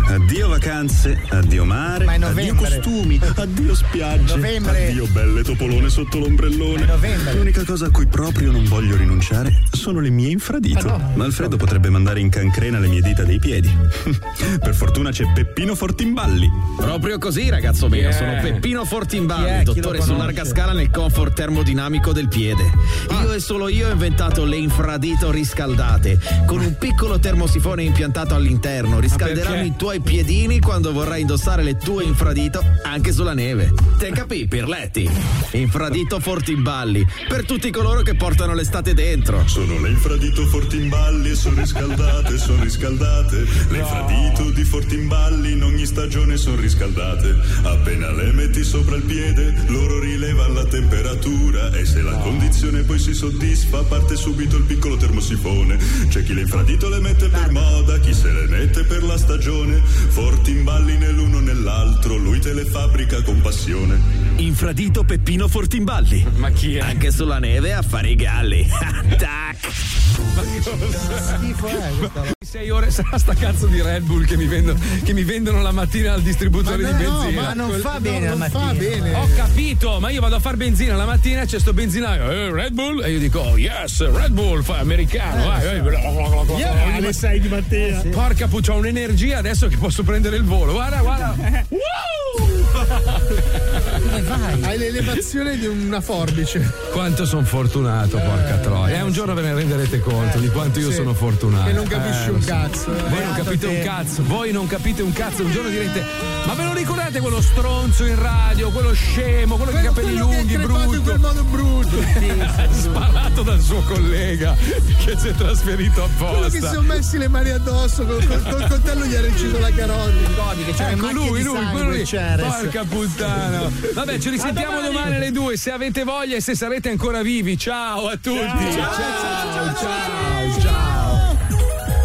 V: Addio vacanze, addio mare,
T: Ma è
V: addio
T: novembre.
V: costumi, addio spiagge,
T: Novembre.
V: addio belle topolone sotto l'ombrellone. L'unica cosa a cui proprio non voglio rinunciare sono le mie infradito. Ma Alfredo potrebbe mandare in cancrena le mie dita dei piedi. per fortuna c'è Peppino Fortimballi.
W: Proprio così, ragazzo mio,
V: Yeah.
W: sono Peppino
V: Chi è?
W: Fortimballi,
V: Chi lo
W: dottore su
V: conosce? Ah.
W: larga scala nel comfort termodinamico del piede. Io e solo io ho inventato le infradito riscaldate, con un piccolo termosifone impiantato all'interno. Riscalderanno
V: perché?
W: i tuoi piedini quando vorrai indossare le tue infradito anche sulla neve. Te capì, Pirletti? Infradito Fortimballi, per tutti coloro che portano l'estate dentro.
V: Sono le infradito Fortimballi, sono riscaldate, sono riscaldate. Le infradito di Fortimballi in ogni stagione sono riscaldate. Appena le metti sopra il piede, loro rilevano la temperatura e se la condizione poi si soddisfa, parte subito il piccolo termosifone. C'è chi le infradito le mette per moda, chi se le mette per la stagione. Fortimballi nell'uno nell'altro, lui te le fabbrica con passione.
W: Infradito Peppino Fortimballi.
B: Ma chi è?
W: Anche sulla neve a fare i galli. Tac!
F: Schifo è questa roba.
B: 6 ore sarà sta cazzo di Red Bull che mi, vendo- che mi vendono la mattina al distributore
F: Ma
B: di
F: no,
B: benzina.
F: ma non fa No, bene la non mattina. fa bene.
B: Ho capito, ma io vado a far benzina la mattina, c'è sto benzinaio, eh, Red Bull, e io dico, oh, yes, Red Bull, fa americano, vai, vai, bla, bla, bla, bla.
V: Yeah,
B: Ogni
V: alle
B: ma-
V: sei di mattina.
B: Eh, sì. Porca puccia, ho un'energia adesso che posso prendere il volo, guarda, guarda.
F: Hai l'elevazione di una forbice.
B: Quanto sono fortunato, porca troia. Eh, un giorno ve ne renderete conto di quanto io
F: sì.
B: sono fortunato.
F: Che non capisci
B: Eh,
F: un
B: lo so.
F: cazzo.
B: Voi non
F: Beato
B: capite
F: te.
B: un cazzo, voi non capite un cazzo. Un giorno direte: Ma ve lo ricordate quello stronzo in radio, quello scemo, quello con i capelli lunghi, brutto? In quel
F: modo brutto.
B: Sparato dal suo collega che si è trasferito
F: Quello che si
B: apposta.
F: sono messi le mani addosso, col, col- col coltello gli ha reciso la carota.
E: cioè,
B: ecco lui, lui, quello lì. Porca puttana. Vabbè, ci risentiamo domani. alle 2 se avete voglia e se sarete ancora vivi. Ciao a tutti. ciao. ciao. ciao.